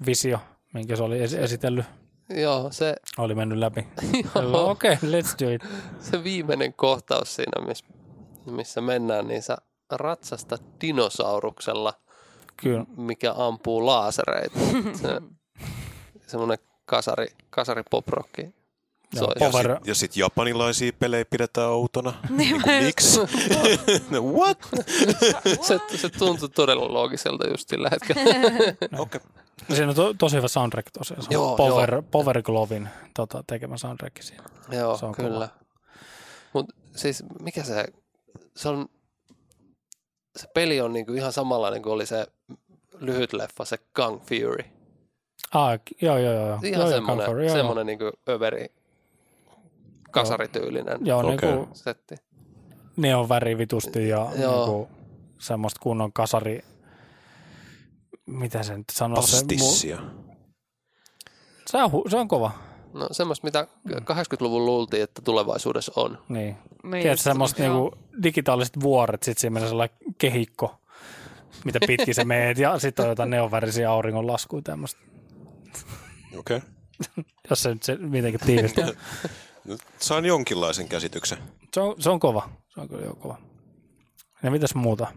Speaker 2: visio, minkä se oli esi- esitellyt.
Speaker 4: Joo, se,
Speaker 2: Oli mennyt läpi.
Speaker 4: Joo.
Speaker 2: Okei, okay, let's do it.
Speaker 4: se viimeinen kohtaus siinä, miss, missä mennään, niin sä ratsastat dinosauruksella,
Speaker 2: Kyllä.
Speaker 4: mikä ampuu laasereita. Se, semmoinen kasari, kasari poprokki.
Speaker 2: Joo,
Speaker 3: Ja
Speaker 2: power-
Speaker 3: sitten sit japanilaisia pelejä pidetään outona.
Speaker 1: Niin, mä just-
Speaker 3: Miksi? No What?
Speaker 4: se, se tuntui todella loogiselta just sillä hetkellä.
Speaker 3: Okei.
Speaker 2: No Siinä on to- tosi hyvä soundtrack tosiaan. Se on
Speaker 4: Joo,
Speaker 2: joo, Power, joo. Power Glovin tota, tekemä soundtrack siinä.
Speaker 4: Joo,
Speaker 2: Se on kova.
Speaker 4: kyllä. Mutta siis mikä se, se on, se peli on niinku ihan samanlainen kuin oli se lyhyt leffa, se Kung Fury.
Speaker 2: Ah, k- joo, joo, joo. joo.
Speaker 4: Niin Ihan
Speaker 2: joo, joo,
Speaker 4: joo, semmoinen,
Speaker 2: Comfort,
Speaker 4: joo, semmoinen niinku överi kasarityylinen Mm,
Speaker 2: Joo, joo
Speaker 3: Okei.
Speaker 2: okay. niinku
Speaker 4: setti.
Speaker 2: neon väri vitusti ja
Speaker 4: Joo.
Speaker 2: niinku semmoista kunnon kasari... Mitä se nyt sanoo? Se, mu-
Speaker 3: Pastissia.
Speaker 2: se, on, hu- se on kova.
Speaker 4: No semmoista, mitä
Speaker 2: Mm.
Speaker 4: 80-luvun luultiin, että tulevaisuudessa on.
Speaker 2: Niin.
Speaker 1: Niin,
Speaker 2: Tiedätkö,
Speaker 1: just-
Speaker 2: semmoista
Speaker 1: joo.
Speaker 2: niinku digitaaliset vuoret, sitten siinä menee sellainen kehikko, mitä pitkin sä meet, ja sitten on jotain neonvärisiä auringonlaskuja tämmöistä,
Speaker 3: Okei. Okay.
Speaker 2: jos se nyt se mitenkin tiivistää.
Speaker 3: Saan No, jonkinlaisen käsityksen.
Speaker 2: Se on, se on kova. Se on kyllä jo kova. Ja mitäs muuta?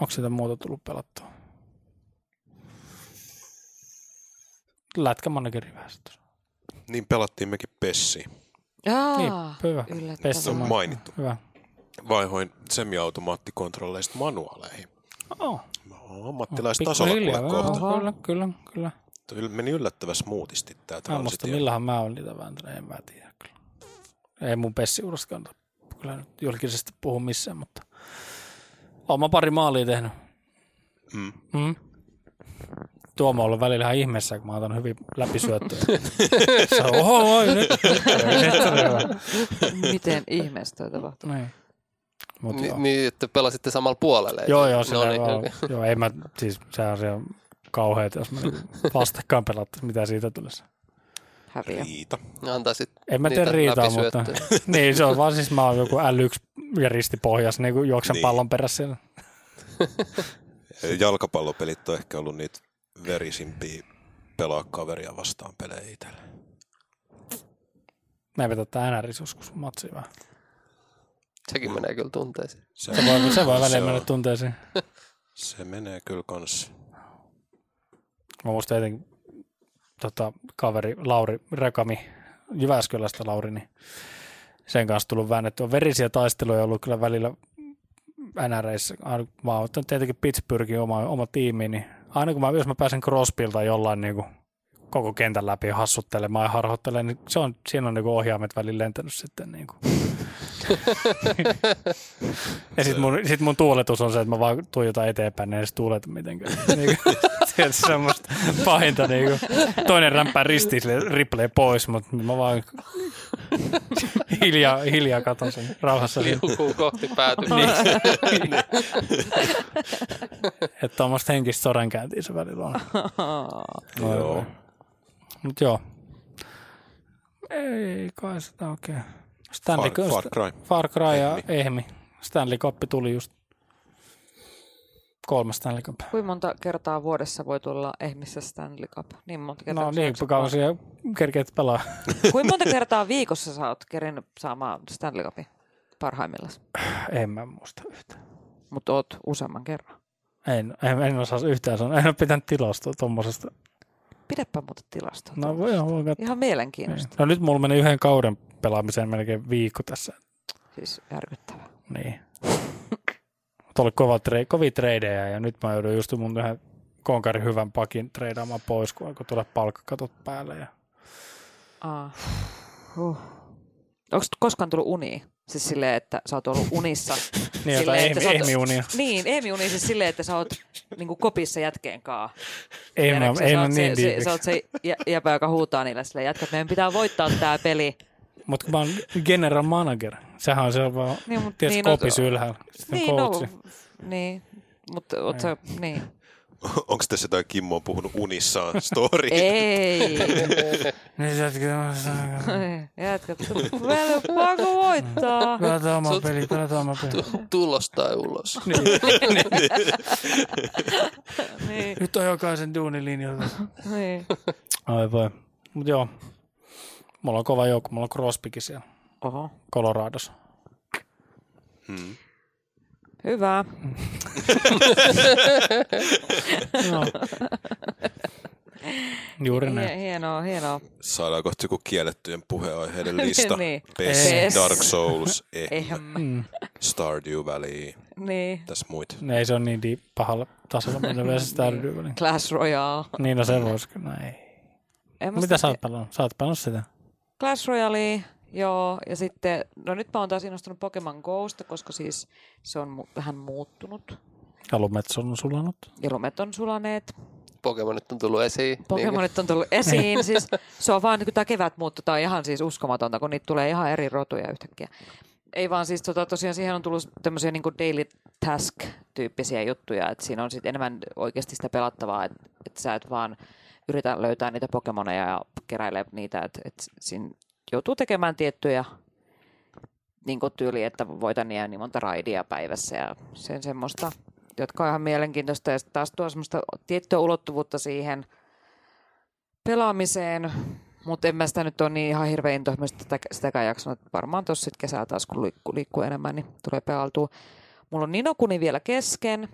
Speaker 2: Onko sitä muuta tullut pelattua? Lätkämanageri vähän sitten.
Speaker 3: Niin pelattiin mekin Pessi.
Speaker 1: Jaa,
Speaker 2: Niin, hyvä.
Speaker 1: yllättävää.
Speaker 2: Pessi
Speaker 3: on mainittu.
Speaker 2: Hyvä.
Speaker 3: Vaihoin semiautomaattikontrolleista manuaaleihin.
Speaker 2: Oh,
Speaker 3: Mä oon ammattilaistasolla kuule kohta.
Speaker 2: Joo, kyllä, kyllä, kyllä.
Speaker 3: Toi Meni yllättävän smoothisti tää
Speaker 2: Mä en muista,
Speaker 3: transitio.
Speaker 2: millähän mä oon niitä vääntänyt, en mä tiedä kyllä. Ei mun pessiurasta kannata kyllä nyt julkisesti puhu missään, mutta oon mä pari maalia tehnyt.
Speaker 3: Mm.
Speaker 2: Mm. Tuomo on ollut välillä ihan ihmeessä, kun mä otan hyvin läpisyöttöä. Se on, oho, oi, nyt, nyt, nyt on hyvä.
Speaker 1: Miten ihmeessä toi tapahtuu?
Speaker 2: Niin. Mut
Speaker 4: Ni,
Speaker 2: joo.
Speaker 4: niin, että pelasitte samalla puolella. eikö?
Speaker 2: joo, joo, se
Speaker 4: no,
Speaker 2: no,
Speaker 4: niin,
Speaker 2: joo,
Speaker 4: okei.
Speaker 2: joo, ei mä, siis sehän on siellä kauheeta, jos mä niinku vastakkain pelattaisiin, mitä siitä tulisi.
Speaker 1: Häviö.
Speaker 3: Riita.
Speaker 4: Antaisit
Speaker 2: En mä tee
Speaker 4: niitä
Speaker 2: riitaa, mutta...
Speaker 4: läpisyöttöjä.
Speaker 2: niin, se on vaan siis mä oon joku L1 ja ristipohjassa, niin kuin juoksen
Speaker 3: Niin.
Speaker 2: niin. pallon perässä siellä.
Speaker 3: Jalkapallopelit on ehkä ollut niitä verisimpiä pelaa kaveria vastaan pelejä itselle.
Speaker 2: Näin vetää tää NRS joskus matsiin vähän.
Speaker 4: Sekin menee kyllä tunteisiin.
Speaker 3: Se,
Speaker 2: Se voi, se voi
Speaker 3: se
Speaker 2: väliin
Speaker 3: on-
Speaker 2: mennä tunteisiin.
Speaker 3: Se menee kyllä kans.
Speaker 2: Mä muistan jotenkin tota, kaveri Lauri Rekami, Jyväskylästä Lauri, niin sen kanssa tullut väännettyä. Verisiä taisteluja ollut kyllä välillä NRissä. Aina kun Mä oon ottanut tietenkin Pittsburghin oma, oma tiimi, niin aina kun mä, jos mä pääsen Crosbylta jollain niin kuin koko kentän läpi hassuttelemaan ja harhoittelemaan, niin se on, siinä on niin kuin ohjaimet välillä lentänyt sitten. Niin kuin. ja sitten mun, sit mun tuuletus on se, että mä vaan tuijotan eteenpäin, niin ei edes tuuletu mitenkään. Niin kuin, se on semmoista pahinta. Niin kuin. Toinen rämpää ristiin sille ripley pois, mutta mä vaan hiljaa, hiljaa katon sen rauhassa. Niin.
Speaker 4: Liukuu kohti päätymistä.
Speaker 2: Että tuommoista henkistä sodankäyntiä se välillä on. No,
Speaker 3: Joo.
Speaker 2: Mut joo. Ei kai sitä oikein. Okay. Stanley
Speaker 3: Far,
Speaker 2: Cup.
Speaker 3: Far Cry.
Speaker 2: Far Cry ja Ehmi. Stanley Cup tuli just kolmas Stanley Cup. No
Speaker 1: Kuinka monta kertaa vuodessa voi tulla ehmissä Stanley Cup? Niin monta kertaa.
Speaker 2: No
Speaker 1: kuin
Speaker 2: niin,
Speaker 1: yhdeksän
Speaker 2: kauan
Speaker 1: vuotta.
Speaker 2: siihen kerkeet pelaa.
Speaker 1: Kuinka monta kertaa viikossa sä oot kerinyt saamaan Stanley Cupin parhaimmillaan?
Speaker 2: en mä muista yhtään.
Speaker 1: Mutta oot useamman kerran.
Speaker 2: En, en, en osaa yhtään sanoa. En ole pitänyt tilastoa tuommoisesta.
Speaker 1: Pidäpä muuten tilastoa.
Speaker 2: No
Speaker 1: tuolla.
Speaker 2: voi joo, voi katsoa.
Speaker 1: Ihan
Speaker 2: Niin.
Speaker 1: mielenkiintoista.
Speaker 2: No nyt mulla meni yhden kauden pelaamiseen melkein viikko tässä.
Speaker 1: Siis järkyttävää.
Speaker 2: Niin. Mutta oli kova tre- kovia tradeja ja nyt mä joudun just mun yhden konkarin hyvän pakin treidaamaan pois, kun alkoi tulla palkkakatot päälle. Ja...
Speaker 1: Aa. Huh. Onko koskaan tullut unia? Siis silleen, että sä oot ollut unissa.
Speaker 2: Niin, jotain
Speaker 1: silleen, että
Speaker 2: ehmi,
Speaker 1: sä oot-
Speaker 2: ehmiunia.
Speaker 1: Niin, eemiuni siis silleen, että sä oot niinku kopissa jätkeen kaa.
Speaker 2: Ei, mä,
Speaker 1: Tiedätkö,
Speaker 2: ei
Speaker 1: sä
Speaker 2: mä
Speaker 1: oot
Speaker 2: niin
Speaker 1: se, se,
Speaker 2: diipiksi.
Speaker 1: sä oot se jä- jäpä, joka huutaa niillä silleen, jätkät, meidän pitää voittaa tää peli.
Speaker 2: Mutta kun mä oon general manager, sehän on siellä vaan,
Speaker 1: Niin, mut,
Speaker 2: tiedätkö,
Speaker 1: niin,
Speaker 2: niin,
Speaker 1: no-
Speaker 2: kopis ylhäällä. Sitten niin,
Speaker 1: Niin,
Speaker 2: coachi.
Speaker 1: no, niin. Mutta oot sä, niin.
Speaker 3: Onko tässä jotain Kimmo on puhunut unissaan story?
Speaker 1: Ei.
Speaker 2: Niin, sä oot-
Speaker 1: Jätkät, meillä pakko voittaa.
Speaker 2: pelataan oma
Speaker 4: Se on-
Speaker 2: peli, pelataan oma peli.
Speaker 4: Tu- Tulos tai ulos.
Speaker 1: Niin,
Speaker 2: Nyt on jokaisen duunilinjalla.
Speaker 1: niin.
Speaker 2: Ai voi. Mut joo, mulla on kova joukko, mulla on Crosbykin siellä
Speaker 1: Oho.
Speaker 2: Coloradossa.
Speaker 3: Mm.
Speaker 1: Hyvä.
Speaker 2: Joo. Juuri näin.
Speaker 1: Hie- hienoa, hienoa.
Speaker 3: Saadaan kohta joku kiellettyjen puheenaiheiden lista.
Speaker 1: Niin.
Speaker 3: PES,
Speaker 1: Pes.
Speaker 3: Dark Souls, eh,
Speaker 1: Ehm.
Speaker 2: Mm.
Speaker 3: Stardew Valley,
Speaker 1: Niin.
Speaker 3: tässä muita.
Speaker 2: No Ei se on niin diip- pahalla tasolla, millä vielä se Stardew Valley.
Speaker 1: Clash Royale.
Speaker 2: Niin, no se voisi. No ei.
Speaker 1: En mä
Speaker 2: Mitä
Speaker 1: sitä-
Speaker 2: sä oot pelannut? Sä oot pelannut sitä?
Speaker 1: Clash Royale, joo. Ja sitten, no nyt mä oon taas innostunut Pokemon Gosta, koska siis se on mu- vähän muuttunut.
Speaker 2: Kalumet on sulanut.
Speaker 1: Ja lumet on sulaneet.
Speaker 4: Pokemonit on tullut esiin. Niin,
Speaker 1: Pokemonit on tullut esiin. Siis, se on vaan, niin tämä kevät muuttuu, tämä on ihan siis uskomatonta, kun niitä tulee ihan eri rotuja yhtäkkiä. Ei vaan siis tota, tosiaan siihen on tullut tämmöisiä niin daily task-tyyppisiä juttuja, että siinä on sit enemmän oikeasti sitä pelattavaa, että et sä et vaan yritä löytää niitä pokemoneja ja keräile niitä, että et siinä joutuu tekemään tiettyjä niin tyyli, että voitan niin, ja niin monta raidia päivässä ja sen semmoista, jotka on ihan mielenkiintoista ja sitten taas tuo semmoista tiettyä ulottuvuutta siihen, pelaamiseen, mutta en mä sitä nyt ole niin ihan hirveän intohimoisesti sitä, sitäkään jaksanut. Varmaan tuossa sitten kesällä taas, kun liikkuu, liikkuu enemmän, niin tulee pelautua. Mulla on Ninokuni vielä kesken.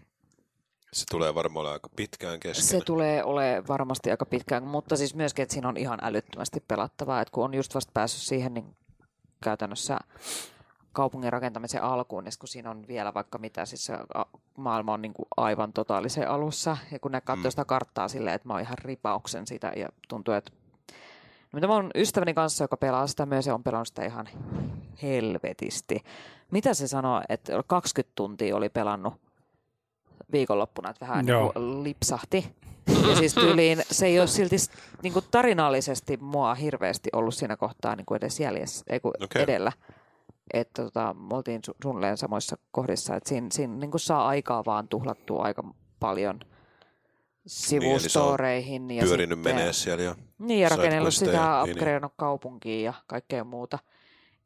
Speaker 3: Se tulee varmaan olla aika pitkään kesken.
Speaker 1: Se tulee ole varmasti aika pitkään, mutta siis myöskin, että siinä on ihan älyttömästi pelattavaa. Et kun on just vasta päässyt siihen, niin käytännössä kaupungin rakentamisen alkuun, ja sit kun siinä on vielä vaikka mitä, siis se a- maailma on niin kuin aivan totaalisen alussa, ja kun ne katsoo sitä karttaa silleen, että mä oon ihan ripauksen sitä, ja tuntuu, että no, mitä mä oon ystäväni kanssa, joka pelaa sitä myös, ja on pelannut sitä ihan helvetisti. Mitä se sanoo, että 20 tuntia oli pelannut viikonloppuna, että vähän niin
Speaker 2: Joo.
Speaker 1: kuin lipsahti. Ja siis tyyliin, se ei ole silti s- niin kuin tarinallisesti mua hirveästi ollut siinä kohtaa niin kuin edes jäljessä, ei kun
Speaker 3: Okei.
Speaker 1: okay. edellä. Että tota, me oltiin su- suunnilleen samoissa kohdissa, että siinä, siinä niin kuin saa aikaa vaan tuhlattua aika
Speaker 3: Niin,
Speaker 1: paljon sivustoreihin. ja
Speaker 3: Pyörinyt
Speaker 1: sitten-
Speaker 3: menee siellä ja
Speaker 1: niin, ja
Speaker 3: Side
Speaker 1: rakennellut
Speaker 3: questeja,
Speaker 1: sitä,
Speaker 3: niin, niin.
Speaker 1: upgradeannut kaupunkiin ja kaikkea muuta.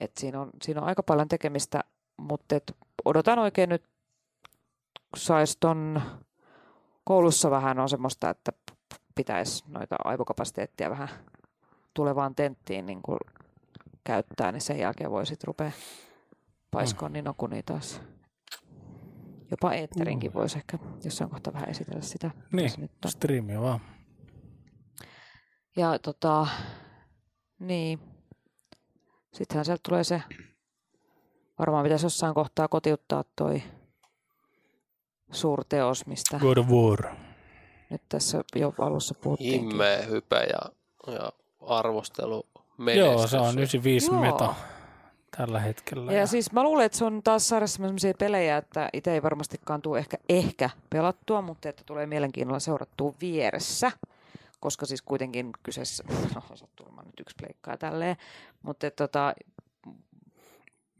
Speaker 1: Et siinä, on, siinä on aika paljon tekemistä, mutta et odotan oikein nyt, kun sais ton koulussa vähän on semmoista, että pitäisi noita aivokapasiteettia vähän tulevaan tenttiin niin kun käyttää, niin sen jälkeen voi sitten rupea paiskoon niin okuni taas. Jopa eetterinkin voisi ehkä jossain kohtaa vähän esitellä sitä. mitä
Speaker 2: Niin,
Speaker 1: se nyt on.
Speaker 2: striimi vaan.
Speaker 1: Ja tota, niin. Sittenhän sieltä tulee se, varmaan pitäisi jossain kohtaa kotiuttaa toi suurteos, mistä
Speaker 2: God of War.
Speaker 1: nyt tässä jo alussa puhuttiin.
Speaker 4: Himmeä hype ja, ja arvostelu menestys.
Speaker 2: Joo, se on 95
Speaker 1: Joo.
Speaker 2: meta tällä hetkellä.
Speaker 1: Ja siis mä luulen, että se on taas sarjassa sellaisia pelejä, että itse ei varmastikaan tule ehkä, ehkä pelattua, mutta että tulee mielenkiinnolla seurattua vieressä. Koska siis kuitenkin kyseessä, no sattuu olemaan nyt yksi pleikkaa tälleen, mutta että tota,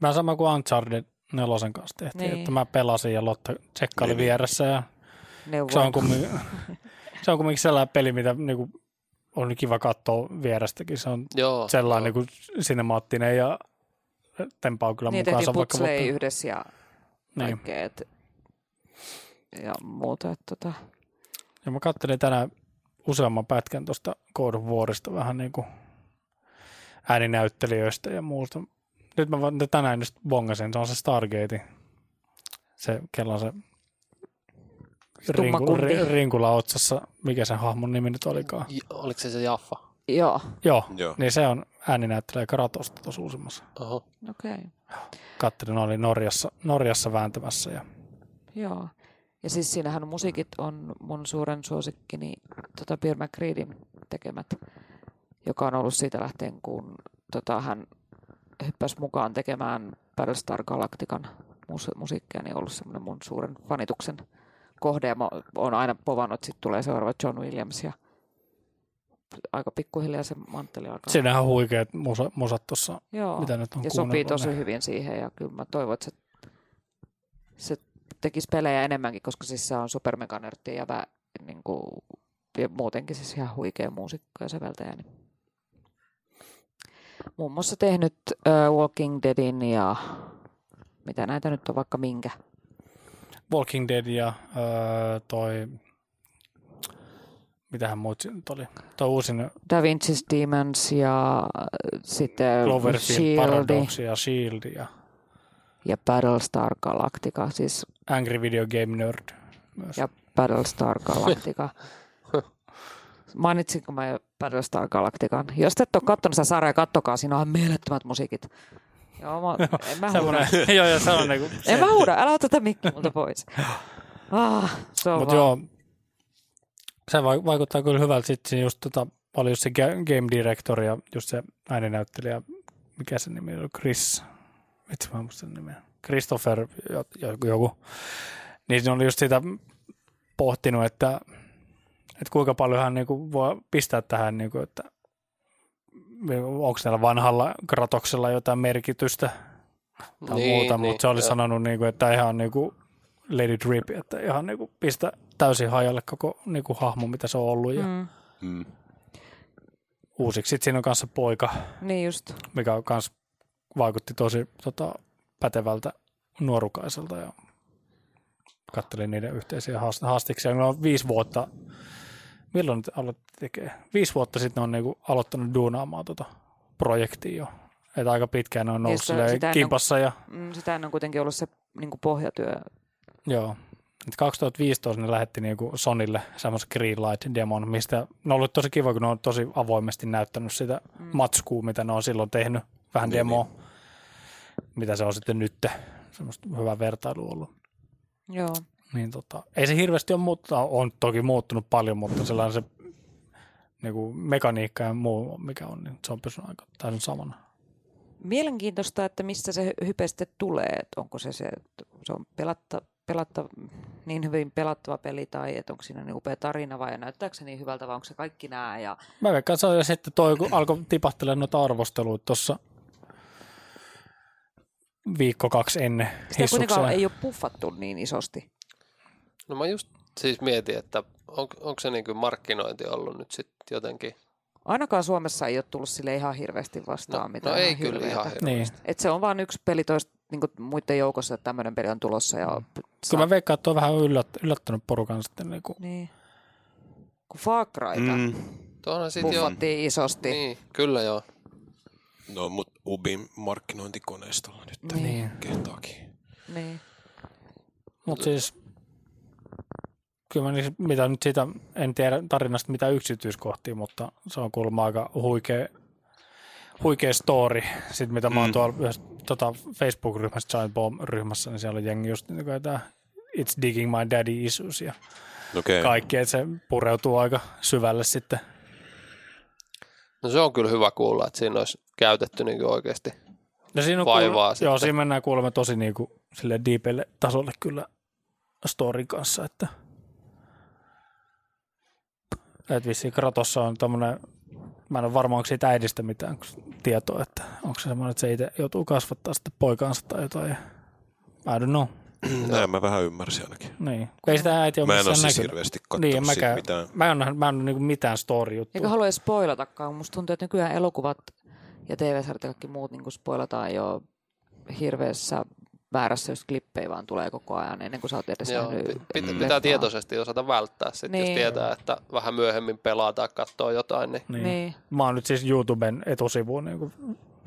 Speaker 2: Mä sama kuin Uncharted nelosen kanssa tehtiin,
Speaker 1: Niin.
Speaker 2: niin. että mä pelasin ja Lotta tsekkaili
Speaker 3: Niin,
Speaker 2: niin.
Speaker 3: niin.
Speaker 2: vieressä. Ja
Speaker 1: neuvoin.
Speaker 2: se, on kummin, se on kumminkin sellainen peli, mitä niinku, on kiva katsoa vierestäkin. Se on
Speaker 4: Joo,
Speaker 2: sellainen
Speaker 4: joo.
Speaker 2: niinku, sinemaattinen ja tempaa kyllä
Speaker 1: Niin
Speaker 2: mukaansa.
Speaker 1: tehtiin
Speaker 2: Vaikka voi-
Speaker 1: putslei yhdessä ja
Speaker 2: niin.
Speaker 1: kaikkea. Et, ja muuta. Et, tota,
Speaker 2: Ja mä katselin tänään useamman pätkän tuosta God of Warista vähän niin kuin ääninäyttelijöistä ja muusta. Nyt mä vaan- tänään just bongasin, se on se Stargate. Se, kello on se
Speaker 1: Tumma
Speaker 2: rinku,
Speaker 1: kumpi.
Speaker 2: ri, rinkula otsassa, mikä sen hahmon nimi nyt olikaan.
Speaker 4: J- oliko se se Jaffa?
Speaker 1: Joo,
Speaker 2: Joo,
Speaker 3: Joo.
Speaker 2: niin se on ääninäyttelijä Kratosta tuossa uusimmassa.
Speaker 4: Oho.
Speaker 1: okei. Okay.
Speaker 2: Kattelin, oli Norjassa, Norjassa vääntämässä ja
Speaker 1: Joo. Ja siis siinähän musiikit on mun suuren suosikkini tota Peter McCreedin tekemät, joka on ollut siitä lähtien, kun tota, hän hyppäsi mukaan tekemään Battlestar Galactican mus- musiikkia, niin ollut semmoinen mun suuren fanituksen kohde. Ja mä oon aina povannut, sitten tulee seuraava John Williams ja aika pikkuhiljaa se mantteli alkaa.
Speaker 2: siinähän on huikeat musa, musat tuossa,
Speaker 1: Joo.
Speaker 2: mitä nyt on
Speaker 1: Ja sopii
Speaker 2: kuunnellut,
Speaker 1: tosi
Speaker 2: niin.
Speaker 1: hyvin siihen ja kyllä mä toivon, että se, se tekisi pelejä enemmänkin, koska siis se on supermekanörtti ja, vä, niin kuin, ja muutenkin siis ihan huikea muusikko ja säveltäjä. Niin. Muun muassa tehnyt uh, Walking Deadin ja mitä näitä nyt on vaikka minkä.
Speaker 2: Walking Dead ja öö, toi, mitähän muut se nyt oli, toi uusin
Speaker 1: Da Vinci's Demons ja äh, sitten
Speaker 2: Cloverfield
Speaker 1: Shield
Speaker 2: Paradox ja Shield ja
Speaker 1: ja Battlestar Galactica, siis
Speaker 2: Angry Video Game Nerd myös.
Speaker 1: Ja Battlestar Galactica. Mainitsinko mä jo Battlestar Galactican? Jos te ette ole kattonut sitä sarjaa, kattokaa, siinä on mielettömät musiikit. Joo, mä, en mä huuda.
Speaker 2: Semmoinen, joo, joo, se on niinku,
Speaker 1: En mä huuda, älä ota tätä mikki multa pois. Ah, se on
Speaker 2: Mutta
Speaker 1: vaan.
Speaker 2: joo, se vai- vaikuttaa kyllä hyvältä. Sitten siinä just tota, oli just se ga- game director ja just se ääninäyttelijä, mikä se nimi oli, Chris, vitsi mä en muista sen nimeä, Christopher jo- jo- joku. Niin ne oli just sitä pohtinut, että, että kuinka paljon hän niinku voi pistää tähän, niinku, että onko näillä vanhalla kratoksella jotain merkitystä tai niin, muuta, niin, mutta se oli
Speaker 4: joo.
Speaker 2: sanonut, niin kuin, että ihan niin kuin let it rip, että ihan niin kuin pistä täysin hajalle koko niin kuin hahmo, mitä se on ollut ja mm.
Speaker 1: Mm,
Speaker 3: Mm.
Speaker 2: uusiksi. Sitten siinä on kanssa poika,
Speaker 1: niin just.
Speaker 2: mikä on kans vaikutti tosi tota, pätevältä nuorukaiselta ja kattelin niiden yhteisiä haast- haastiksia. Ne on viisi vuotta, milloin nyt aloitti tekee? Viisi vuotta sitten ne on niinku aloittanut duunaamaan tota projektia jo. Et aika pitkään ne on ollut
Speaker 1: Siis
Speaker 2: silleen
Speaker 1: sitä ennen-
Speaker 2: kimpassa ja
Speaker 1: Mm, Sitä ennen on kuitenkin ollut se niin pohjatyö.
Speaker 2: Joo. Et 2015 ne lähetti niinku Sonille semmoisen Greenlight-demon, mistä ne on ollut tosi kiva, kun ne on tosi avoimesti näyttänyt sitä mm. matskua, mitä ne on silloin tehnyt, vähän
Speaker 3: Niin,
Speaker 2: niin, demoa, niin. mitä se on sitten nyt, semmoista hyvää vertailua ollut.
Speaker 1: Joo.
Speaker 2: Niin tota, ei se hirveästi ole muuttunut, on toki muuttunut paljon, mutta sellainen se niinku mekaniikka ja muu, mikä on, niin se on pysynyt aika täysin samana.
Speaker 1: Mielenkiintoista, että mistä se hy- hype sitten tulee, että onko se se, että se on pelatta, pelatta, niin hyvin pelattava peli tai että onko siinä niin upea tarina vai näyttääkö se niin hyvältä vai onko se kaikki nämä ja
Speaker 2: Mä veikkaan, se on jo sitten toi, kun alkoi tipahtelemaan noita arvosteluita tuossa viikko kaksi ennen
Speaker 1: sitä kuitenkaan
Speaker 2: hissukseen.
Speaker 1: ei ole puffattu niin isosti.
Speaker 4: No mä just siis mietin, että on, onko se niin kuin markkinointi ollut nyt sitten jotenkin.
Speaker 1: Ainakaan Suomessa ei ole tullut sille ihan hirveästi
Speaker 4: No,
Speaker 1: vastaan
Speaker 4: no
Speaker 1: mitään
Speaker 4: ei kyllä ihan
Speaker 1: hirveätä.
Speaker 4: hirveästi.
Speaker 2: Niin.
Speaker 1: Et se on vaan yksi peli toista niin muiden joukossa, että tämmöinen peli on tulossa. Ja
Speaker 2: Kyllä mä veikkaan, että toi on vähän yllät, yllättänyt porukan sitten. Niin kuin.
Speaker 1: Niin. Kun Far Cryta mm,
Speaker 3: Mm.
Speaker 4: Tuohan sitten joo.
Speaker 1: puffattiin isosti.
Speaker 4: Niin, kyllä joo.
Speaker 3: No, mutta Ubin markkinointikoneistolla nyt
Speaker 1: Niin.
Speaker 3: niin. kehtaakin.
Speaker 1: niin.
Speaker 2: Mutta siis, kyllä mä niissä- mitä nyt siitä, en tiedä tarinasta mitä yksityiskohtia, mutta se on kuulemma aika huikea, huikea story. Sitten mitä mä oon
Speaker 3: Mm.
Speaker 2: tuolla yhdessä, tota, Facebook-ryhmässä, Giant Bomb-ryhmässä, niin siellä oli jengi just niin kuin, tämä It's digging my daddy issues ja
Speaker 3: No Okei. Okay.
Speaker 2: kaikki, että se pureutuu aika syvälle sitten.
Speaker 4: No se on kyllä hyvä kuulla, että siinä olisi käytetty niin oikeasti.
Speaker 2: No siinä on
Speaker 4: Vaivaa
Speaker 2: kuule-
Speaker 4: sitten.
Speaker 2: Joo, siinä mennään kuulemma tosi niin kuin, sille diipelle tasolle kyllä storin kanssa, että et vissiin Kratossa on tämmöinen, mä en ole varma, onko siitä äidistä mitään tietoa, että onko se semmoinen, että se itse joutuu kasvattaa sitten poikaansa tai jotain. I don't know.
Speaker 3: Näin mä vähän ymmärsin ainakin.
Speaker 2: Niin. Ei sitä äiti ole
Speaker 3: Mä en ole
Speaker 2: missään
Speaker 3: siis
Speaker 2: näkynyt.
Speaker 3: hirveästi katsonut
Speaker 2: Niin, en
Speaker 3: niin, siitä
Speaker 2: mäkään.
Speaker 3: mitään.
Speaker 2: Mä en ole, mä en ole niin mitään story-juttua.
Speaker 1: Eikä halua edes spoilatakaan. Musta tuntuu, että nykyään elokuvat ja TV-sarjat ja kaikki muut niin spoilataan jo niinku hirveässä väärässä, jos klippejä vaan tulee koko ajan ennen kuin sä oot edes
Speaker 4: Joo,
Speaker 1: nähnyt
Speaker 4: pit- pit-
Speaker 1: leffaa.
Speaker 4: pitää tietoisesti osata välttää sitten, niin.
Speaker 1: Niin.
Speaker 4: jos tietää, että vähän myöhemmin pelaa tai katsoo jotain, niin
Speaker 2: Niin. niin.
Speaker 1: Niin,
Speaker 2: Mä oon nyt siis YouTuben etusivuun niin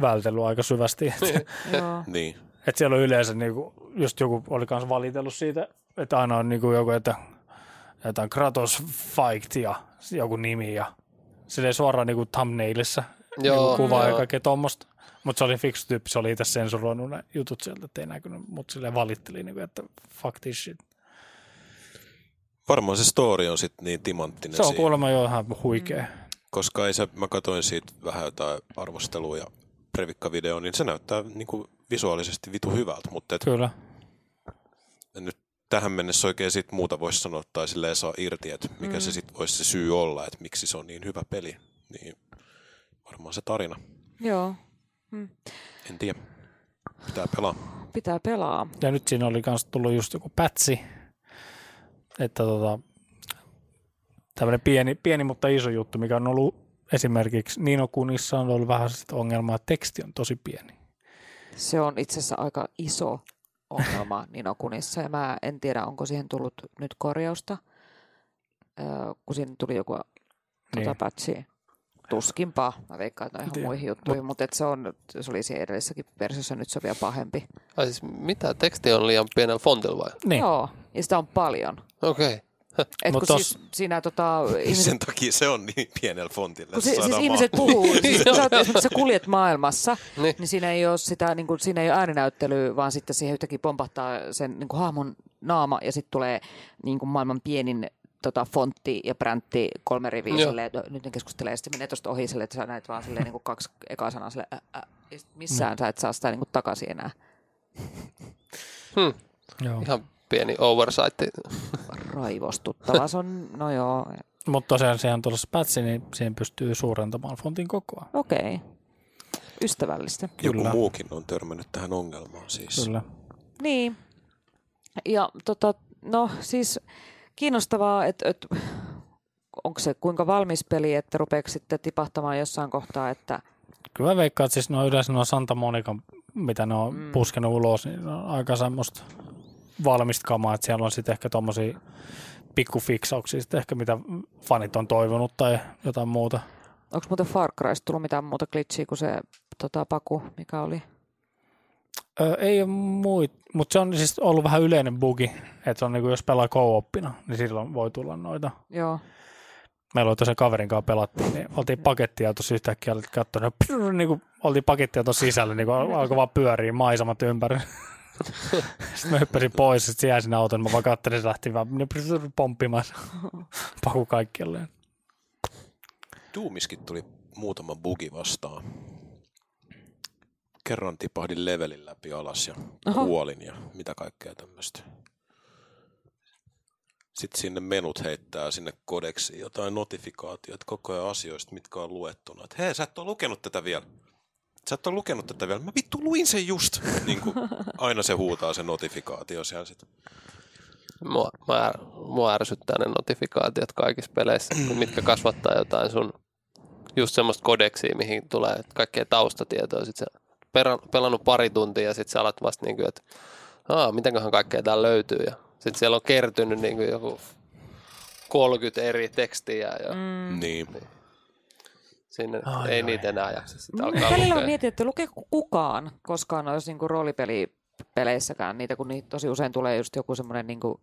Speaker 2: vältellyt aika syvästi. Että
Speaker 1: joo.
Speaker 3: Niin.
Speaker 2: Et siellä on yleensä, niinku, just joku oli kanssa valitellut siitä, että aina on niinku joku, että jotain Kratos Fight ja joku nimi ja silleen suoraan niinku thumbnailissa
Speaker 4: Joo,
Speaker 2: niinku kuvaa ja
Speaker 4: joo.
Speaker 2: kaikkea tuommoista. Mutta se oli fiksu tyyppi, se oli itse sensuroinut ne jutut sieltä, ettei näkynyt, mutta silleen valitteli, niinku, että fuck this shit.
Speaker 4: No
Speaker 3: Varmaan se story on sitten niin timanttinen
Speaker 2: Se on
Speaker 3: siinä,
Speaker 2: kuulemma jo ihan huikea.
Speaker 3: koska ei se, mä katsoin siitä vähän jotain arvostelua ja previkkavideo, niin se näyttää niin kuin visuaalisesti vitu hyvältä, mutta et
Speaker 2: Kyllä.
Speaker 3: nyt tähän mennessä oikein sit muuta voisi sanoa tai silleen saa irti, että mikä mm. se sitten voisi se syy olla, että miksi se on niin hyvä peli. Niin varmaan se tarina.
Speaker 1: joo.
Speaker 3: En tiedä. Pitää pelaa.
Speaker 1: Pitää pelaa.
Speaker 2: Ja nyt siinä oli myös tullut just joku pätsi, että tota, tämmöinen pieni, pieni, mutta iso juttu, mikä on ollut esimerkiksi Nino Kunissa on ollut vähän sitä ongelmaa, että teksti on tosi pieni.
Speaker 1: Se on itse asiassa aika iso ongelma Ninokunissa ja mä en tiedä, onko siihen tullut nyt korjausta, öö, kun siinä tuli joku
Speaker 2: Niin.
Speaker 1: tuota patchi. Tuskinpa. Mä veikkaan, että ne on ihan
Speaker 2: Tiedä.
Speaker 1: muihin juttuihin, mutta et se, on, se oli siinä edellisessäkin versiossa, nyt se on vielä pahempi.
Speaker 4: Ai siis mitä, teksti on liian pienellä fontilla vai?
Speaker 2: Niin.
Speaker 1: Joo, ja sitä on paljon.
Speaker 4: Okei.
Speaker 1: Et
Speaker 2: Mut
Speaker 1: kun
Speaker 2: tos- Siis
Speaker 1: siis siinä tota, ihmiset,
Speaker 3: Sen takia se on niin pienellä fontilla,
Speaker 1: kun
Speaker 3: että
Speaker 1: si- siis
Speaker 3: saadaan
Speaker 1: ihmiset
Speaker 3: maahan.
Speaker 1: puhuu, siis kun sä, oot, esimerkiksi sä kuljet maailmassa,
Speaker 4: Niin.
Speaker 1: niin. niin siinä ei ole sitä, niin kuin, siinä ei ole ääninäyttelyä, vaan sitten siihen yhtäkkiä pompahtaa sen niin kuin hahmon naama ja sitten tulee niin kuin maailman pienin tota, fontti ja präntti kolme riviä
Speaker 4: Joo.
Speaker 1: silleen, että no, nyt ne keskustelee ja sitten menee tuosta ohi silleen, että sä näet vaan silleen niin kuin kaksi ekaa sanaa silleen, ä, ä, ja sit missään sä et saa sitä niin kuin takaisin enää.
Speaker 4: Hmm.
Speaker 2: Joo.
Speaker 4: Ihan pieni oversight.
Speaker 1: Raivostuttavaa se on, no joo,
Speaker 2: Mutta tosiaan sehän tuossa pätsi, niin siihen pystyy suurentamaan fontin kokoa.
Speaker 1: okei. Okay. Ystävällistä.
Speaker 3: Joku
Speaker 2: Kyllä.
Speaker 3: muukin on törmännyt tähän ongelmaan siis.
Speaker 2: Kyllä.
Speaker 1: Niin. Ja tota, no siis kiinnostavaa, että et, onko se kuinka valmis peli, että rupeeko sitten tipahtamaan jossain kohtaa, että
Speaker 2: Kyllä mä veikkaan, että siis no yleensä nuo Santa Monica, mitä ne on mm. puskenut ulos, niin ne on aika semmoista valmista kamaa, että siellä on sitten ehkä tommosia pikkufiksauksia, sit ehkä mitä fanit on toivonut tai jotain muuta.
Speaker 1: onko muuten Far Crysta tullut mitään muuta glitchiä kuin se tota, paku, mikä oli?
Speaker 2: Ö, ei ole muit, mutta se on siis ollut vähän yleinen bugi, että se on niinku, jos pelaa co-oppina, niin silloin voi tulla noita.
Speaker 1: Joo.
Speaker 2: Meillä oli tosiaan kaverin kanssa pelattiin, niin oltiin pakettia tuossa yhtäkkiä, olit katsonut, prrr, niin kuin, oltiin pakettia tuossa sisällä, niin kuin alkoi vaan pyöriä maisemat ympäri. Sitten mä hyppäsin pois, sitten se jäi sinne auton, mä vaan katselin, se lähti vaan niin prrr, pomppimaan se paku kaikkialle.
Speaker 3: Tuumiskin tuli muutama bugi vastaan. Kerran tipahdin levelin läpi alas ja
Speaker 1: Oho.
Speaker 3: kuolin ja mitä kaikkea tämmöistä. Sitten sinne menut heittää sinne kodeksi jotain notifikaatioita koko ajan asioista, mitkä on luettuna. Että hei, sä et ole lukenut tätä vielä. Sä et ole lukenut tätä vielä. Mä vittu luin sen just. Niin kuin aina se huutaa se notifikaatio siellä sit.
Speaker 4: Mua, mä, mua ärsyttää ne notifikaatiot kaikissa peleissä, mitkä kasvattaa jotain sun just semmoista kodeksia, mihin tulee kaikkea taustatietoa. Sitten sä peran, pelannut pari tuntia ja sitten sä alat vasta niin kuin, että Aa, mitäköhän kaikkea täällä löytyy. Ja sitten siellä on kertynyt niin kuin joku 30 eri tekstiä ja mm.
Speaker 3: Mm. Niin.
Speaker 4: sinne
Speaker 2: Ai,
Speaker 4: ei
Speaker 2: ai.
Speaker 4: niitä enää jaksa sitä
Speaker 1: Mm,
Speaker 4: alkaa
Speaker 1: Välillä mä
Speaker 4: lukea.
Speaker 1: mietin, että lukeeko kukaan koskaan olisi niinku roolipelipeleissäkään niitä, kun niitä tosi usein tulee just joku semmoinen niinku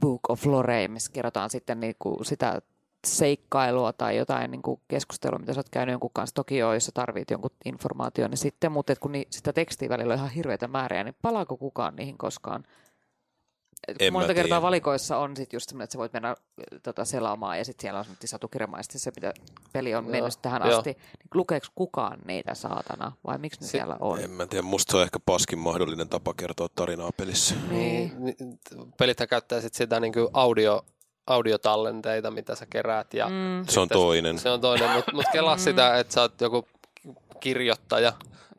Speaker 1: Book of Lore, missä kerrotaan sitten niinku sitä seikkailua tai jotain niinku keskustelua, mitä sä oot käynyt jonkun kanssa Tokioon, jos sä tarvit jonkun informaation, niin sitten, mutta et kun ni, sitä tekstiä välillä on ihan hirveitä määriä, niin palaako kukaan niihin koskaan? Et
Speaker 3: En mä
Speaker 1: monta kertaa
Speaker 3: tiedä.
Speaker 1: valikoissa on sit just semmoinen, että sä voit mennä äh, tota, selaamaan ja sitten siellä on semmoinen satukirjamaisesti se, mitä peli on
Speaker 4: Joo,
Speaker 1: mennyt tähän
Speaker 4: joo.
Speaker 1: asti. Niin lukeeko kukaan niitä saatana vai miksi ne
Speaker 4: Si-
Speaker 1: siellä on?
Speaker 3: En mä tiedä, musta se on ehkä paskin mahdollinen tapa kertoa tarinaa pelissä.
Speaker 1: Niin.
Speaker 4: Niin, niin, pelithän käyttää sit sitä niin kuin audio, audiotallenteita, mitä sä keräät ja mm.
Speaker 3: Se on toinen.
Speaker 4: se on toinen, mutta mut kelaa
Speaker 1: Mm.
Speaker 4: sitä, että sä oot joku kirjoittaja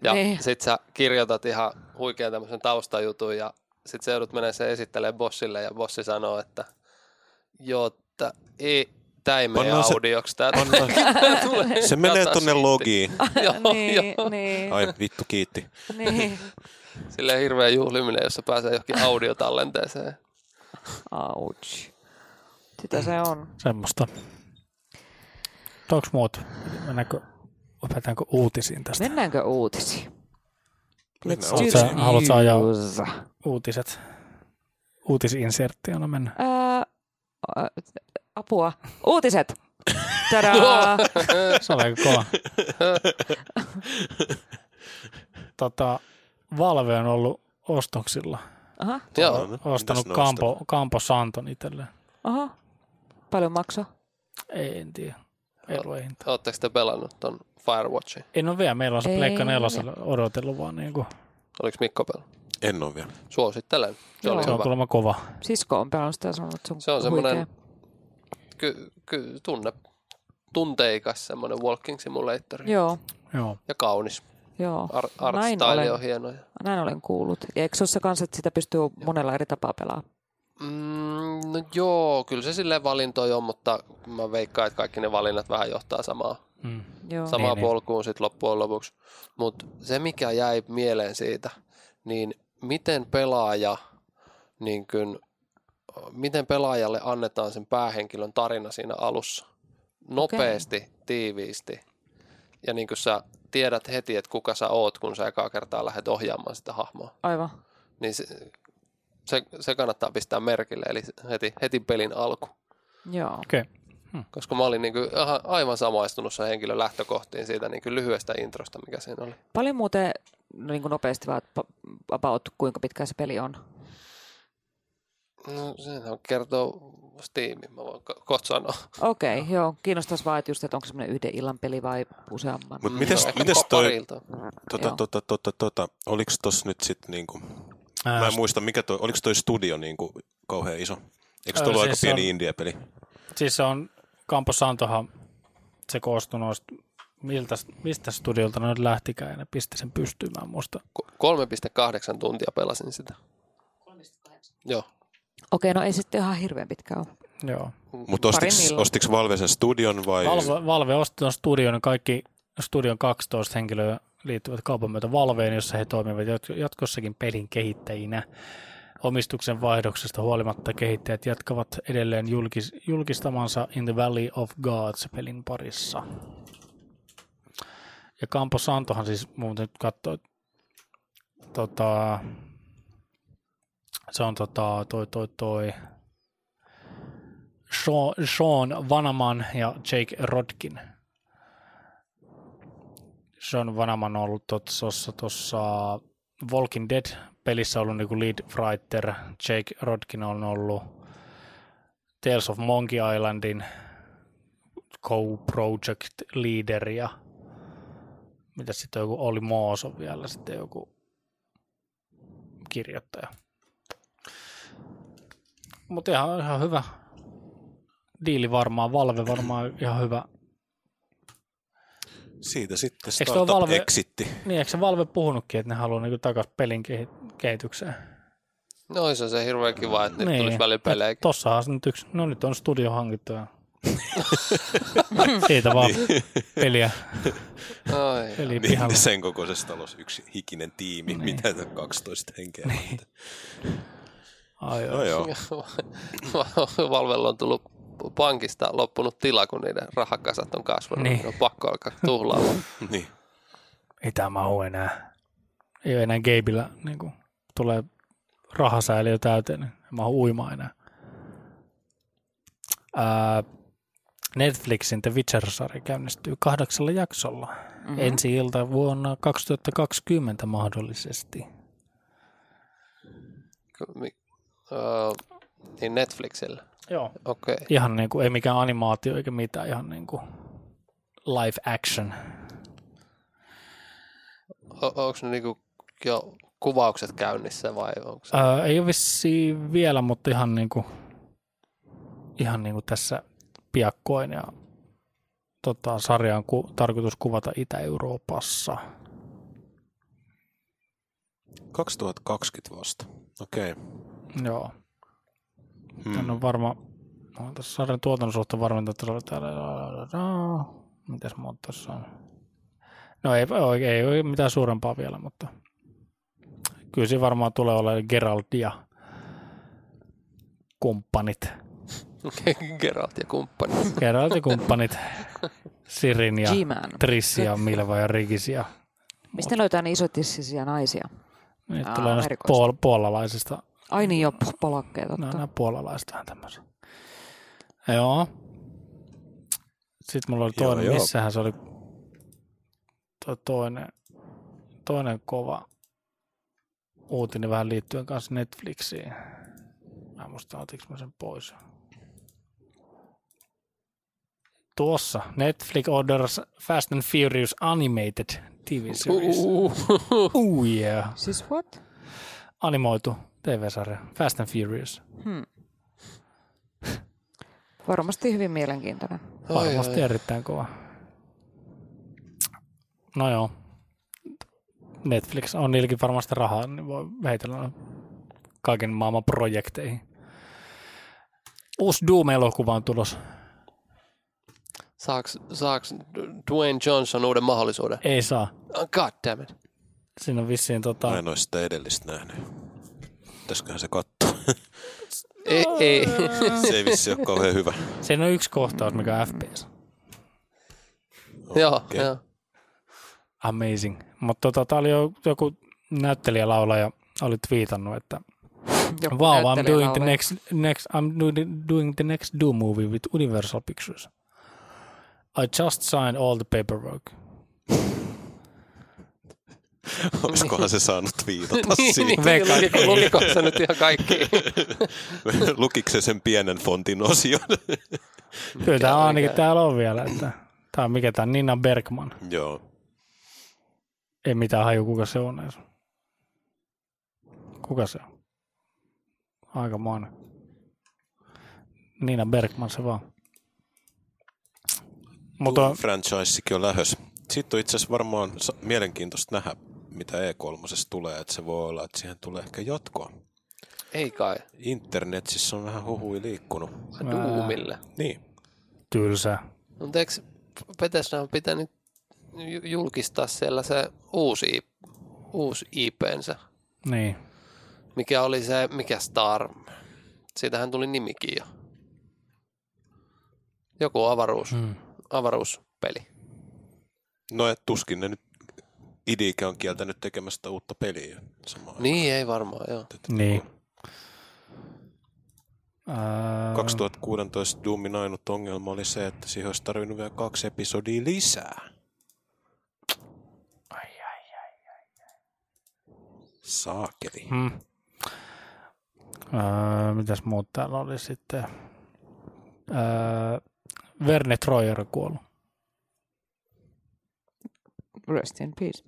Speaker 4: ja
Speaker 1: Niin.
Speaker 4: sit sä kirjoitat ihan huikean tämmöisen taustajutun ja sit sä joudut menemään sen esittelemään bossille ja bossi sanoo, että joo, että ei, Tämä ei mene
Speaker 3: Pannaan se-
Speaker 4: audioksi. Tämä
Speaker 3: Pannaan-
Speaker 4: tulee
Speaker 3: Se menee
Speaker 4: data
Speaker 3: tonne
Speaker 4: sheetiin.
Speaker 3: logiin.
Speaker 4: joo,
Speaker 1: niin,
Speaker 4: joo.
Speaker 1: niin,
Speaker 3: Ai vittu, kiitti.
Speaker 1: niin.
Speaker 4: Silleen hirveä juhliminen, jossa pääsee johonkin audiotallenteeseen.
Speaker 1: Ouch. Sitä se on.
Speaker 2: Semmoista. Onko muut? Mennäänkö, opetetaanko uutisiin tästä?
Speaker 1: Mennäänkö uutisiin?
Speaker 3: Mennään
Speaker 1: do
Speaker 2: uutisiin.
Speaker 1: the
Speaker 2: Haluatko ajaa?
Speaker 1: news.
Speaker 2: Uutiset. Uutisinserttiona mennään.
Speaker 1: Ää, ää, apua. Uutiset! Tadaa!
Speaker 2: Se oli aika kova. tota, Valve on ollut ostoksilla.
Speaker 1: Aha,
Speaker 4: Joo,
Speaker 3: No,
Speaker 2: Ostanut
Speaker 3: mitäs ne
Speaker 2: Kampo, Kampo Santon itselleen.
Speaker 1: aha. Paljon maksaa?
Speaker 2: Ei, en tiedä. Ei ollut hinta.
Speaker 4: Oletteko te pelannut ton Firewatchin?
Speaker 2: En ole vielä. Meillä on se
Speaker 1: Ei.
Speaker 2: Pleikka nelosella odotellut vaan. Niin kuin,
Speaker 4: Oliko Mikko pelannut?
Speaker 3: ostaa? En ole vielä.
Speaker 4: Suosittelen. Se oli
Speaker 1: Joo.
Speaker 2: se on
Speaker 4: hyvä.
Speaker 2: kuulemma kova.
Speaker 1: Sisko on pelannut sitä ja sanonut, että se on,
Speaker 4: Se on semmoinen
Speaker 1: huikea.
Speaker 4: ky, ky, tunne, tunteikas semmoinen walking simulator.
Speaker 1: Joo,
Speaker 2: Joo.
Speaker 4: Ja kaunis.
Speaker 1: joo.
Speaker 4: Ar,
Speaker 1: Näin
Speaker 4: artstyle
Speaker 1: olen.
Speaker 4: on hieno. ja-
Speaker 1: Näin olen kuullut. Ja eikö se ole se kanssa, että sitä pystyy monella eri tapaa pelaamaan?
Speaker 4: Mm, no joo, kyllä se silleen valintoja on, mutta mä veikkaan, että kaikki ne valinnat vähän johtaa samaa,
Speaker 2: Mm.
Speaker 1: Joo.
Speaker 4: samaa
Speaker 2: Niin, niin.
Speaker 4: polkuun sitten loppujen lopuksi. Mutta se, mikä jäi mieleen siitä, niin miten pelaaja, niin kun, miten pelaajalle annetaan sen päähenkilön tarina siinä alussa. Nopeasti, okay. tiiviisti. Ja niin kun sä tiedät heti, että kuka sä oot, kun sä ekaa kertaa lähdet ohjaamaan sitä hahmoa
Speaker 1: Aivan.
Speaker 4: niin se, se, se kannattaa pistää merkille, eli heti, heti pelin alku.
Speaker 1: Joo.
Speaker 2: Okei. Okay.
Speaker 4: Koska mä olin niin kuin aivan samaistunut sen henkilön lähtökohtiin siitä niin kuin lyhyestä introsta, mikä siinä oli.
Speaker 1: Paljon muuten, no niin kuin nopeasti vaan, että pa- about kuinka pitkä se peli on.
Speaker 4: No sehän kertoo Steam, mä voin ko- kohta sanoa.
Speaker 1: Okei, okay, joo. Kiinnostaisi vaan, että, just, että onko se semmoinen yhden illan peli vai useamman.
Speaker 3: Mut
Speaker 4: Mm,
Speaker 3: mites,
Speaker 4: ehkä
Speaker 3: mites
Speaker 4: pa-
Speaker 3: toi,
Speaker 4: parilta.
Speaker 3: tota,
Speaker 1: Joo.
Speaker 3: tota, tota, tota, oliks tos nyt sit niinku, mä en muista mikä toi, oliks toi studio niinku kauhean iso? Eikö
Speaker 2: Ää,
Speaker 3: toi ollut aika
Speaker 2: siis
Speaker 3: pieni
Speaker 2: on-
Speaker 3: indie-peli?
Speaker 2: Siis se on, Campo Santohan, se koostui noista, miltä, mistä studiolta ne nyt lähtikään ja ne pisti sen pystymään musta.
Speaker 4: Ko- 3,8 tuntia pelasin sitä. 3,8? Joo.
Speaker 1: Okei, no ei sitten ihan hirveän pitkä ole.
Speaker 2: Joo.
Speaker 3: Mutta ostiks,
Speaker 1: Parin
Speaker 3: ostiks Valve sen studion vai?
Speaker 2: Valve, Valve osti tuon studion, niin kaikki studion 12 henkilöä liittyvät kaupan myötä Valveen, jossa he toimivat jat- jatkossakin pelin kehittäjinä. Omistuksen vaihdoksesta huolimatta kehittäjät jatkavat edelleen julkis, julkistamansa In the Valley of Gods pelin parissa. Ja Campo Santohan siis muuten nyt katsoo, tota, se on tota, toi, toi, toi, Sean- Sean Vanaman ja Jake Rodkin. Sean Vanaman on ollut tuossa, tuossa Walking Dead-pelissä ollut niinku lead writer. Jake Rodkin on ollut Tales of Monkey Islandin co-project leader ja mitä sitten joku oli Moos on vielä sitten joku kirjoittaja. Mutta ihan, ihan hyvä, diili varmaan, Valve varmaan ihan hyvä.
Speaker 3: Siitä sitten
Speaker 2: Eikö toi
Speaker 3: Startup
Speaker 2: Valve-
Speaker 3: Valve... Exitti.
Speaker 2: Niin, eikö se Valve puhunutkin, että ne haluaa niinku takaisin pelin kehi- kehitykseen?
Speaker 4: No ois se on se hirveän kiva, että nyt
Speaker 2: niin.
Speaker 4: tulisi välipelejä.
Speaker 2: Et Tossahan se nyt yksi, no nyt on studio hankittu ja siitä vaan
Speaker 4: Niin.
Speaker 2: peliä,
Speaker 4: Ai,
Speaker 2: peliä
Speaker 3: Niin,
Speaker 2: pihalle.
Speaker 3: niin sen kokoisessa talossa yksi hikinen tiimi,
Speaker 2: Niin.
Speaker 3: niin. mitä tää on 12 henkeä. Niin.
Speaker 2: Ai
Speaker 3: No
Speaker 2: joo.
Speaker 3: joo,
Speaker 4: Valvella on tullut pankista loppunut tila, kun niiden rahakasat on kasvanut.
Speaker 2: Niin.
Speaker 4: Niin. On pakko alkaa tuhlaamaan.
Speaker 3: niin.
Speaker 2: Ei tämä mahu enää. Ei ole enää Gabeillä, niin kuin, tulee rahasäiliö täyteen, niin en mahu uimaan enää. Ää, Netflixin The Witcher-sarja käynnistyy kahdeksalla jaksolla.
Speaker 1: Mm-hmm.
Speaker 2: ensi ilta vuonna 2020 mahdollisesti.
Speaker 4: Ky- mi- öö, niin Netflixillä.
Speaker 2: Joo.
Speaker 4: Okei.
Speaker 2: Ihan niin kuin, ei mikään animaatio eikä mitään, ihan niin kuin live action.
Speaker 4: Okay. Onko ne niinku jo kuvaukset käynnissä vai onko se?
Speaker 2: Öö, ei ole vissiin vielä, mutta ihan niin kuin, ihan niin kuin tässä piakkoin ja tota, sarja on ku, tarkoitus kuvata Itä-Euroopassa.
Speaker 3: 2020 vasta. Okei. Hmm. Okay.
Speaker 2: Joo.
Speaker 3: Hmm. Mm.
Speaker 2: Tän on varma Mä oon tässä sarjan tuotannon suhteen varmentaa, että se oli täällä. Mitäs muuta tässä on? No ei, ei, ei ole mitään suurempaa vielä, mutta kyllä siinä varmaan tulee olemaan Geralt ja kumppanit. Ah.
Speaker 4: Geralt ja kumppani.
Speaker 2: Geralt ja kumppanit. Sirin ja
Speaker 1: G-Man.
Speaker 2: Trissi ja Milva ja Rigis ja
Speaker 1: Mistä löytää ne isotissisia naisia?
Speaker 2: niitä
Speaker 1: Aa,
Speaker 2: tulee näistä
Speaker 1: erikoista.
Speaker 2: puol- puolalaisista.
Speaker 1: Ai niin, jo po- palakkeet
Speaker 2: No,
Speaker 1: totta.
Speaker 2: nämä puolalaistahan tämmöisiä. Joo. Sitten mulla oli
Speaker 3: Joo,
Speaker 2: toinen, joo,
Speaker 3: joo.
Speaker 2: missähän se oli toi toinen, toinen kova uutinen vähän liittyen kanssa Netflixiin. Mä en muista, otinko mä sen pois. Tuossa Netflix orders Fast and Furious Animated TV series.
Speaker 4: Uhuhu.
Speaker 2: Oh yeah.
Speaker 1: Siis what?
Speaker 2: Animoitu TV-sarja. Fast and Furious.
Speaker 1: Hmm. Varmasti hyvin mielenkiintoinen.
Speaker 4: Ai,
Speaker 2: Varmasti
Speaker 4: ai.
Speaker 2: erittäin kova. No joo. Netflix on niilläkin varmasti rahaa, niin voi heitellä noin kaiken maailman projekteihin. Uusi Doom-elokuva on tulos.
Speaker 4: Saaks, saaks Dwayne Johnson uuden mahdollisuuden?
Speaker 2: Ei saa.
Speaker 4: Oh, God damn it.
Speaker 2: Siinä on vissiin tota...
Speaker 3: Mä en ole sitä edellistä nähnyt. Pitäisiköhän se katsoa.
Speaker 4: Ei, ei.
Speaker 3: se ei vissi ole kauhean hyvä.
Speaker 2: Siinä on yksi kohtaus, mikä on FPS.
Speaker 4: joo,
Speaker 3: Okei.
Speaker 4: joo.
Speaker 2: Amazing. Mutta tota, tää oli jo joku näyttelijä laulaja oli twiitannut, että
Speaker 1: Joku
Speaker 2: Wow, I'm
Speaker 1: näyttelijä
Speaker 2: doing the
Speaker 1: laulaa.
Speaker 2: next, next I'm doing, doing the next Doom movie with Universal Pictures. I just signed all the paperwork.
Speaker 3: Olisikohan se saanut viitata siihen?
Speaker 4: niin,
Speaker 2: Veikkaan,
Speaker 4: lukiko, lukiko se nyt ihan kaikki?
Speaker 3: Lukiko se sen pienen fontin osion?
Speaker 2: Kyllä tämä
Speaker 4: Mikä-
Speaker 2: on ainakin
Speaker 4: mikä-
Speaker 2: täällä on vielä. Että, tämä on mikä tämä Nina Bergman.
Speaker 3: Joo.
Speaker 2: Ei mitään haju, kuka se on edes. Kuka se on? Aikamoinen. Nina Bergman se vaan. Mutta
Speaker 3: Mutta... franchisekin on lähös. Sitten on itse asiassa varmaan sa- mielenkiintoista nähdä, mitä E3 tulee. Että se voi olla, että siihen tulee ehkä jatkoa.
Speaker 4: ei kai.
Speaker 3: Internetissä on vähän huhui liikkunut.
Speaker 2: Mä-
Speaker 4: Duumille.
Speaker 3: Niin.
Speaker 2: tylsä.
Speaker 4: Mutta eikö Bethesda on pitänyt ju- julkistaa siellä se uusi, uusi IPnsä,
Speaker 2: Niin.
Speaker 4: mikä oli se, mikä Star, siitähän tuli nimikin jo. Joku avaruus,
Speaker 2: Mm.
Speaker 4: avaruuspeli.
Speaker 3: No et tuskin ne nyt Idikä on kieltänyt tekemästä uutta peliä. Samaan
Speaker 4: Niin, ei varmaan, joo.
Speaker 3: aikaan.
Speaker 2: Niin.
Speaker 3: Kun
Speaker 2: Ää,
Speaker 3: 2016 Doomin ainut ongelma oli se, että siihen olisi tarvinnut vielä kaksi episodia lisää.
Speaker 2: ai, ai.
Speaker 3: Saakeli.
Speaker 2: Mm. Öö, mitäs muut täällä oli sitten? Öö, Verne Troyer on kuollut.
Speaker 1: Rest in peace.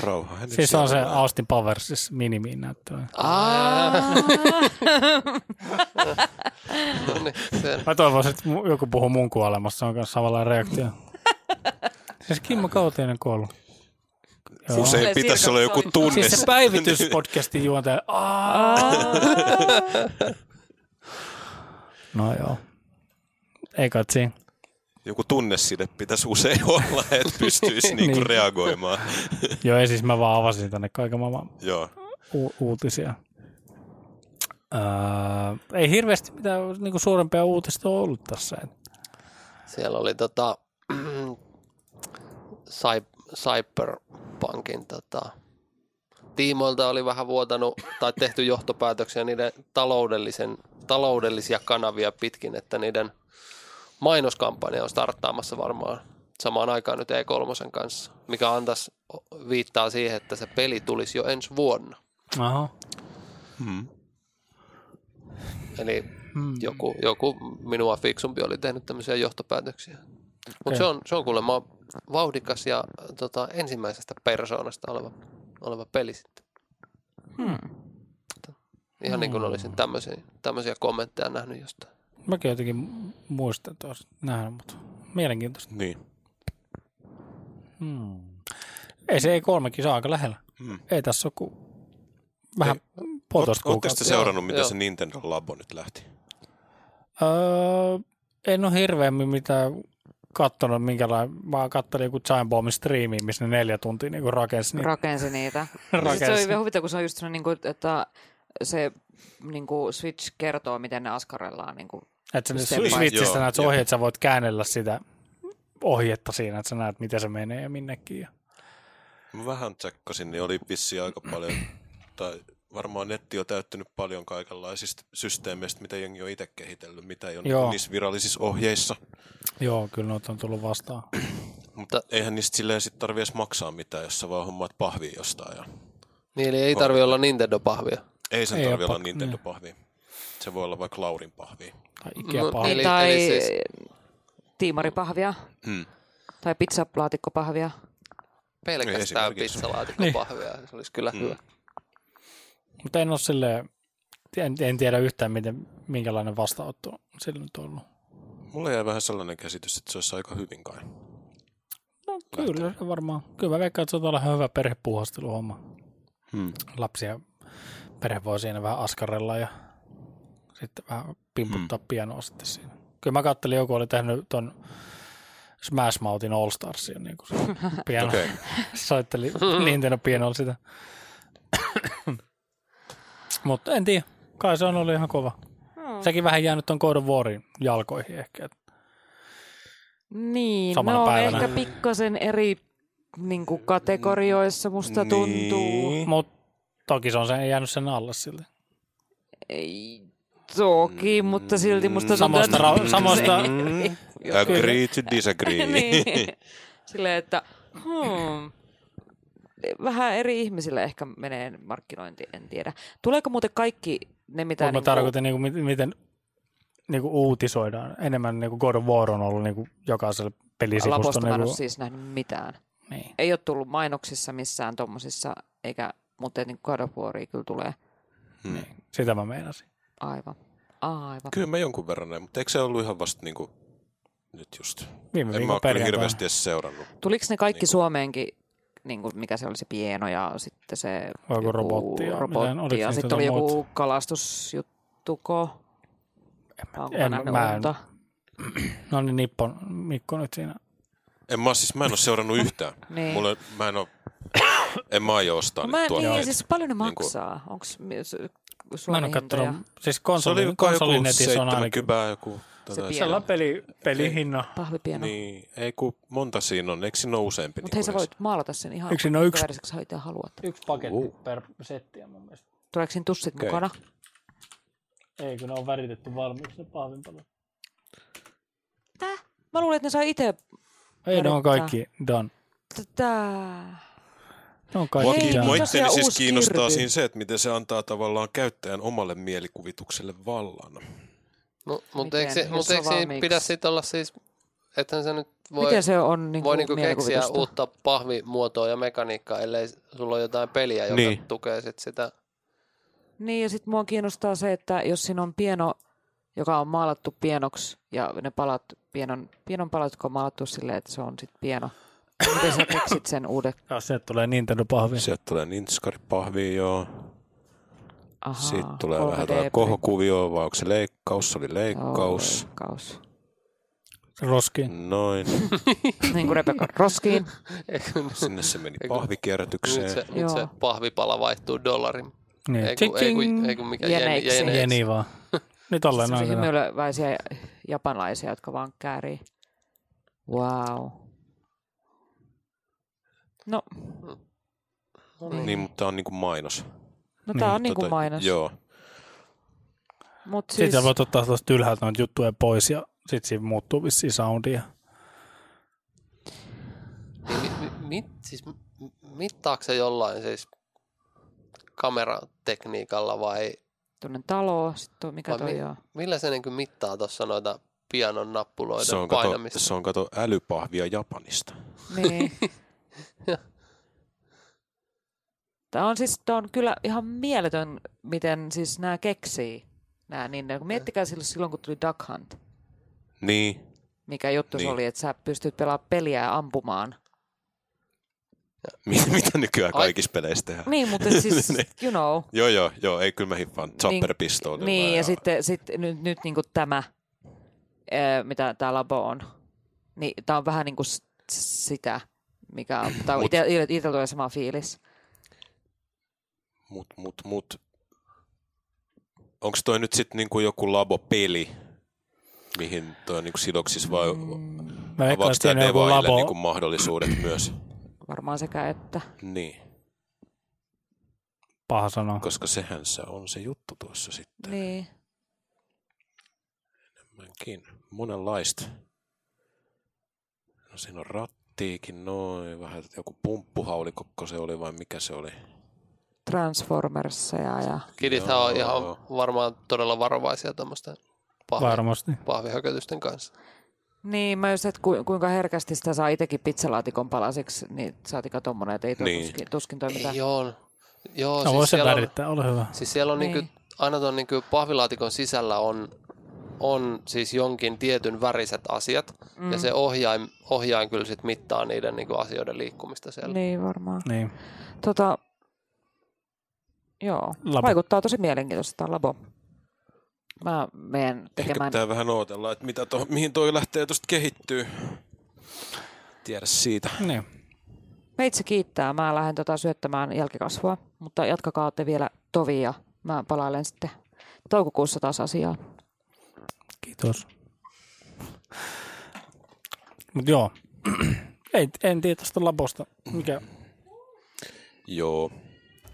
Speaker 3: Rauha hänen
Speaker 2: Siis on se
Speaker 3: sielulle.
Speaker 2: Austin Powers, siis minimiin näyttävä.
Speaker 1: Ah.
Speaker 4: No niin, sen.
Speaker 2: Mä toivoisin, että mu- joku puhuu mun kuolemassa, se on myös samalla reaktio. Siis Kimmo Kautinen kuollut. Joo.
Speaker 3: Usein
Speaker 1: Tulee
Speaker 3: pitäisi
Speaker 1: sirkus
Speaker 3: olla joku
Speaker 1: soittaa.
Speaker 3: tunne.
Speaker 2: Siis se päivityspodcastin juontaja. Aa! No joo. Ei katsi.
Speaker 3: joku tunneside pitäisi usein olla, että pystyisi niinku
Speaker 2: Niin.
Speaker 3: reagoimaan.
Speaker 2: Joo, ei siis mä vaan avasin tänne kaiken maailman
Speaker 3: Joo.
Speaker 2: u- uutisia. Öö, ei hirveästi mitään niinku suurempia uutista ole ollut tässä.
Speaker 4: Siellä oli tota, Cy- Cyberpunkin tota, tiimoilta oli vähän vuotanut tai tehty johtopäätöksiä niiden taloudellisen, taloudellisia kanavia pitkin, että niiden mainoskampanja on starttaamassa varmaan samaan aikaan nyt E3 kanssa, mikä antaisi viittaa siihen, että se peli tulisi jo ensi vuonna.
Speaker 2: Aha.
Speaker 3: Hmm.
Speaker 4: Eli
Speaker 2: Hmm.
Speaker 4: joku, joku minua fiksumpi oli tehnyt tämmöisiä johtopäätöksiä. Mutta se, on, se on kuulemma vauhdikas ja äh, tota, ensimmäisestä persoonasta oleva, oleva peli sitten. Hmm. Ihan niin kuin
Speaker 1: Hmm.
Speaker 4: olisin tämmöisiä, tämmöisiä kommentteja nähnyt jostain.
Speaker 2: Mäkin jotenkin muistan tuossa nähnyt, mutta mielenkiintoista.
Speaker 3: Niin.
Speaker 2: Hmm. Ei se E3 kisa aika lähellä.
Speaker 3: Hmm.
Speaker 2: Ei tässä ole kuin vähän puolitoista
Speaker 3: Oletteko te
Speaker 2: kuukautta.
Speaker 4: Joo,
Speaker 3: seurannut, miten
Speaker 4: joo.
Speaker 3: se Nintendo Labo nyt lähti?
Speaker 2: Öö, en ole hirveämmin mitään kattonut, minkälainen, vaan kattelin joku Time Bombin striimiä, missä ne neljä tuntia niinku rakensi. Niin,
Speaker 1: rakensi niitä.
Speaker 2: Rakensi.
Speaker 1: Rakensi. Se oli vielä huvittava, kun se on just sellainen, niin kuin, että se niin kuin Switch kertoo, miten ne askarellaan. Niin kuin.
Speaker 2: että sä
Speaker 1: Step
Speaker 2: nyt
Speaker 1: by-
Speaker 2: Switchistä
Speaker 3: Joo,
Speaker 2: näet
Speaker 3: joo.
Speaker 2: ohjeet, että sä voit käännellä sitä ohjetta siinä, että sä näet, miten se menee ja minnekin. Ja
Speaker 3: Mä vähän tsekkasin, niin oli vissiin aika paljon, tai varmaan netti on täyttynyt paljon kaikenlaisista systeemeistä, mitä jengi on itse kehitellyt, mitä ei ole
Speaker 2: Joo.
Speaker 3: niinku niissä virallisissa ohjeissa.
Speaker 2: Joo, kyllä noita on tullut vastaan.
Speaker 3: Mutta eihän niistä silleen sit tarvi edes maksaa mitään, jos sä vaan hommaat pahvia jostain. Ja...
Speaker 4: Niin, eli ei tarvi olla Nintendo-pahvia.
Speaker 3: Ei sen
Speaker 2: Ei oo niin.
Speaker 3: tarvi olla
Speaker 2: pakko,
Speaker 3: Nintendo pahvia. Se voi olla vaikka Laurin pahvia.
Speaker 2: Tai ikea
Speaker 4: No,
Speaker 2: paha.
Speaker 4: Eli-
Speaker 1: Eli,
Speaker 4: eli
Speaker 1: tai eli
Speaker 4: siis-
Speaker 1: siis... tiimaripahvia
Speaker 3: Hmm.
Speaker 1: tai pizzalaatikkopahvia.
Speaker 4: Pelkästään
Speaker 3: Esimerkiksi.
Speaker 4: pizzalaatikko-pahvia. Se olisi kyllä
Speaker 3: Mm.
Speaker 4: hyvä.
Speaker 2: Mutta en ole silleen, en, en tiedä yhtään, miten, minkälainen vastaanotto sillä nyt on ollut.
Speaker 3: Mulle jäi vähän sellainen käsitys, että se olisi aika hyvin kai.
Speaker 2: No kyllä se varmaan. Kyllä mä veikkaan, että se on olla ihan hyvä perhepuuhasteluhomma.
Speaker 3: Hmm.
Speaker 2: Lapsia perhe voi siinä vähän askarella ja sitten vähän pimputtaa
Speaker 3: Hmm.
Speaker 2: mm. pianoa sitten siinä. Kyllä mä kattelin, joku oli tehnyt ton Smash Mouthin All Starsin niin kuin piano.
Speaker 3: Okei.
Speaker 2: Okay. Soitteli Nintendo pianolla sitä. Mutta en tiedä. Kai se on ollut ihan kova.
Speaker 1: Hmm.
Speaker 2: Sekin vähän jäänyt ton God of Warin jalkoihin ehkä. et
Speaker 1: Niin,
Speaker 2: Samana
Speaker 1: no
Speaker 2: päivänä.
Speaker 1: ehkä pikkasen eri niin kuin kategorioissa musta
Speaker 3: Niin.
Speaker 1: tuntuu.
Speaker 2: Mut toki se on sen, jäänyt sen alle silti.
Speaker 1: Ei, toki, mutta silti musta
Speaker 2: Samoista,
Speaker 1: tuntuu,
Speaker 2: ra- samoista,
Speaker 3: Mm. Agree to disagree.
Speaker 1: niin. Silleen, että hmm, vähän eri ihmisille ehkä menee markkinointi, en tiedä. Tuleeko muuten kaikki ne, mitä...
Speaker 2: Mutta mä
Speaker 1: niinku-
Speaker 2: tarkoitin, niinku, mit- miten niinku uutisoidaan. Enemmän niinku God of War on ollut niinku jokaisella pelisivusta.
Speaker 1: Laposta mä en
Speaker 2: Niinku,
Speaker 1: ole siis nähnyt mitään.
Speaker 2: niin.
Speaker 1: Ei ole tullut mainoksissa missään tommosissa, eikä, mutta niin God of Waria kyllä tulee.
Speaker 3: Mm.
Speaker 2: Sitä mä meinasin.
Speaker 1: Aivan. Aivan.
Speaker 3: Kyllä mä jonkun verran näin, mutta eikö se ollut ihan vasta niinku, nyt just?
Speaker 2: Viime
Speaker 3: en mä
Speaker 2: viikon
Speaker 3: ole kyllä
Speaker 2: perjantaina.
Speaker 3: hirveästi edes seurannut.
Speaker 1: Tuliko ne kaikki
Speaker 3: Niinku-
Speaker 1: niin Suomeenkin, niin kuin mikä se oli se pieno ja sitten se
Speaker 2: Vai joku robotti ja mitään, oliko
Speaker 1: robotti ja
Speaker 2: niitä
Speaker 1: sitten oli
Speaker 2: jotain
Speaker 1: joku
Speaker 2: muuta?
Speaker 1: kalastusjuttuko. Onko
Speaker 2: en-
Speaker 1: en, nähnyt
Speaker 2: mä en-
Speaker 1: uutta?
Speaker 2: No niin, Nippon Mikko nyt siinä.
Speaker 3: En mä, oo siis, mä en ole seurannut yhtään.
Speaker 1: Niin.
Speaker 3: Mulle, mä en, oo, en mä aio
Speaker 1: Mä
Speaker 3: ostaa niitä
Speaker 1: en, niin,
Speaker 3: tuotteita.
Speaker 1: siis paljon ne
Speaker 3: Niinku-
Speaker 1: maksaa? Niin Onko
Speaker 2: Mä
Speaker 1: Suomen
Speaker 2: en ole
Speaker 1: hintoja?
Speaker 2: kattonut. Siis
Speaker 3: se oli
Speaker 2: konsoli,
Speaker 3: joku joku
Speaker 2: konsolinetissä on ainakin.
Speaker 3: 70 joku.
Speaker 1: pieni.
Speaker 3: Tätä siellä.
Speaker 2: Siellä on peli, pelihinna.
Speaker 1: Pahvipieno. Niin,
Speaker 3: Niin, ei kun monta siinä on, eikö siinä ole useampi? niinku
Speaker 1: Mutta hei sä voit maalata sen ihan
Speaker 2: Yksin on yksi-
Speaker 1: väriseksi hoitaa haluat.
Speaker 2: Yksi paketti per settiä mun mielestä.
Speaker 1: Tuleeko siinä tussit
Speaker 3: Okei.
Speaker 1: mukana?
Speaker 2: Ei, kun ne on väritetty valmiiksi ne pahvinpalat.
Speaker 1: Tää? Mä luulen, että ne sai itse
Speaker 2: Ei, ne on
Speaker 1: Värittää.
Speaker 2: kaikki done.
Speaker 1: tätä.
Speaker 2: Ne on
Speaker 3: Mua,
Speaker 2: kaikki
Speaker 1: Hei,
Speaker 2: done.
Speaker 3: mua
Speaker 1: tosiaan
Speaker 3: itteni siis
Speaker 1: uusi
Speaker 3: kiinnostaa
Speaker 1: kirvi.
Speaker 3: siinä se, että miten se antaa tavallaan käyttäjän omalle mielikuvitukselle vallan.
Speaker 4: Mutta
Speaker 1: Miten?
Speaker 4: eikö, se-
Speaker 1: Jos
Speaker 4: mut
Speaker 1: on
Speaker 4: eikö siinä
Speaker 1: valmiiksi.
Speaker 4: pidä sitten olla siis, että se nyt voi,
Speaker 1: Miten se on niin
Speaker 4: voi
Speaker 1: kuin
Speaker 4: niinku keksiä uutta pahvimuotoa ja mekaniikkaa, ellei sulla ole jotain peliä, joka
Speaker 3: Niin.
Speaker 4: tukee sit sitä.
Speaker 1: Niin, ja sitten mua kiinnostaa se, että jos siinä on pieno, joka on maalattu pienoksi, ja ne palat, pienon, pienon palat, jotka on maalattu silleen, että se on sitten pieno. Miten sä keksit sen uuden?
Speaker 2: Ja sieltä tulee Nintendo pahvi.
Speaker 3: Sieltä tulee nintskari joo.
Speaker 1: Ahaa,
Speaker 3: Sitten tulee
Speaker 1: 3D
Speaker 3: vähän jotain
Speaker 1: print-
Speaker 3: kohokuvioa, vai onko se leikkaus? Se oli
Speaker 1: Joo,
Speaker 3: leikkaus.
Speaker 1: leikkaus.
Speaker 2: Roski.
Speaker 3: Noin.
Speaker 1: Niin kuin Rebecca Roskiin.
Speaker 4: Eikö nyt-
Speaker 3: Sinne se meni
Speaker 4: Eikö- nyt,
Speaker 3: pahvikierrätykseen.
Speaker 4: se, nyt se
Speaker 1: Joo.
Speaker 4: pahvipala vaihtuu dollarin.
Speaker 2: Niin.
Speaker 4: Ei kun, ei kun,
Speaker 2: Tching.
Speaker 4: ei niin kun mikä
Speaker 1: Jeneiksi.
Speaker 4: jeneiksi.
Speaker 2: Jeni vaan. Nyt ollaan
Speaker 1: Sellaisia
Speaker 2: aikana.
Speaker 1: hymyileväisiä japanlaisia, jotka vaan käärii. Wow. No,
Speaker 4: Niin.
Speaker 3: Niin, mutta tää on niinku mainos.
Speaker 1: no tää
Speaker 2: Niin,
Speaker 1: on niinku mainos.
Speaker 3: tota, Joo.
Speaker 1: Mut siis,
Speaker 2: Sitten sä voit ottaa tuosta ylhäältä noita juttuja pois ja sitten siinä muuttuu vissiin soundia.
Speaker 3: No
Speaker 4: Niin, mi, mi, mit, siis, m- mittaako se jollain siis kameratekniikalla vai
Speaker 1: tuonne talo, sitten on- mikä
Speaker 4: Vai
Speaker 1: toi
Speaker 4: mi-
Speaker 1: on?
Speaker 4: millä se niin mittaa tuossa noita pianon nappuloiden
Speaker 3: Se on, kato,
Speaker 4: painamista?
Speaker 3: se on kato älypahvia Japanista.
Speaker 1: Niin. Tämä on siis tää on kyllä ihan mieletön, miten siis nämä keksii. Nää, niin, kun miettikää silloin, silloin, kun tuli Duck Hunt,
Speaker 3: Niin.
Speaker 1: mikä juttu niin.
Speaker 3: Niin.
Speaker 1: se oli, että sä pystyt pelaamaan peliä ja ampumaan.
Speaker 3: Mit- Mitä nykyään
Speaker 4: Ai-
Speaker 3: kaikissa peleissä tehdään?
Speaker 1: Niin, mutta siis,
Speaker 3: Niin.
Speaker 1: you know.
Speaker 3: Joo, joo, joo, ei kyllä mä hiffaan chopper-pistoolilla.
Speaker 1: Niin, ja sitten sit nyt, nyt niin kuin tämä, ää, mitä tämä labo on, niin tämä on vähän niin kuin sitä, mikä on, tää on
Speaker 3: Mut-
Speaker 1: itsellä ite, tulee sama fiilis.
Speaker 3: Mut, mut, mut. Onko toi nyt sitten niinku joku labopeli, mihin toi on niinku sidoksissa
Speaker 1: Mm.
Speaker 3: vai
Speaker 2: Mä veikkaan,
Speaker 3: avaako
Speaker 2: että
Speaker 3: tää
Speaker 2: siinä on joku
Speaker 3: devaajille
Speaker 2: labo.
Speaker 3: niinku mahdollisuudet myös?
Speaker 1: Varmaan sekä että.
Speaker 3: Niin,
Speaker 2: Paha sanoa.
Speaker 3: koska sehän se on se juttu tuossa sitten.
Speaker 1: Niin.
Speaker 3: Enemmänkin. Monenlaista. No siinä on rattiikin noin, vähän joku pumppuhaulikokko se oli vai mikä se oli?
Speaker 1: Transformersia ja
Speaker 4: Kidithän on
Speaker 3: Joo.
Speaker 4: ihan varmaan todella varovaisia tuommoisten pahvi,
Speaker 2: Varmasti.
Speaker 4: pahvihökötysten kanssa.
Speaker 1: niin, mä just, että ku, kuinka herkästi sitä saa itsekin pizzalaatikon palasiksi, niin saatika tommonen, että ei toi
Speaker 3: Niin.
Speaker 1: tuskin, tuskin toi mitään.
Speaker 4: Ei, joo. on. Joo,
Speaker 2: No, no
Speaker 4: siis,
Speaker 2: voisi sen
Speaker 4: siellä on,
Speaker 2: värittää, ole hyvä.
Speaker 4: siis siellä on niin.
Speaker 1: Niin.
Speaker 4: niinku, aina tuon niinku pahvilaatikon sisällä on, on siis jonkin tietyn väriset asiat, mm. ja se ohjain, ohjain kyllä sit mittaa niiden niinku asioiden liikkumista siellä. Niin.
Speaker 1: Niin varmaan.
Speaker 2: Niin.
Speaker 1: Tota, joo,
Speaker 2: Labo.
Speaker 1: labo. vaikuttaa tosi mielenkiintoista tämä labo. Mä menen
Speaker 3: Ehkä
Speaker 1: tekemään
Speaker 3: pitää vähän ootella, että mitä to, mihin toi lähtee tuosta kehittyy. Tiedä siitä.
Speaker 2: Niin.
Speaker 1: Meitsi kiittää. Mä lähden tota syöttämään jälkikasvua, mutta jatkakaa te vielä tovi ja mä palailen sitten toukokuussa taas asiaan.
Speaker 2: Kiitos. Mut joo. Ei, en tiedä tästä labosta. Mikä?
Speaker 3: Joo. En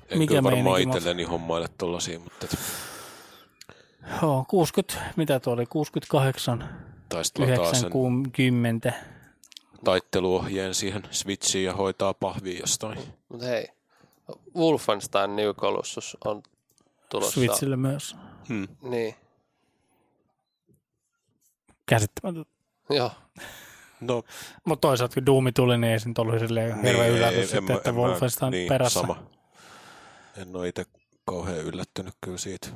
Speaker 2: Mikä
Speaker 3: Mikä kyllä varmaan
Speaker 2: meininki, mut-
Speaker 3: itselleni hommaile tollasia, mutta et
Speaker 2: Joo, 60, mitä tuo oli? 68,
Speaker 3: taisi tulla taas sen
Speaker 2: 90.
Speaker 3: taitteluohjeen siihen switchiin ja hoitaa pahviin jostain.
Speaker 4: Mutta hei, Wolfenstein New Colossus on tulossa.
Speaker 2: Switchillä myös.
Speaker 3: Hmm.
Speaker 4: Niin,
Speaker 2: Käsittämätöntä.
Speaker 4: joo.
Speaker 3: No,
Speaker 2: Mutta toisaalta kun Doomi tuli, niin ei se nyt ollut silleen hirveän
Speaker 3: ei,
Speaker 2: yllätys
Speaker 3: Niin, en
Speaker 2: sitten,
Speaker 3: mä-
Speaker 2: että
Speaker 3: en mä-
Speaker 2: Wolfenstein
Speaker 3: niin,
Speaker 2: perässä.
Speaker 3: Sama. En ole itse kauhean yllättynyt kyllä siitä.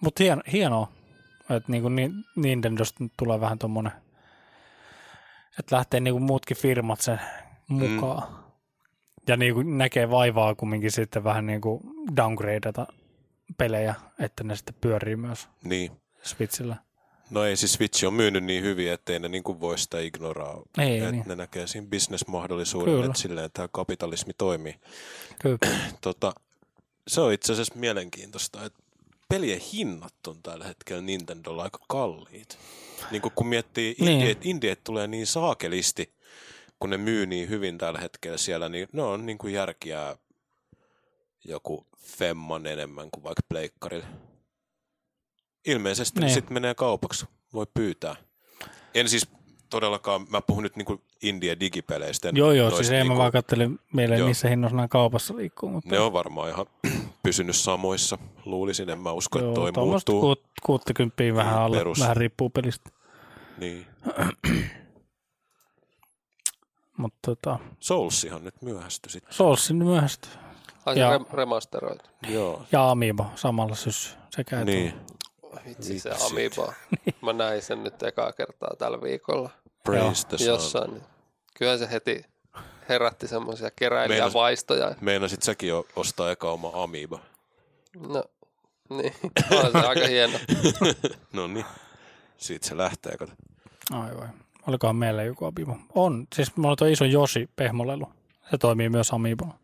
Speaker 2: Mutta hien, hienoa, että niinku Ni- Nintendosta nyt tulee vähän tommonen, että lähtee niinku muutkin firmat sen mukaan. Mm. Ja niinku näkee vaivaa kumminkin sitten vähän niinku downgradeata pelejä, että ne sitten pyörii myös
Speaker 3: Niin.
Speaker 2: Switchillä.
Speaker 3: No ei siis Switch on myynyt niin hyvin, ettei ne niinku voi sitä ignoraa.
Speaker 2: Ei,
Speaker 3: Et
Speaker 2: niin.
Speaker 3: Ne näkee siinä bisnesmahdollisuuden,
Speaker 2: Kyllä.
Speaker 3: että silleen tämä kapitalismi toimii.
Speaker 2: Kyllä.
Speaker 3: tota, se on itse asiassa mielenkiintoista, että pelien hinnat on tällä hetkellä Nintendolla aika kalliit. Niin kun, kun miettii,
Speaker 2: Niin.
Speaker 3: indiet, indiet tulee niin saakelisti, kun ne myy niin hyvin tällä hetkellä siellä, niin ne on niin kuin järkiä joku femman enemmän kuin vaikka pleikkarille. Ilmeisesti
Speaker 2: Niin.
Speaker 3: niin. sitten menee kaupaksi, voi pyytää. En siis todellakaan, mä puhun nyt niinku indie digipeleistä. en
Speaker 2: Joo, joo,
Speaker 3: noista
Speaker 2: siis en mä
Speaker 3: niinku-
Speaker 2: vaan kattelin mieleen,
Speaker 3: Joo.
Speaker 2: missä hinnoissa nämä kaupassa liikkuu. Mutta
Speaker 3: ne on varmaan ihan pysynyt samoissa. Luulisin, en mä usko, että
Speaker 2: joo,
Speaker 3: toi
Speaker 2: tuommoista
Speaker 3: muuttuu. Niin,
Speaker 2: kuut- 60 vähän alle,
Speaker 3: Perus.
Speaker 2: vähän riippuu pelistä.
Speaker 3: Niin.
Speaker 2: Mutta tota,
Speaker 3: Soulsihan nyt myöhästy sitten.
Speaker 2: Soulsin myöhästä.
Speaker 4: Ai
Speaker 2: Ja-
Speaker 4: ja. remasteroitu.
Speaker 2: Niin.
Speaker 3: Joo.
Speaker 2: Ja Amiibo samalla syssy. Sekä et
Speaker 3: Niin.
Speaker 4: Vitsi se
Speaker 3: Vitsit.
Speaker 4: Amiibo. Mä näin sen nyt ekaa kertaa tällä viikolla.
Speaker 3: Praise the sun.
Speaker 4: jossain. Niin. Kyllä se heti herätti semmoisia keräilijävaistoja.
Speaker 3: Meinasit säkin jo ostaa eka oma Amiiba.
Speaker 4: No, niin. On se aika hieno.
Speaker 3: No niin. Siitä se lähtee, kato.
Speaker 2: Ai voi. Olikohan meillä joku Amiibo? On. Siis mulla on tuo iso Josi pehmolelu. Se toimii myös Amiibona.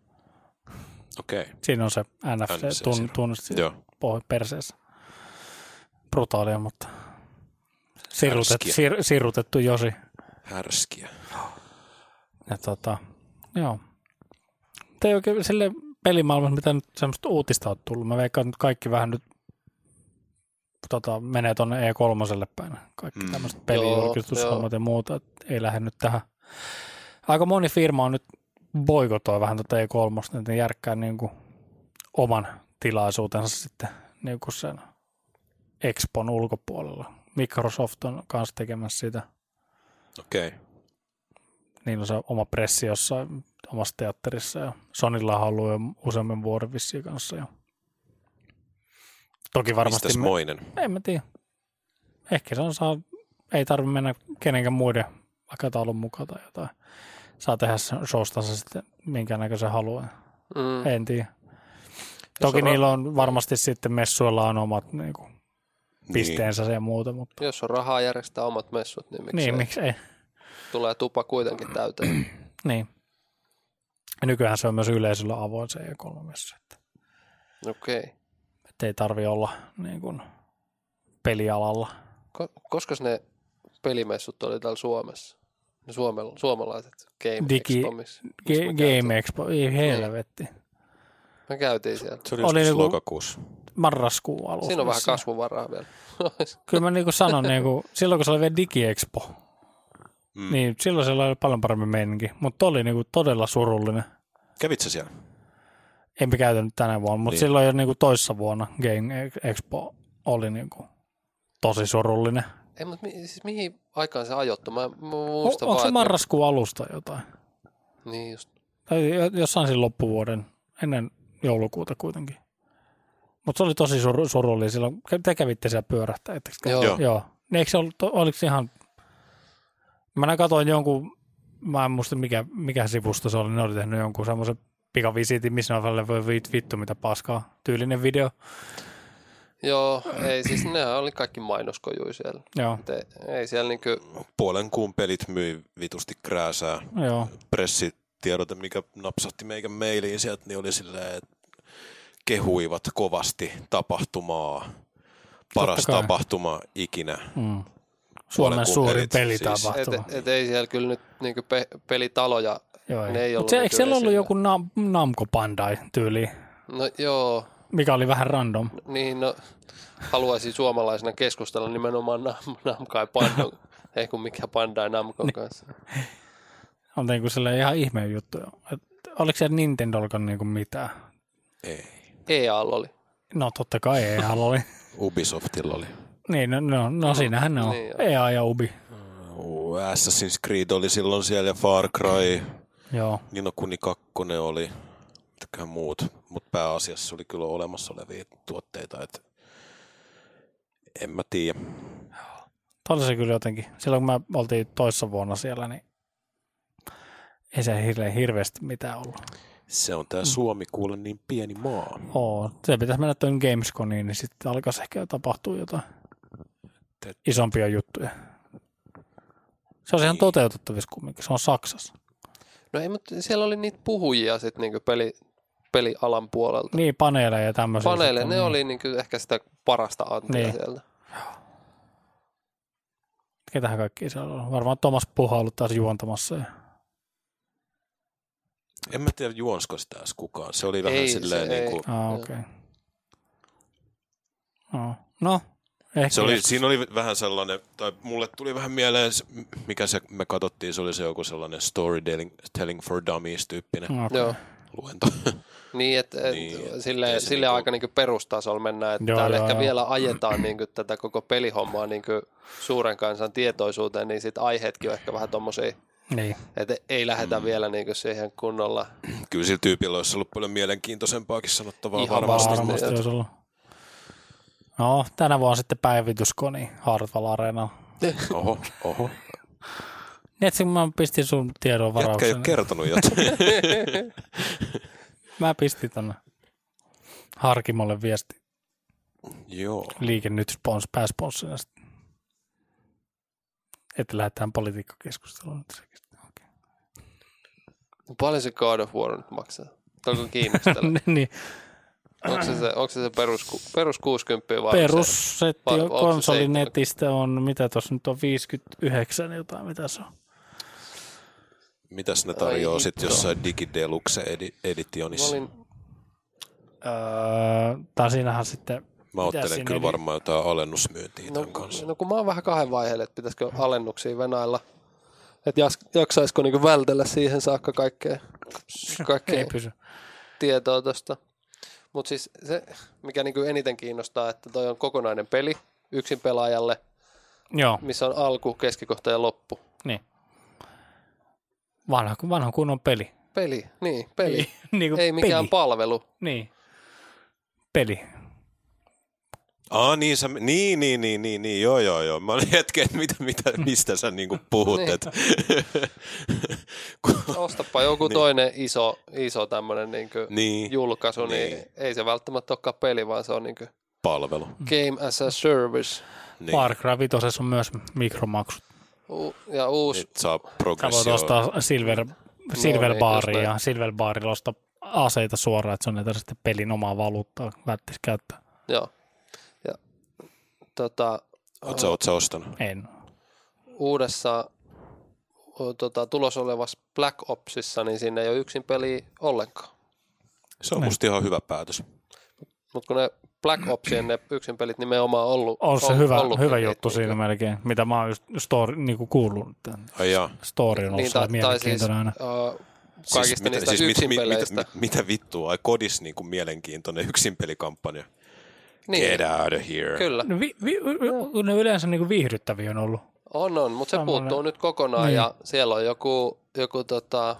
Speaker 3: Okei. Okay.
Speaker 2: Siinä on se
Speaker 3: NFC siinä.
Speaker 2: NFC-tunnus
Speaker 3: Joo.
Speaker 2: perseessä. Brutaalia, mutta sirutet,
Speaker 3: Härskiä.
Speaker 2: sir, sirutettu Josi.
Speaker 3: Härskiä.
Speaker 2: Ja tota, joo. Tämä ei oikein sille pelimaailmassa, mitä nyt semmoista uutista on tullut. Mä veikkaan, että nyt kaikki vähän nyt tota, menee tuonne E3 päin. Kaikki
Speaker 3: Mm.
Speaker 2: mm. tämmöiset
Speaker 4: Joo,
Speaker 2: pelijulkistushommat ja muuta. Et ei lähde nyt tähän. Aika moni firma on nyt boikotoi vähän tätä E3, että ne järkkää niin kuin oman tilaisuutensa sitten niin kuin sen Expon ulkopuolella. Microsoft on kanssa tekemässä sitä
Speaker 3: Okei. Okay.
Speaker 2: niillä on se oma pressi jossain omassa teatterissa ja Sonilla on ollut jo useamman vuoden vissiin kanssa. Ja... Toki varmasti...
Speaker 3: Mistäs moinen?
Speaker 2: En mä tiedä. Ehkä se on saa, ei tarvitse mennä kenenkään muiden aikataulun mukaan tai jotain. saa tehdä showstansa sitten minkäännäköisen haluaa.
Speaker 4: Mm.
Speaker 2: En tiedä. Toki
Speaker 4: on ra-
Speaker 2: niillä on varmasti sitten messuilla on omat niin kuin, pisteensä ja muuta, mutta
Speaker 4: Jos on rahaa järjestää omat messut, niin miksi
Speaker 2: niin,
Speaker 4: ei?
Speaker 2: miksi ei.
Speaker 4: tulee tupa kuitenkin täyteen.
Speaker 2: Niin. Ja nykyään se on myös yleisöllä avoin se E E3-messu. Että,
Speaker 4: Okei. Okay.
Speaker 2: että ei tarvi olla niin kuin, pelialalla.
Speaker 4: Ko- koska ne pelimessut oli täällä Suomessa? Ne suomal- suomalaiset Game
Speaker 2: Digi-
Speaker 4: Expomissa. Missä me
Speaker 2: Ge-
Speaker 4: käytiin?
Speaker 2: Game Expo,
Speaker 4: Niin.
Speaker 2: ei helvetti.
Speaker 4: Me käytiin siellä.
Speaker 3: Se oli,
Speaker 2: Oli
Speaker 3: oli
Speaker 2: niinku-
Speaker 3: lokakuussa.
Speaker 2: Marraskuun alussa.
Speaker 4: Siinä on vähän
Speaker 2: vissiin.
Speaker 4: kasvuvaraa vielä.
Speaker 2: Kyllä mä niin kuin sanon, niin kuin, silloin kun se oli vielä DigiExpo,
Speaker 3: Mm.
Speaker 2: mm. niin silloin siellä oli paljon paremmin meininki. Mutta oli niin kuin, todella surullinen.
Speaker 3: Kävitsä siellä?
Speaker 2: En mä käytänyt tänä vuonna, mutta
Speaker 3: Niin.
Speaker 2: silloin jo niin kuin toissa vuonna Game Ex- Expo oli niin kuin, tosi surullinen.
Speaker 4: Ei, mutta mi- siis mihin aikaan se ajoittui? Mä, mä
Speaker 2: O- Onko
Speaker 4: muistan vaan,
Speaker 2: se
Speaker 4: että me-
Speaker 2: marraskuun alusta jotain?
Speaker 4: Niin just.
Speaker 2: Tai jo- jossain siinä loppuvuoden, ennen joulukuuta kuitenkin. Mutta se oli tosi sur- surullinen silloin. Kä- Te kävitte siellä pyörähtää, ettekö te?
Speaker 4: Joo.
Speaker 3: Joo.
Speaker 2: Joo. Niin eikö se ollut, oliko se ihan... Mä näin katsoin jonkun, mä en muista mikä, mikä sivusto se oli, ne oli tehnyt jonkun semmoisen pikavisiitin, missä ne on välillä voi vit- vittu mitä paskaa, tyylinen video.
Speaker 4: Joo, ei siis nehän oli kaikki mainoskojuja siellä.
Speaker 2: Joo,
Speaker 4: Et ei, ei siellä niinku,
Speaker 3: Puolen kuun pelit myi vitusti krääsää.
Speaker 2: joo.
Speaker 3: Pressitiedote, mikä napsahti meikän mailiin sieltä, niin oli silleen, että kehuivat kovasti tapahtumaa. Paras
Speaker 2: Totta kai.
Speaker 3: tapahtuma ikinä.
Speaker 2: Mm. Suomen
Speaker 3: Puolen
Speaker 2: suurin
Speaker 3: kuupelit,
Speaker 2: pelitapahtuma.
Speaker 4: Siis, et, et, ei siellä kyllä nyt niinku pe, pelitaloja.
Speaker 2: joo,
Speaker 4: ne ei
Speaker 2: ei. Mut
Speaker 4: ollut
Speaker 2: se,
Speaker 4: nyt
Speaker 2: eikö siellä ollut
Speaker 4: yleisillä.
Speaker 2: joku nam, Namco Bandai tyyli,
Speaker 4: No joo,
Speaker 2: mikä oli vähän random?
Speaker 4: Niin, no, haluaisin suomalaisena keskustella nimenomaan Nam- Namkai Pandon, ei kun mikä Bandai
Speaker 2: Niin.
Speaker 4: Namkon kanssa.
Speaker 2: On niinku sellainen ihan ihme juttu. Et oliko siellä Nintendollakaan niinku mitään?
Speaker 3: Ei.
Speaker 4: EAL E oli.
Speaker 2: No totta kai ei oli.
Speaker 3: Ubisoftilla oli.
Speaker 2: niin, no, no, no siinähän ne on.
Speaker 4: Niin joo.
Speaker 2: EA ja Ubi.
Speaker 3: Uu, Assassin's Creed oli silloin siellä ja Far Cry.
Speaker 2: Joo.
Speaker 3: Nino Kuni 2 oli. Mitäköhän muut. Mutta pääasiassa oli kyllä olemassa olevia tuotteita. Et en mä tiedä.
Speaker 2: Tämä oli se kyllä jotenkin. Silloin kun me oltiin toissa vuonna siellä, niin ei se hirveän hirveästi mitään ollut.
Speaker 3: Se on
Speaker 2: Mm.
Speaker 3: tää Suomi kuule niin pieni maa.
Speaker 2: Oo, se pitäisi mennä tuon Gamesconiin, niin sitten alkaisi ehkä tapahtua jotain
Speaker 3: Te-
Speaker 2: isompia juttuja. Se on ihan
Speaker 3: Niin.
Speaker 2: toteutettavissa kumminkin, se on Saksassa.
Speaker 4: No ei, mutta siellä oli niitä puhujia sitten niinku peli, pelialan puolelta.
Speaker 2: Niin, paneeleja ja tämmöisiä.
Speaker 4: Paneele,
Speaker 2: sitten,
Speaker 4: ne
Speaker 2: niin.
Speaker 4: oli niinku ehkä sitä parasta antia
Speaker 2: Niin.
Speaker 4: niin. sieltä.
Speaker 2: Ketähän kaikki siellä on? Varmaan Thomas Puha on ollut taas juontamassa. Ah, Ja...
Speaker 3: En mä tiedä juonsko sitä edes kukaan. Se oli vähän
Speaker 4: Ei,
Speaker 3: ei,
Speaker 4: se
Speaker 3: silleen
Speaker 4: ei.
Speaker 3: niin kuin,
Speaker 2: Ah,
Speaker 4: Joo.
Speaker 2: okei. Okay. No, no, ehkä
Speaker 3: se oli,
Speaker 2: joskus.
Speaker 3: siinä oli vähän sellainen, tai mulle tuli vähän mieleen, se- mikä se, me katsottiin, se oli se joku sellainen storytelling telling for dummies tyyppinen
Speaker 2: No,
Speaker 4: Okay.
Speaker 2: okei.
Speaker 4: Joo.
Speaker 3: luento.
Speaker 4: Niin, että et,
Speaker 3: Niin,
Speaker 4: niin,
Speaker 3: et
Speaker 4: sille,
Speaker 3: ei se
Speaker 4: sille
Speaker 3: niinku-
Speaker 4: aika niinku perustasolla mennään, että
Speaker 2: Joo,
Speaker 4: täällä
Speaker 2: joo,
Speaker 4: ehkä
Speaker 2: joo.
Speaker 4: vielä ajetaan niinku tätä koko pelihommaa niinku suuren kansan tietoisuuteen, niin sit aiheetkin on ehkä vähän tommosia,
Speaker 2: Niin,
Speaker 3: No,
Speaker 4: että ei lähetä mm. vielä niinku siihen kunnolla
Speaker 3: Kyllä sillä tyypillä olisi ollut paljon mielenkiintoisempaakin sanottavaa
Speaker 4: Ihan
Speaker 3: varmasti.
Speaker 4: varmasti,
Speaker 2: varmasti
Speaker 4: joo.
Speaker 2: olisi ollut. No, tänä vuonna sitten päivityskoni Hartwall Areenalla.
Speaker 3: Oho, oho.
Speaker 2: Niin, että mä pistin sun tiedon
Speaker 3: Jätkä ei
Speaker 2: varauksen.
Speaker 3: ole kertonut jotain.
Speaker 2: Mä pistin tonne Harkimolle viesti.
Speaker 3: Joo.
Speaker 2: Liike nyt spons, pääsponssina sitten. Että lähdetään politiikkakeskusteluun nyt sekin. Okay.
Speaker 4: Paljon se God of War nyt maksaa? Onko kiinnostella?
Speaker 2: niin,
Speaker 4: onko, se se, onko se se perus, ku- perus 60 vai se?
Speaker 2: perussetti
Speaker 4: vai- onko se
Speaker 2: konsolinetistä on, mitä tuossa nyt on, 59 jotain, mitä se on.
Speaker 3: Mitäs ne
Speaker 4: Ai
Speaker 3: tarjoaa sitten
Speaker 4: hitto.
Speaker 3: jossain digideluxe edi-
Speaker 4: Mä
Speaker 3: editionissa? Mä,
Speaker 4: olin,
Speaker 2: Öö, tai siinähän sitten,
Speaker 3: Mä
Speaker 2: mitä
Speaker 3: ottelen
Speaker 2: siinä
Speaker 3: kyllä
Speaker 2: edi-
Speaker 3: varmaan jotain alennusmyyntiä
Speaker 4: no,
Speaker 3: tämän kanssa.
Speaker 4: no, kun mä oon vähän kahden vaiheelle, että pitäisikö alennuksia venailla. Että jaksaisiko niinku vältellä siihen saakka kaikkea,
Speaker 2: ei
Speaker 4: kaikkea
Speaker 2: pysy.
Speaker 4: tietoa tosta. Mutta siis se, mikä niinku eniten kiinnostaa, että toi on kokonainen peli yksin pelaajalle,
Speaker 2: Joo,
Speaker 4: missä on alku, keskikohta ja loppu.
Speaker 2: niin. Vanha, vanha kunnon peli.
Speaker 4: Peli, niin, peli.
Speaker 2: niin
Speaker 3: niinku
Speaker 2: kuin
Speaker 4: Ei mikään
Speaker 2: peli.
Speaker 4: palvelu.
Speaker 2: Niin. Peli.
Speaker 3: Aa, niin, sä, niin, niin, niin, niin, niin, joo, joo, joo. Mä olin hetken, että mitä, mitä, mistä sä niinku puhut.
Speaker 4: Niin.
Speaker 3: et, kun
Speaker 4: ostapa joku
Speaker 3: Niin.
Speaker 4: toinen iso, iso tämmöinen niin
Speaker 3: Niin,
Speaker 4: julkaisu, niin.
Speaker 3: Niin. Mm.
Speaker 4: ei se välttämättä olekaan peli, vaan se on niin
Speaker 3: palvelu.
Speaker 4: game as a service.
Speaker 3: Niin.
Speaker 2: Niin. Far Cry 5 on myös mikromaksut.
Speaker 4: U- ja uusi
Speaker 3: Et saa
Speaker 2: Sä voit
Speaker 3: progressio.
Speaker 2: ostaa Silver,
Speaker 4: No
Speaker 2: silver
Speaker 4: niin, just
Speaker 2: Baria ja
Speaker 4: näin.
Speaker 2: Silver Barilla ostaa aseita suoraan, että se on näitä sitten pelin omaa valuuttaa, lähtisi käyttää.
Speaker 4: Joo. Ja, tota,
Speaker 3: Oot sä, oot sä ostanut?
Speaker 2: En.
Speaker 4: uudessa o, tota, tulos olevassa Black Opsissa, niin siinä ei ole yksin peli ollenkaan.
Speaker 3: Se on
Speaker 2: Niin.
Speaker 3: musta ihan hyvä päätös.
Speaker 4: Mutta kun ne Black Opsien ne yksin pelit nimenomaan ollut.
Speaker 2: On se
Speaker 4: ollut-
Speaker 2: hyvä,
Speaker 4: ollutkin
Speaker 2: hyvä
Speaker 4: niitä,
Speaker 2: juttu
Speaker 4: niin
Speaker 2: siinä
Speaker 4: kuin-
Speaker 2: melkein, mitä mä oon just story, niin kuin kuullut. että
Speaker 3: Ai jaa. Siis
Speaker 2: Story on ollut niin,
Speaker 4: tai- tai siis,
Speaker 2: mielenkiintoinen aina. Siis
Speaker 4: ö, Kaikista niistä yksinpeleistä.
Speaker 3: Mitä, mitä vittua? Ai kodis niin kuin mielenkiintoinen yksinpelikampanja. Niin. Get
Speaker 4: Niin,
Speaker 3: out of here.
Speaker 4: kyllä.
Speaker 2: No, vi, vi, y- ne yleensä niin kuin viihdyttäviä on ollut.
Speaker 4: On, on, mutta se
Speaker 2: Samoin.
Speaker 4: puuttuu nyt kokonaan
Speaker 2: Niin.
Speaker 4: ja siellä on joku, joku tota,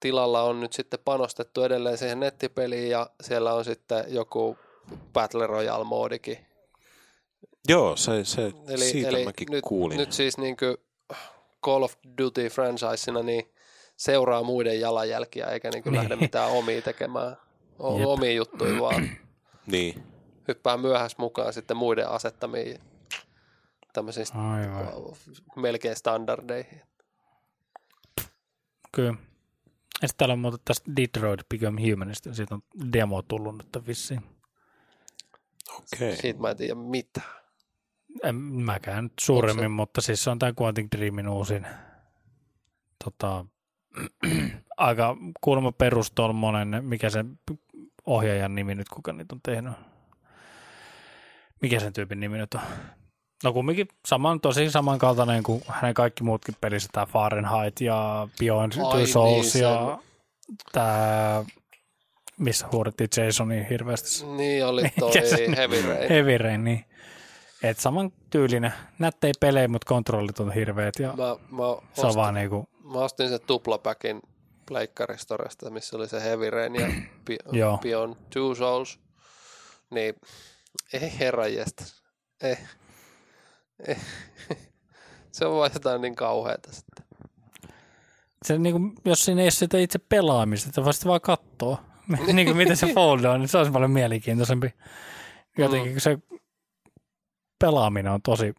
Speaker 4: tilalla on nyt sitten panostettu edelleen siihen nettipeliin ja siellä on sitten joku Battle Royale moodikin.
Speaker 3: Joo, se, se,
Speaker 4: Eli,
Speaker 3: siitä
Speaker 4: eli
Speaker 3: mäkin
Speaker 4: nyt,
Speaker 3: kuulin.
Speaker 4: nyt siis niin kuin Call of Duty franchisena niin seuraa muiden jalanjälkiä eikä niin kuin
Speaker 2: Niin.
Speaker 4: lähde mitään omia tekemään,
Speaker 2: Jep.
Speaker 4: o- omia juttuja vaan
Speaker 3: Niin.
Speaker 4: hyppää myöhässä mukaan sitten muiden asettamiin tämmöisiin
Speaker 2: Aivan.
Speaker 4: melkein standardeihin.
Speaker 2: Kyllä. Ja sitten täällä on muuten tästä Detroit Become Humanista, siitä on demo tullut nyt vissiin.
Speaker 3: Okei. Okay.
Speaker 4: Siitä mä en tiedä mitään.
Speaker 2: En mäkään nyt suuremmin, mutta siis se on tämä Quantic Dreamin uusin tota, aika kuulemma perustolmonen, mikä se ohjaajan nimi nyt, kuka niitä on tehnyt. Mikä sen tyypin nimi nyt on? No kumminkin saman, tosi samankaltainen kuin hänen kaikki muutkin pelissä, tämä Fahrenheit ja Beyond
Speaker 4: Ai
Speaker 2: Two
Speaker 4: niin,
Speaker 2: Souls
Speaker 4: se-
Speaker 2: ja tämä, missä huudettiin Jasonia hirveästi.
Speaker 4: Niin oli toi
Speaker 2: Mikä se on?
Speaker 4: Heavy Rain.
Speaker 2: Heavy Rain, niin. Et saman tyylinen. Nättei pelejä, mutta kontrollit on hirveät ja
Speaker 4: Mä, mä,
Speaker 2: se on vaan
Speaker 4: ostin,
Speaker 2: niinku,
Speaker 4: mä ostin sen tuplapäkin Pleikkaristoresta, missä oli se Heavy Rain ja Bi-
Speaker 2: Joo.
Speaker 4: Beyond Two Souls. Niin, ei herranjesta. Ei. ei. se on vaan jotain niin kauheata sitten.
Speaker 2: se niinku, jos siinä ei ole sitä itse pelaamista, että vasta vaan kattoo, niin kuin miten se fold on, niin se olisi paljon mielenkiintoisempi. Jotenkin
Speaker 4: Mm.
Speaker 2: kun se pelaaminen on tosi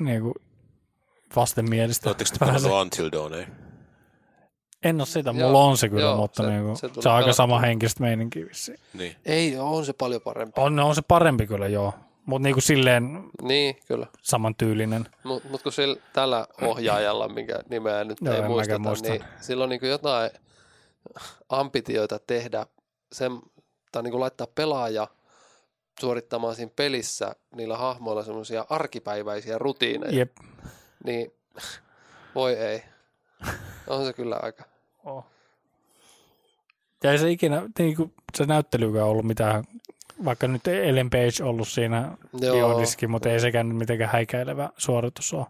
Speaker 2: niinku, vastenmielistä.
Speaker 3: Oletteko te pelannut Until Dawn, ei?
Speaker 2: En ole sitä, mulla
Speaker 4: Joo,
Speaker 2: on se kyllä,
Speaker 4: joo,
Speaker 2: mutta
Speaker 4: se-
Speaker 2: se, niinku,
Speaker 4: se
Speaker 2: se,
Speaker 4: tuli
Speaker 2: on aika
Speaker 4: pelattua.
Speaker 2: sama henkistä meininkiä vissiin.
Speaker 3: Niin.
Speaker 4: Ei, on se paljon parempi.
Speaker 2: On, on se parempi kyllä, joo. Mutta niinku silleen
Speaker 4: Niin, kyllä.
Speaker 2: samantyylinen.
Speaker 4: Mutta mut kun sillä, tällä ohjaajalla, minkä nimeä nyt
Speaker 2: Joo,
Speaker 4: ei
Speaker 2: en mäkään
Speaker 4: muisteta,
Speaker 2: muista.
Speaker 4: niin sillä on niin jotain ambitioita tehdä sen, tai niin laittaa pelaaja suorittamaan siinä pelissä niillä hahmoilla semmoisia arkipäiväisiä rutiineja,
Speaker 2: Jep.
Speaker 4: niin voi ei. On se kyllä aika.
Speaker 2: Oh. Ja ei se ikinä, niin kuin, se näyttelykään ollut mitään, vaikka nyt ei Ellen Page ollut siinä
Speaker 4: Joo.
Speaker 2: biodiskin, mutta ei sekään nyt mitenkään häikäilevä suoritus ole.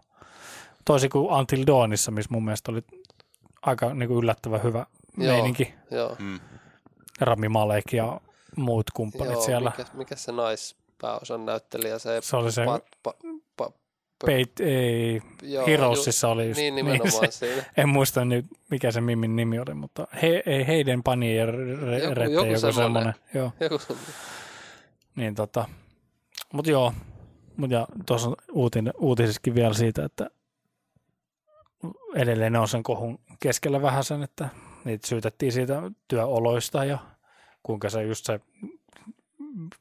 Speaker 2: Toisin kuin Until Dawnissa, missä mun mielestä oli aika niin kuin yllättävän hyvä
Speaker 4: Joo.
Speaker 2: Joo. meininki.
Speaker 4: Joo,
Speaker 3: Mm.
Speaker 2: Rami Malek ja muut kumppanit
Speaker 4: joo
Speaker 2: Joo, siellä.
Speaker 4: Mikä, mikä se naispääosan näyttelijä, se,
Speaker 2: Se oli se-
Speaker 4: pa, pa,
Speaker 2: Peit, ei,
Speaker 4: joo,
Speaker 2: Heroesissa oli
Speaker 4: ju,
Speaker 2: just,
Speaker 4: niin
Speaker 2: se,
Speaker 4: nimenomaan siinä.
Speaker 2: en muista nyt, mikä se Mimin nimi oli, mutta he, ei Heiden Panier,
Speaker 4: Joku-
Speaker 2: joku,
Speaker 4: joku
Speaker 2: joku, joku
Speaker 4: semmoinen.
Speaker 2: semmoinen. Joo.
Speaker 4: Joku semmoinen.
Speaker 2: Niin tota, mut joo. Mut ja tuossa on uutin, uutisissakin vielä siitä, että edelleen ne on sen kohun keskellä vähän sen, että niitä syytettiin siitä työoloista ja kuinka se just se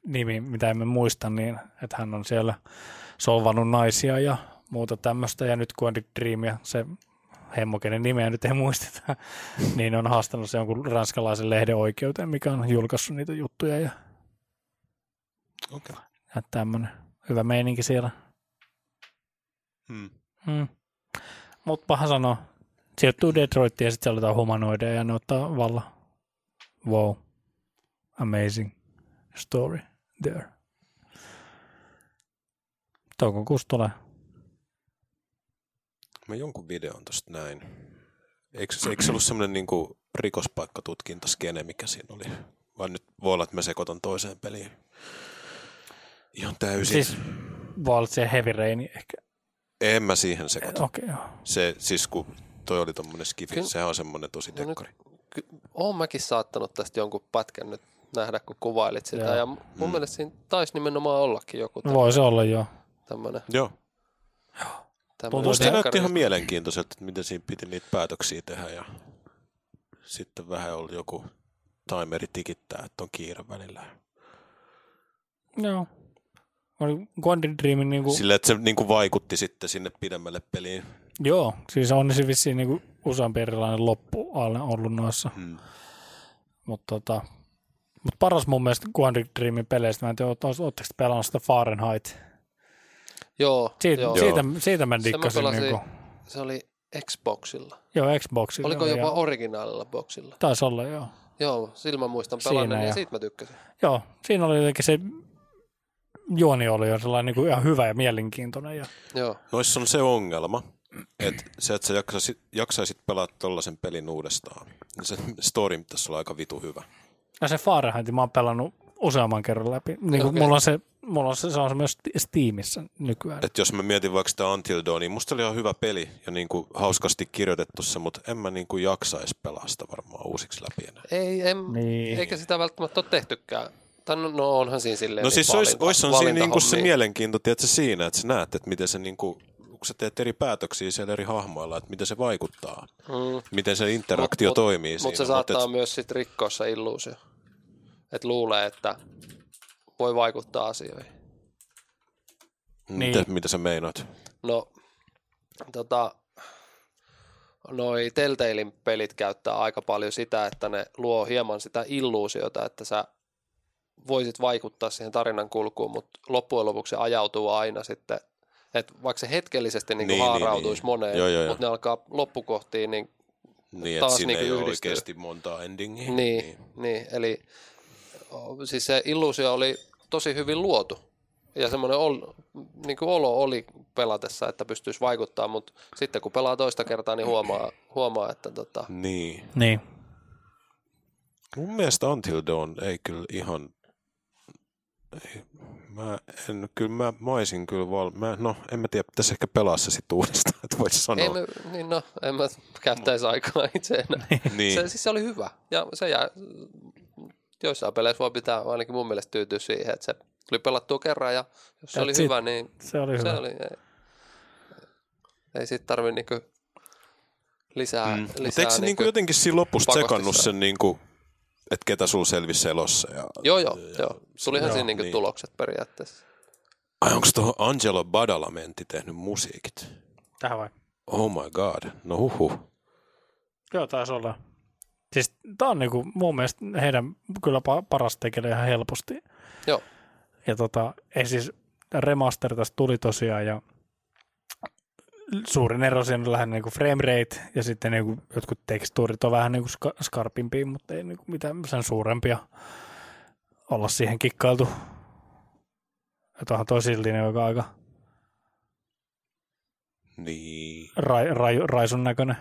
Speaker 2: nimi, mitä emme muista, niin että hän on siellä solvannut naisia ja muuta tämmöistä. Ja nyt Quantic Dream ja se hemmo, kenen nimeä nyt ei muisteta, niin on haastanut se jonkun ranskalaisen lehden oikeuteen, mikä on julkaissut niitä juttuja ja
Speaker 3: Okay.
Speaker 2: ja tämmönen hyvä meininki siellä.
Speaker 3: Mm.
Speaker 2: Mm. Mutta paha sanoa. Sijoittuu Detroitiin ja sitten siellä otetaan humanoideja ja ne ottaa valla. Wow. Amazing story there. Toukokuussa tulee.
Speaker 3: Mä jonkun videon tosta näin. Eikö, se- eikö se ollut semmoinen niinku rikospaikkatutkintaskene, mikä siinä oli? Vai nyt voi olla, että mä sekoitan toiseen peliin. Ihan täysin.
Speaker 2: Siis voi olla siellä Heavy Rain ehkä.
Speaker 3: En mä siihen sekoita.
Speaker 2: Okei, okay, joo.
Speaker 3: Se, siis kun toi oli tommonen skifi.
Speaker 4: Kyllä.
Speaker 3: Kyllä. Sehän on semmonen tosi
Speaker 4: No nyt-
Speaker 3: tekkari.
Speaker 4: Ky- Oon mäkin saattanut tästä jonkun pätkän nyt nähdä, kun kuvailit sitä.
Speaker 2: Joo.
Speaker 4: Ja mun mm. mielestä siinä taisi nimenomaan ollakin joku tä-
Speaker 2: Voi se olla joo.
Speaker 4: tämmöinen.
Speaker 3: Joo.
Speaker 2: Tuntuu,
Speaker 3: Musta se
Speaker 2: Tekkari.
Speaker 3: näytti ihan mielenkiintoiselta, että miten siinä piti niitä päätöksiä tehdä ja sitten vähän oli joku timeri tikittää, että on kiire välillä.
Speaker 2: Joo. Oli Quantum Dreamin niinku, Sillä...
Speaker 3: Sillä että se niinku vaikutti sitten sinne pidemmälle peliin.
Speaker 2: joo, siis on se vissiin niinku useampi erilainen loppu aina ollut noissa.
Speaker 3: Mm.
Speaker 2: Mutta tota, mut paras mun mielestä Quantum Dreamin peleistä, mä en tiedä, ootteko te pelannut sitä Fahrenheit?
Speaker 4: Joo,
Speaker 2: Siitä,
Speaker 4: joo.
Speaker 2: siitä, siitä mä
Speaker 4: Sen mä
Speaker 2: dikkasin.
Speaker 4: pelasin-
Speaker 2: niinku,
Speaker 4: Se oli Xboxilla.
Speaker 2: joo, Xboxilla.
Speaker 4: Oliko
Speaker 2: ja-
Speaker 4: jopa originaalilla boxilla?
Speaker 2: Taisi olla, joo.
Speaker 4: Joo, sillä mä muistan
Speaker 2: Siinä
Speaker 4: pelanneen ja
Speaker 2: jo.
Speaker 4: siitä mä tykkäsin.
Speaker 2: Joo, siinä oli jotenkin se juoni oli jo sellainen niin kuin ihan hyvä ja mielenkiintoinen. Ja,
Speaker 4: Joo,
Speaker 3: Noissa on se ongelma, että se, että sä jaksaisit, jaksaisit pelaa tollasen pelin uudestaan, niin se story pitäisi olla aika vitu hyvä.
Speaker 2: ja se Fahrenheit mä oon pelannut useamman kerran läpi. Niin kuin
Speaker 4: Okei.
Speaker 2: mulla on se, mulla on se, se on se myös Steamissa nykyään.
Speaker 3: Et jos mä mietin vaikka sitä Until Dawnia, niin musta oli ihan hyvä peli ja niinku hauskasti kirjoitettu se, mutta en mä niinku jaksais pelaa sitä varmaan uusiksi läpi enää.
Speaker 4: ei, en,
Speaker 2: Niin.
Speaker 4: eikä sitä välttämättä ole tehtykään. Tai no, no onhan siinä silleen
Speaker 3: No
Speaker 4: niitä
Speaker 3: siis olisi,
Speaker 4: valinta-
Speaker 3: olisi on siinä niinku se
Speaker 4: valintahommia.
Speaker 3: mielenkiinto tiedätkö, siinä, että sä näet, että miten se niinku, kun sä teet eri päätöksiä siellä eri hahmoilla, että miten se vaikuttaa,
Speaker 4: Mm.
Speaker 3: miten se interaktio
Speaker 4: Mut- mut-
Speaker 3: toimii siinä.
Speaker 4: Mutta se
Speaker 3: Mut
Speaker 4: saattaa
Speaker 3: et-
Speaker 4: myös sit rikkoa se illuusio. Että luulee, että voi vaikuttaa asioihin.
Speaker 3: mm,
Speaker 2: Niin.
Speaker 3: mitä, mitä sä meinaat?
Speaker 4: No, tota, noi Telltalein pelit käyttää aika paljon sitä, että ne luo hieman sitä illuusiota, että sä voisit vaikuttaa siihen tarinan kulkuun, mutta loppujen lopuksi se ajautuu aina sitten, että vaikka se hetkellisesti niin, niin
Speaker 3: Niin, niin,
Speaker 4: haarautuisi niin,
Speaker 3: niin.
Speaker 4: moneen,
Speaker 3: Joo, joo, joo.
Speaker 4: mutta ne alkaa loppukohtiin niin
Speaker 3: Niin,
Speaker 4: Taas
Speaker 3: että siinä
Speaker 4: niinku
Speaker 3: ei ole
Speaker 4: yhdistyy.
Speaker 3: oikeasti montaa endingiä.
Speaker 4: Niin, niin. niin eli o, siis se illuusio oli tosi hyvin luotu. Ja semmoinen ol, niin kuin olo oli pelatessa, että pystyisi vaikuttaa, mutta sitten kun pelaa toista kertaa, niin huomaa, huomaa että tota,
Speaker 3: niin.
Speaker 2: Niin.
Speaker 3: Mun mielestä Until Dawn ei kyllä ihan... Ei, mä en, kyllä mä, mä olisin kyllä val... Mä, no, en mä tiedä, pitäisi ehkä pelaa se sit uudestaan, että voisi
Speaker 4: ei
Speaker 3: sanoa.
Speaker 4: me, niin no, en mä käyttäisi aikaa itse enää.
Speaker 3: niin.
Speaker 4: Se, siis se oli hyvä. Ja se jää, joissain peleissä voi pitää ainakin mun mielestä tyytyä siihen, että se tuli pelattua kerran ja jos se
Speaker 2: That's
Speaker 4: oli
Speaker 2: it.
Speaker 4: hyvä, niin
Speaker 2: Se oli
Speaker 4: Se
Speaker 2: hyvä.
Speaker 4: oli, ei, ei siitä tarvi niinku lisää, mm.
Speaker 3: Mutta
Speaker 4: lisää
Speaker 3: eikö se niinku jotenkin siinä lopussa
Speaker 4: pakosti
Speaker 3: tsekannut
Speaker 4: saa.
Speaker 3: sen, niinku, että ketä sulla selvisi elossa? Ja...
Speaker 4: Joo, joo, joo. Tulihan
Speaker 3: Joo,
Speaker 4: siinä niinku
Speaker 3: niin.
Speaker 4: tulokset periaatteessa.
Speaker 3: Ai onko tuohon Angelo Badalamenti tehnyt musiikit?
Speaker 2: Tähän vai?
Speaker 3: Oh my god, no huhu.
Speaker 2: Joo, taisi olla. Siis tää on niinku mun mielestä heidän kyllä pa- paras tekele ihan helposti.
Speaker 4: Joo.
Speaker 2: Ja tota, ei siis remaster tästä tuli tosiaan ja suurin ero siinä on lähinnä niinku frame rate ja sitten niinku jotkut tekstuurit on vähän niinku ska- skarpimpia, mutta ei niinku mitään sen suurempia olla siihen kikkailtu. Että onhan toi silti niinku aika
Speaker 3: Niin,
Speaker 2: ra- ra- raisun näköinen.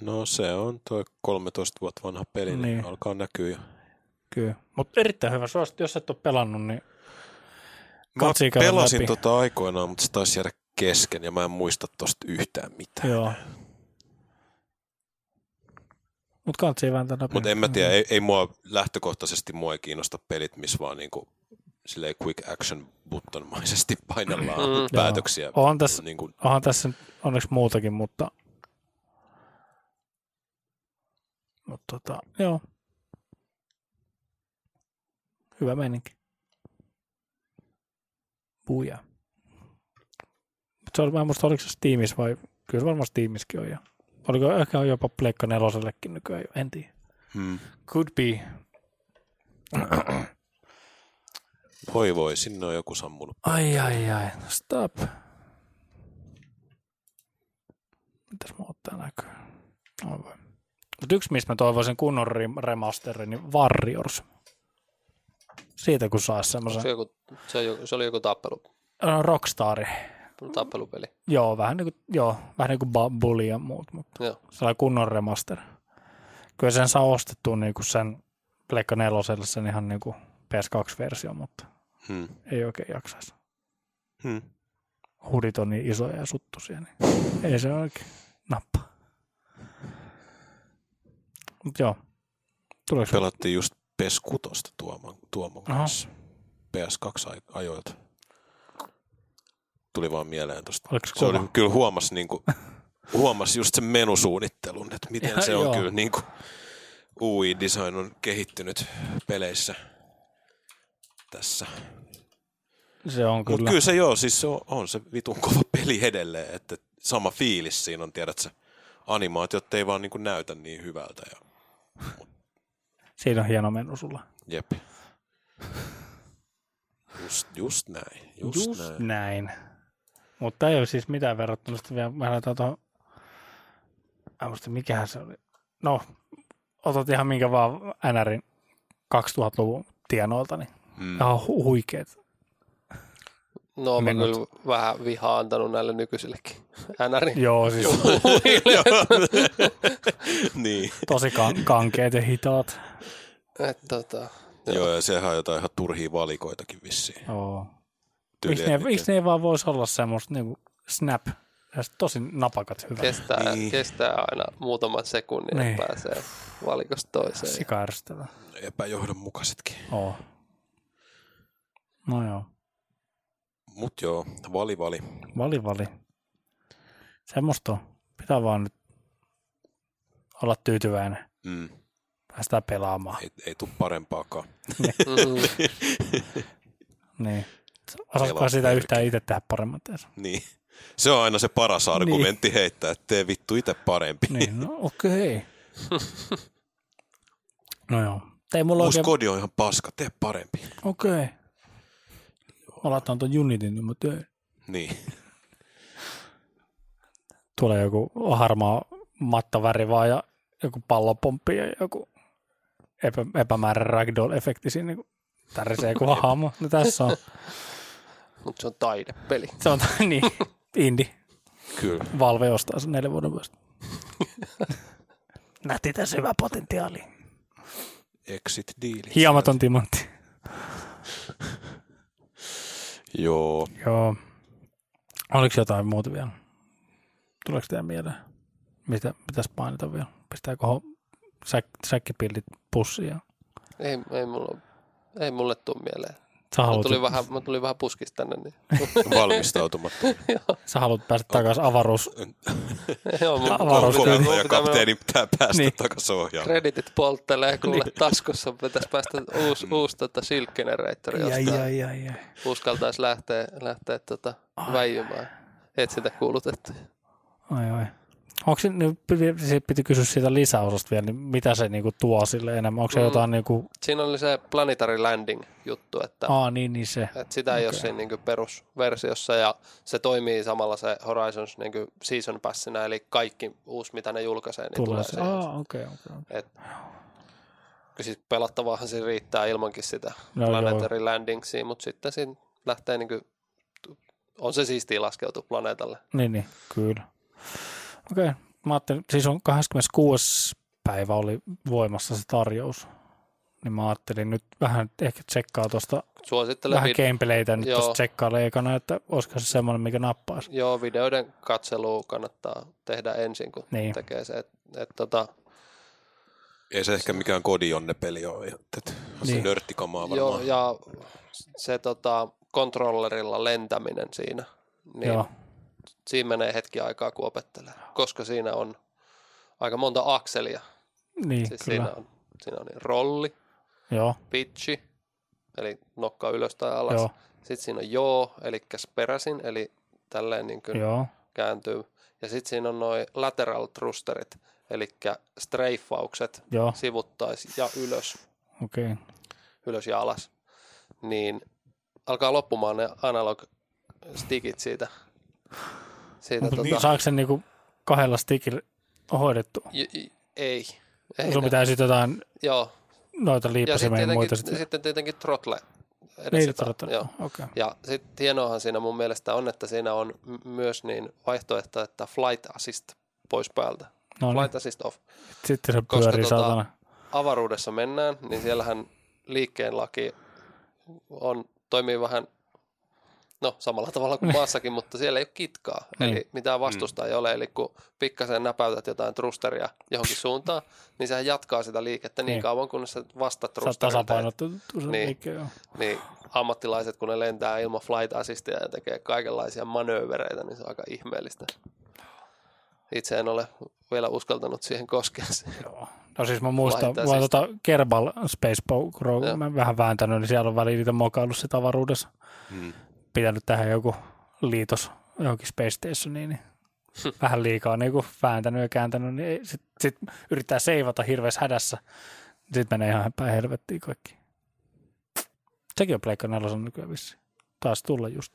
Speaker 3: no se on toi 13 vuotta vanha peli, niin,
Speaker 2: Niin.
Speaker 3: alkaa näkyä jo.
Speaker 2: Kyllä. Mutta erittäin hyvä. Suosittelen, jos et ole pelannut, niin
Speaker 3: Mä
Speaker 2: Katsi käydä
Speaker 3: pelasin
Speaker 2: läpi.
Speaker 3: tota aikoinaan, mutta se taisi jäädä kesken ja mä en muista tosta yhtään mitään.
Speaker 2: Joo. Mut kansi vääntää läpi.
Speaker 3: Mutta en mä tiedä, ei, ei mua lähtökohtaisesti mua ei kiinnosta pelit, missä vaan niinku silleen quick action buttonmaisesti painellaan
Speaker 4: Mm. Joo.
Speaker 3: päätöksiä.
Speaker 2: On tässä-
Speaker 3: Niinku,
Speaker 2: Onhan tässä nyt onneksi muutakin, mutta... Mutta tota, joo. Hyvä meininki. Buja. Mut se oli, mä en muista, oliko se Steamis vai... Kyllä se varmaan Steamiskin on ja... Oliko ehkä jopa Pleikka nelosellekin nykyään jo, en tiedä.
Speaker 3: mm.
Speaker 2: Could be.
Speaker 3: Voi voi, sinne on joku sammunut.
Speaker 2: Ai, ai, ai. Stop. Mitäs mä ottaa näkyy? Oi voi. Mut yksi, mistä mä toivoisin kunnon rim- remasterin, niin Warriors. Siitä kun saisi
Speaker 4: Se,
Speaker 2: semmoisen.
Speaker 4: joku, se, on joku- se oli joku tappelu,
Speaker 2: Äh, Rockstari.
Speaker 4: tappelupeli.
Speaker 2: Joo, vähän niin kuin, joo, vähän niin kuin ba- Bully ja muut, mutta
Speaker 4: Joo.
Speaker 2: sellainen kunnon remaster. Kyllä sen saa ostettua niin kuin sen Pleikka neloselle sen ihan niin kuin PS2-versio, mutta
Speaker 3: Hmm.
Speaker 2: ei oikein jaksaisi.
Speaker 3: Hmm.
Speaker 2: hudit on niin isoja ja suttusia, niin ei se oikein nappa. Mut joo. Tuleeko Pel-
Speaker 3: Pelattiin just PES 6 Tuomon, Tuomon
Speaker 2: Aha.
Speaker 3: kanssa. PS2-ajoilta. Tuli vaan mieleen tosta.
Speaker 2: Oliko se
Speaker 3: Se oli,
Speaker 2: kova?
Speaker 3: kyllä huomas, niinku, huomas just sen menusuunnittelun, että miten
Speaker 2: Ihan
Speaker 3: se on
Speaker 2: joo.
Speaker 3: kyllä niinku, UI-design on kehittynyt peleissä tässä.
Speaker 2: Se on
Speaker 3: Mutta
Speaker 2: No kyllä.
Speaker 3: kyllä se joo, siis se on, on se vitun kova peli edelleen, että sama fiilis siinä on, tiedät sä, animaatiot ei vaan niinku näytä niin hyvältä. Ja,
Speaker 2: Siinä on hieno menu sulla.
Speaker 3: jep. Just, just näin. Just, just näin.
Speaker 2: näin. Mutta ei ole siis mitään verrattuna. Sitten vielä mä laitan tuohon... Mä en muista, mikähän se oli. No, otat ihan minkä vaan NRin 2000-luvun tienoilta, niin
Speaker 3: Mm.
Speaker 2: ihan hu- huikeet.
Speaker 4: No mä
Speaker 2: Mennyt.
Speaker 4: kyllä vähän vihaa antanut näille nykyisillekin. NRin
Speaker 2: Joo, siis
Speaker 3: niin.
Speaker 2: tosi kan- kankeet ja hitaat.
Speaker 4: Et, tota,
Speaker 3: Joo, ja sehän on jotain ihan turhia valikoitakin vissiin.
Speaker 2: Joo.
Speaker 3: Tyyli,
Speaker 2: Miksi ne,
Speaker 3: että-
Speaker 2: miksi ne ei vaan voisi olla semmoista niinku snap, ja sit tosi napakat hyvät.
Speaker 4: kestää,
Speaker 3: Niin.
Speaker 4: niin. kestää aina muutaman sekunnin,
Speaker 2: Niin.
Speaker 4: niin. pääsee valikosta toiseen.
Speaker 2: Sika ärsyttävää.
Speaker 3: epäjohdonmukaisetkin.
Speaker 2: Oo. No joo,
Speaker 3: Mut joo, vali vali.
Speaker 2: vali vali. Semmosta on. Pitää vaan nyt olla tyytyväinen.
Speaker 3: Mm.
Speaker 2: Päästään pelaamaan.
Speaker 3: Ei, ei tuu parempaakaan.
Speaker 4: Mm,
Speaker 2: Niin.
Speaker 3: Pelaa
Speaker 2: Osaatko sitä
Speaker 3: perkele.
Speaker 2: yhtään itse tehdä paremmat edes?
Speaker 3: Niin. Se on aina se paras argumentti niin. heittää, että tee vittu itse parempi.
Speaker 2: Niin, no okei. Okay. No joo. Ei mulla
Speaker 3: Uusi
Speaker 2: oikein...
Speaker 3: kodi on ihan paska, tee parempi.
Speaker 2: Okei. Okay. Mä laitan ton Unitin, niin mä teen.
Speaker 3: Niin.
Speaker 2: tulee joku harmaa mattaväri vaan ja joku pallopomppi ja joku epä, epämäärä ragdoll-efekti siinä niin tärisee kuin hahmo. No tässä on.
Speaker 4: Mutta se on taidepeli.
Speaker 2: Se on niin, indi.
Speaker 3: Kyllä.
Speaker 2: Valve ostaa sen neljän vuoden päästä. Nähtiin tässä hyvä potentiaali.
Speaker 3: Exit deal.
Speaker 2: Hiamaton timantti.
Speaker 3: Joo.
Speaker 2: Joo. Oliko jotain muuta vielä? Tuleeko teidän mieleen? Mitä pitäisi painata vielä? Pistääkö ho- säk- säkkipillit pussiin? ja-
Speaker 4: Ei, ei, mulla, ei mulle tule mieleen.
Speaker 2: Sä
Speaker 4: Mä
Speaker 2: haluat,
Speaker 4: tulin, vähän, mä tulin vähän puskista tänne, niin
Speaker 3: Valmistautumatta.
Speaker 2: sä haluat päästä takaisin avaruus,
Speaker 4: joo, mun
Speaker 2: Avaruus-
Speaker 4: mun- mun-
Speaker 3: Komentaja
Speaker 4: mun-
Speaker 3: ja
Speaker 4: mun-
Speaker 3: kapteeni pitää päästä
Speaker 2: Niin.
Speaker 3: niin. takaisin ohjaamaan.
Speaker 4: Kreditit polttelee, kuule taskussa pitäisi päästä uusi, uusi tota Silk Generator, josta
Speaker 2: Mm. Ai, ai, ai, ai.
Speaker 4: uskaltaisi lähteä, lähteä tota
Speaker 2: Ai.
Speaker 4: väijymään. Et sitä kuulutettu.
Speaker 2: ai, ai. Onko se, nyt piti, se piti kysyä siitä lisäosasta vielä, niin mitä se niinku tuo sille enemmän? Onko se
Speaker 4: Mm.
Speaker 2: jotain niinku,
Speaker 4: Siinä oli se Planetary Landing-juttu, että
Speaker 2: aa niin, niin se.
Speaker 4: Et sitä ei okay.
Speaker 2: Okei.
Speaker 4: ole siinä niinku perusversiossa ja se toimii samalla se Horizons niinku season passina, eli kaikki uusi, mitä ne julkaisee, niin tulee,
Speaker 2: Tulee se.
Speaker 4: siihen.
Speaker 2: Aa, okei, okei. okei.
Speaker 4: Et, kyllä siis pelattavaahan siinä riittää ilmankin sitä
Speaker 2: No
Speaker 4: Planetary Landingsia, mutta sitten siinä lähtee niinku, on se siistiä laskeutua planeetalle.
Speaker 2: Niin, niin, kyllä. Okei, mä ajattelin, siis on 26. päivä oli voimassa se tarjous. Niin mä ajattelin nyt vähän ehkä tsekkaa tuosta,
Speaker 4: Suosittelen
Speaker 2: vähän
Speaker 4: vid-
Speaker 2: gameplaytä nyt
Speaker 4: Joo.
Speaker 2: tuosta tsekkaa leikana, että olisiko se semmoinen, mikä nappaisi.
Speaker 4: joo, videoiden katselu kannattaa tehdä ensin, kun
Speaker 2: Niin.
Speaker 4: tekee se. Et, et, tota,
Speaker 3: Ei se ehkä mikään kodi on ne peli ole. että- Se
Speaker 2: Niin.
Speaker 3: nörttikamaa
Speaker 4: joo,
Speaker 3: varmaan.
Speaker 4: ja se tota, kontrollerilla lentäminen siinä, niin
Speaker 2: Joo,
Speaker 4: siinä menee hetki aikaa, kun opettelee, koska siinä on aika monta akselia.
Speaker 2: niin,
Speaker 4: Siis
Speaker 2: kyllä.
Speaker 4: siinä on, siinä on niin rolli,
Speaker 2: Joo,
Speaker 4: pitchi, eli nokka ylös tai alas.
Speaker 2: joo,
Speaker 4: Joo. Sitten siinä on joo, eli peräsin, eli tälleen niin kuin
Speaker 2: joo.
Speaker 4: kääntyy. Ja sitten siinä on noin lateral thrusterit, eli streifaukset
Speaker 2: Joo,
Speaker 4: sivuttais ja ylös,
Speaker 2: okei. Okay.
Speaker 4: ylös ja alas. Niin alkaa loppumaan ne analog stickit siitä. siitä
Speaker 2: Mutta tota... saako sen niinku kahdella stickillä hoidettu?
Speaker 4: J- j- ei. ei
Speaker 2: Sun
Speaker 4: no.
Speaker 2: pitää sitten jotain
Speaker 4: Joo.
Speaker 2: noita
Speaker 4: Ja sitten
Speaker 2: liippasimia ja muita
Speaker 4: tietenkin,
Speaker 2: sitten.
Speaker 4: sitten tietenkin trottle. edestä.
Speaker 2: Niin, totta.
Speaker 4: Joo.
Speaker 2: Okei.
Speaker 4: Ja sitten hienoahan siinä mun mielestä on, että siinä on m- myös niin vaihtoehto, että flight assist pois päältä.
Speaker 2: No niin,
Speaker 4: Flight assist off.
Speaker 2: sitten se
Speaker 4: koska
Speaker 2: pyörii
Speaker 4: tota-
Speaker 2: saatana.
Speaker 4: Avaruudessa mennään, niin siellähän liikkeen laki on, toimii vähän No samalla tavalla kuin maassakin, mutta siellä ei ole kitkaa.
Speaker 2: Niin.
Speaker 4: Eli mitään vastustaa ei ole. Eli kun pikkasen näpäytät jotain trusteria johonkin suuntaan, niin sehän jatkaa sitä liikettä niin,
Speaker 2: Niin.
Speaker 4: kauan, kunnes sä vasta
Speaker 2: Sä
Speaker 4: trusterit.
Speaker 2: tasapainottu sen
Speaker 4: Niin.
Speaker 2: liikkeen, joo.
Speaker 4: Niin ammattilaiset, kun ne lentää ilman flight assistia ja tekee kaikenlaisia manöövereitä, niin se on aika ihmeellistä. Itse en ole vielä uskaltanut siihen koskea.
Speaker 2: Joo. No siis mä muistan,
Speaker 4: Laittaa
Speaker 2: mä oon
Speaker 4: siis-
Speaker 2: tota Kerbal Space Program
Speaker 4: Joo.
Speaker 2: mä vähän vääntänyt, niin siellä on väliin niitä mokaillut sitä avaruudessa.
Speaker 3: Mm.
Speaker 2: Pitänyt tähän joku liitos johonkin Space Stationiin, niin
Speaker 4: Hm.
Speaker 2: vähän liikaa niin kuin vääntänyt ja kääntänyt, niin ei- sit, sit yrittää seivata hirveässä hädässä. Sitten menee ihan päin helvettiin kaikki. Sekin on Pleikka nelosen nykyään vissiin. Taas tulla just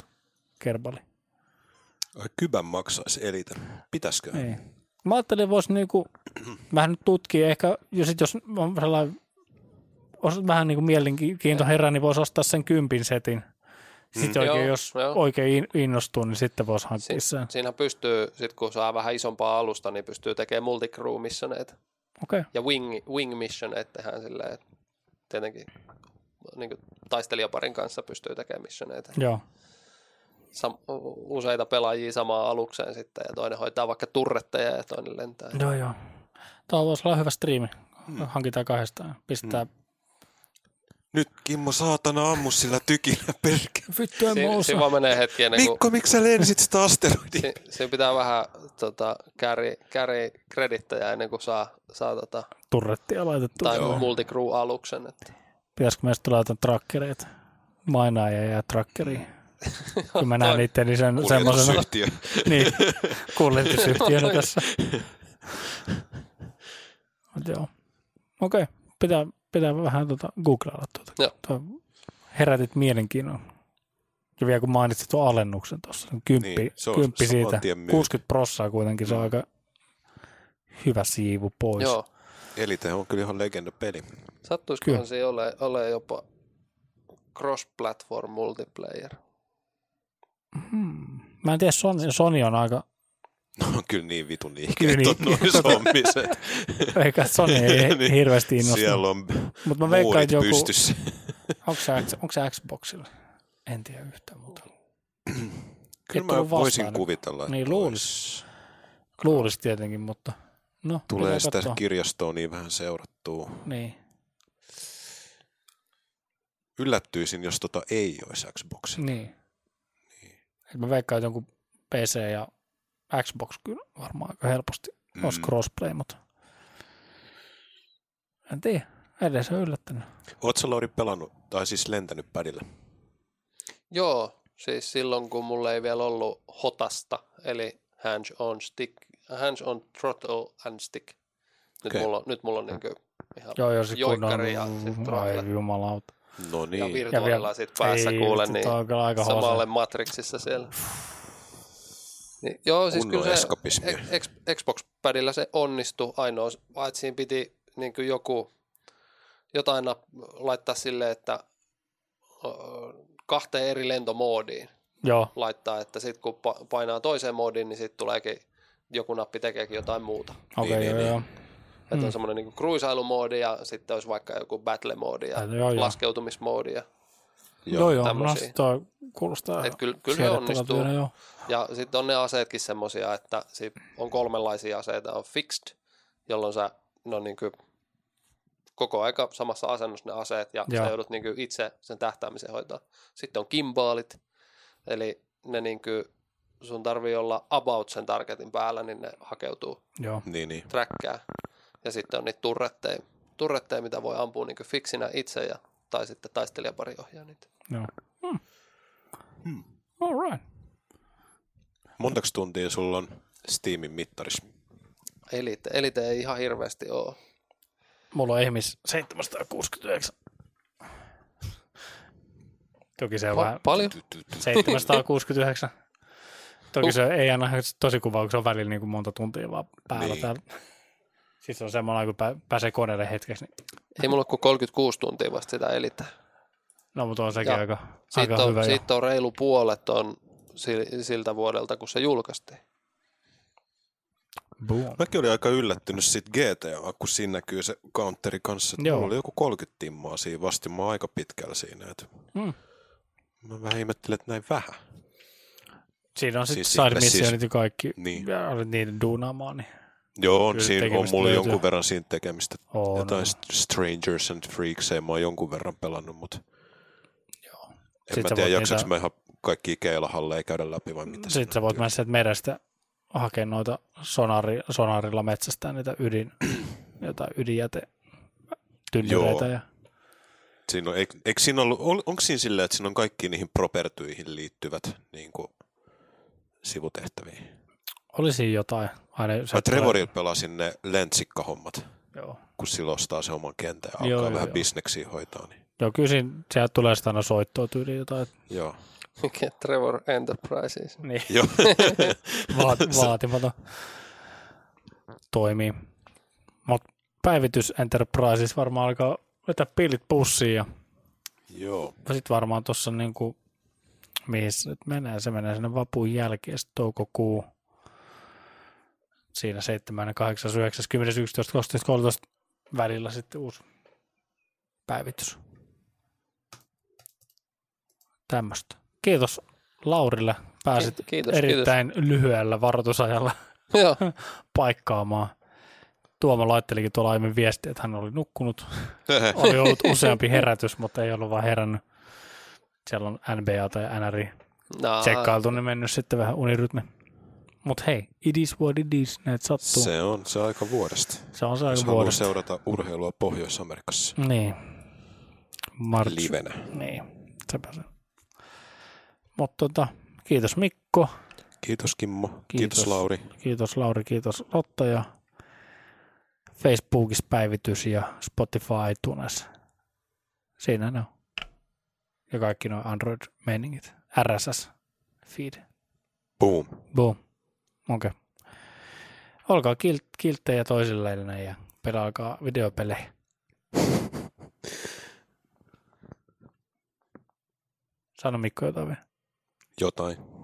Speaker 2: Kerbali.
Speaker 3: Ai, Kybän maksaisi elitä. Pitäisikö?
Speaker 2: Niin. Mä ajattelin, että voisi niinku, vähän nyt tutkia ehkä, ja sit jos on sellainen, os, vähän niin kuin mielenkiinto herää, niin voisi ostaa sen kympin setin. Sitten
Speaker 4: Mm.
Speaker 2: oikein,
Speaker 4: Joo,
Speaker 2: jos
Speaker 4: joo.
Speaker 2: oikein in- innostuu, niin sitten voisi hankkia
Speaker 4: Si-
Speaker 2: sen.
Speaker 4: Siinä pystyy, sit kun saa vähän isompaa alusta, niin pystyy tekemään multicrew missioneita.
Speaker 2: Okei,
Speaker 4: ja wing, wing mission, että hän silleen, että tietenkin niin kuin taistelijaparin kanssa pystyy tekemään missioneita.
Speaker 2: joo.
Speaker 4: Sam- u- useita pelaajia samaan alukseen sitten ja toinen hoitaa vaikka turretteja ja toinen lentää.
Speaker 2: Joo, joo. Mm. Tämä voisi olla hyvä striimi. Hankitaan kahdestaan. Pistää.
Speaker 3: Nyt Kimmo saatana ammu sillä tykillä perkele.
Speaker 2: Vittu, en mä
Speaker 4: Siinä, siinä
Speaker 2: osaa.
Speaker 4: vaan menee hetki ennen kuin
Speaker 3: Mikko, miksi sä lensit sitä asteroidia?
Speaker 4: Niinku- si, siinä pitää vähän tota, käri, käri kredittejä ennen kuin saa, saa tota,
Speaker 2: Turrettia laitettu.
Speaker 4: tai
Speaker 2: Joo.
Speaker 4: multicrew-aluksen. Että.
Speaker 2: Pitäisikö meistä tulla jotain trakkereita? Mainaajia ja trakkeria. Kun mä näen
Speaker 4: Mm. Toi-
Speaker 2: niitä, niin sen, semmoisena.
Speaker 3: Kuljetusyhtiö.
Speaker 2: niin, kuljetusyhtiönä tässä. Mut joo. Okei, okay. pitää, pitää vähän tuota googlailla tuota.
Speaker 4: Joo.
Speaker 2: Tuo herätit mielenkiinnon. Ja vielä kun mainitsit tuon alennuksen tuossa, niin kymppi,
Speaker 3: Niin,
Speaker 2: niin,
Speaker 3: se on
Speaker 2: kymppi
Speaker 3: saman
Speaker 2: siitä.
Speaker 3: tien myy. Mm.
Speaker 2: 60 prossaa kuitenkin, se on aika hyvä siivu pois.
Speaker 4: Joo,
Speaker 3: Elite on kyllä ihan legenda peli.
Speaker 2: Kyllä.
Speaker 4: sattuisikohan se ole, ole jopa cross-platform multiplayer.
Speaker 2: Hmm. Mä en tiedä, Sony, Sony on aika,
Speaker 3: No on kyllä niin vitun
Speaker 2: Kyllä
Speaker 3: ihkeet
Speaker 2: niin.
Speaker 3: on noin zombiset.
Speaker 2: eikä Sony ei
Speaker 3: Niin.
Speaker 2: hirveästi innostunut.
Speaker 3: Siellä on
Speaker 2: Mutta mä veikkaan,
Speaker 3: muurit
Speaker 2: että joku,
Speaker 3: pystyssä.
Speaker 2: onko se, onko se Xboxilla? En tiedä yhtään, mutta
Speaker 3: Kyllä
Speaker 2: tullut
Speaker 3: mä
Speaker 2: vastaan
Speaker 3: voisin
Speaker 2: nyt.
Speaker 3: kuvitella, että
Speaker 2: Niin, luulis.
Speaker 3: olisi-
Speaker 2: Luulisi tietenkin, mutta no,
Speaker 3: tulee
Speaker 2: pitää
Speaker 3: sitä
Speaker 2: katsoa.
Speaker 3: kirjastoa niin vähän seurattua.
Speaker 2: Niin.
Speaker 3: Yllättyisin, jos tota ei olisi Xbox.
Speaker 2: Niin. Et mä veikkaan, että jonkun PC ja Xbox kyllä varmaan aika helposti mm. olisi crossplay, mutta en tiedä. Edes on yllättänyt.
Speaker 3: Ootko Lauri pelannut, tai siis lentänyt padilla?
Speaker 4: Joo, siis silloin kun mulla ei vielä ollut hotasta, eli hands on stick, hands on throttle and stick. Nyt
Speaker 3: Okei.
Speaker 4: okay. mulla, on- nyt mulla on niinku ihan
Speaker 2: Joo, jos se kun on...
Speaker 4: joikkari ja sit
Speaker 2: Ai
Speaker 4: throttle.
Speaker 2: jumalauta.
Speaker 3: No
Speaker 4: ja
Speaker 3: niin.
Speaker 4: virtuaalilla sit päässä
Speaker 2: Ei,
Speaker 4: kuulen,
Speaker 2: vittu,
Speaker 4: niin
Speaker 2: tää on kyllä aika
Speaker 4: samalle
Speaker 2: samalle.
Speaker 4: Matrixissa siellä. Niin, joo, siis
Speaker 3: Kunnon
Speaker 4: kyllä se
Speaker 3: eskapismia.
Speaker 4: X, Xbox-padillä se onnistui ainoa, vaan että siinä piti niin kuin joku jotain napp- laittaa silleen, että ö, kahteen eri lentomoodiin
Speaker 2: Joo,
Speaker 4: laittaa, että sitten kun pa- painaa toiseen moodiin, niin sitten tuleekin joku nappi tekeekin jotain muuta.
Speaker 2: okei,
Speaker 3: niin,
Speaker 2: okay,
Speaker 3: niin.
Speaker 2: joo, joo.
Speaker 4: Että
Speaker 2: Mm.
Speaker 4: on semmoinen niin kruisailumoodi ja sitten olisi vaikka joku battle-moodi ja
Speaker 2: Joo, no joo.
Speaker 4: laskeutumismoodi. Ja,
Speaker 2: Joo, joo, no
Speaker 4: tämmösiä.
Speaker 2: toi kuulostaa
Speaker 4: et kyllä, kyllä ne
Speaker 2: siedettävältä
Speaker 4: onnistuu.
Speaker 2: vielä, joo.
Speaker 4: Ja sitten on ne aseetkin semmoisia, että si- on kolmenlaisia aseita. On fixed, jolloin sä no niin kuin, koko aika samassa asennossa ne aseet ja Joo.
Speaker 2: Joo.
Speaker 4: sä joudut niin kuin itse sen tähtäämisen hoitaa. Sitten on kimbaalit, eli ne niin kuin, sun tarvii olla about sen targetin päällä, niin ne hakeutuu
Speaker 2: Joo.
Speaker 3: Niin, niin.
Speaker 4: träkkää. Ja sitten on niitä turretteja, turretteja mitä voi ampua niin fiksinä itse ja, tai sitten taistelijapari ohjaa niitä.
Speaker 2: Joo. Hmm. All right.
Speaker 3: Montaks tuntia sulla on Steamin mittarissa?
Speaker 4: Elite, elite ei ihan hirveästi ole.
Speaker 2: Mulla on ihmis 769. Toki se on vähän
Speaker 4: Pa- paljon?
Speaker 2: 769. Toki
Speaker 3: Uh.
Speaker 2: se ei aina tosi kuva, kun se on välillä niin kuin monta tuntia vaan päällä
Speaker 3: Niin.
Speaker 2: niin. täällä. Siis on semmoinen, kun pää, pääsee koneelle hetkeksi. Niin...
Speaker 4: Ei mulla ole kuin 36 tuntia vasta sitä elitää.
Speaker 2: No, mutta on sekin
Speaker 4: Ja
Speaker 2: aika, aika
Speaker 4: Siitä on,
Speaker 2: hyvä. jo.
Speaker 4: siitä on reilu puolet on sil- siltä vuodelta, kun se julkaistiin.
Speaker 2: Boom.
Speaker 3: Mäkin olin aika yllättynyt siitä GTA, kun siinä näkyy se counteri kanssa. Joo.
Speaker 2: Joo.
Speaker 3: Mulla oli joku 30 timmaa siinä vasti, mä oon aika pitkällä siinä. Et
Speaker 2: Mm.
Speaker 3: mä vähän ihmettelin, että näin vähän.
Speaker 2: Siinä on sitten siis
Speaker 3: Siis
Speaker 2: side
Speaker 3: sitten siis-
Speaker 2: missionit ja kaikki.
Speaker 3: Niin.
Speaker 2: Ja olet niiden duunaamaan. Niin.
Speaker 3: Joo, on,
Speaker 2: Kyllä
Speaker 3: siinä on
Speaker 2: tekemistä
Speaker 3: mulla
Speaker 2: löytyy.
Speaker 3: jonkun verran siinä tekemistä.
Speaker 2: On,
Speaker 3: Jotain
Speaker 2: on.
Speaker 3: st- Strangers and Freaks, mä oon jonkun verran pelannut, mutta
Speaker 2: Joo.
Speaker 3: en
Speaker 2: Sit
Speaker 3: mä
Speaker 2: sä
Speaker 3: tiedä,
Speaker 2: voit
Speaker 3: jaksaks
Speaker 2: niitä-
Speaker 3: mä ihan kaikki keilahalleja käydä läpi vai mitä.
Speaker 2: Mm. Sitten sä voit mennä sieltä merestä hakemaan noita sonari, sonarilla metsästää niitä ydin, jotain ydinjäte tynnyreitä.
Speaker 3: Joo.
Speaker 2: Ja,
Speaker 3: Siinä on, eikö, eikö siinä ollut, on, onko siinä sillä, että siinä on kaikki niihin propertyihin liittyvät niin kuin, sivutehtäviin?
Speaker 2: oli siinä jotain. Aina
Speaker 3: Mä
Speaker 2: sieltä
Speaker 3: Trevoril pelasin ne lentsikkahommat,
Speaker 2: tulee- Joo.
Speaker 3: kun sillä ostaa se oman kentän ja
Speaker 2: Joo,
Speaker 3: alkaa
Speaker 2: joo,
Speaker 3: vähän
Speaker 2: joo.
Speaker 3: bisneksiä hoitaa. Niin.
Speaker 2: Joo, kyllä siinä, sieltä tulee sitä aina soittoa tyyliin jotain. että-
Speaker 3: Joo.
Speaker 4: Mikä Trevor Enterprises.
Speaker 2: Niin,
Speaker 3: Joo.
Speaker 2: vaat, vaatimaton toimii. Mutta päivitys Enterprises varmaan alkaa vetää piilit pussiin ja
Speaker 3: joo.
Speaker 2: sitten varmaan tuossa niinku, mihin se nyt menee, se menee sinne vapun jälkeen, sitten toukokuu, siinä 7, 8, 9, 10, 11, 12, 13 välillä sitten uusi päivitys. Tämmöistä. Kiitos Laurille. Pääsit
Speaker 4: Kiit- kiitos,
Speaker 2: erittäin lyhyellä varoitusajalla
Speaker 4: kiitos. Joo,
Speaker 2: paikkaamaan. Tuomo laittelikin tuolla aiemmin viestiä, että hän oli nukkunut. Oli ollut useampi herätys, mutta ei ollut vaan herännyt. Siellä on NBA tai NRI
Speaker 4: no,
Speaker 2: tsekkailtu, niin mennyt sitten vähän unirytmi. Mutta hei, it is what it is, näitä sattuu. Se,
Speaker 3: Se on se aika vuodesta.
Speaker 2: se on se
Speaker 3: Jos
Speaker 2: aika
Speaker 3: haluaa
Speaker 2: vuodesta.
Speaker 3: seurata urheilua Pohjois-Amerikassa
Speaker 2: Niin. March.
Speaker 3: livenä.
Speaker 2: Niin, sepä se. Mutta tota, kiitos Mikko,
Speaker 3: Kiitos Kimmo. Kiitos, Kiitos Lauri.
Speaker 2: kiitos Lauri, kiitos Lotta ja Facebookissa päivitys ja Spotify iTunes. Siinä ne on. Ja kaikki nuo Android-meningit. RSS feed.
Speaker 3: Boom.
Speaker 2: Boom. Okei. Okay. Olkaa kilt- kilttejä toisillenne ja pelaakaa videopelejä. Sano Mikko jotain vielä.
Speaker 3: Jotain.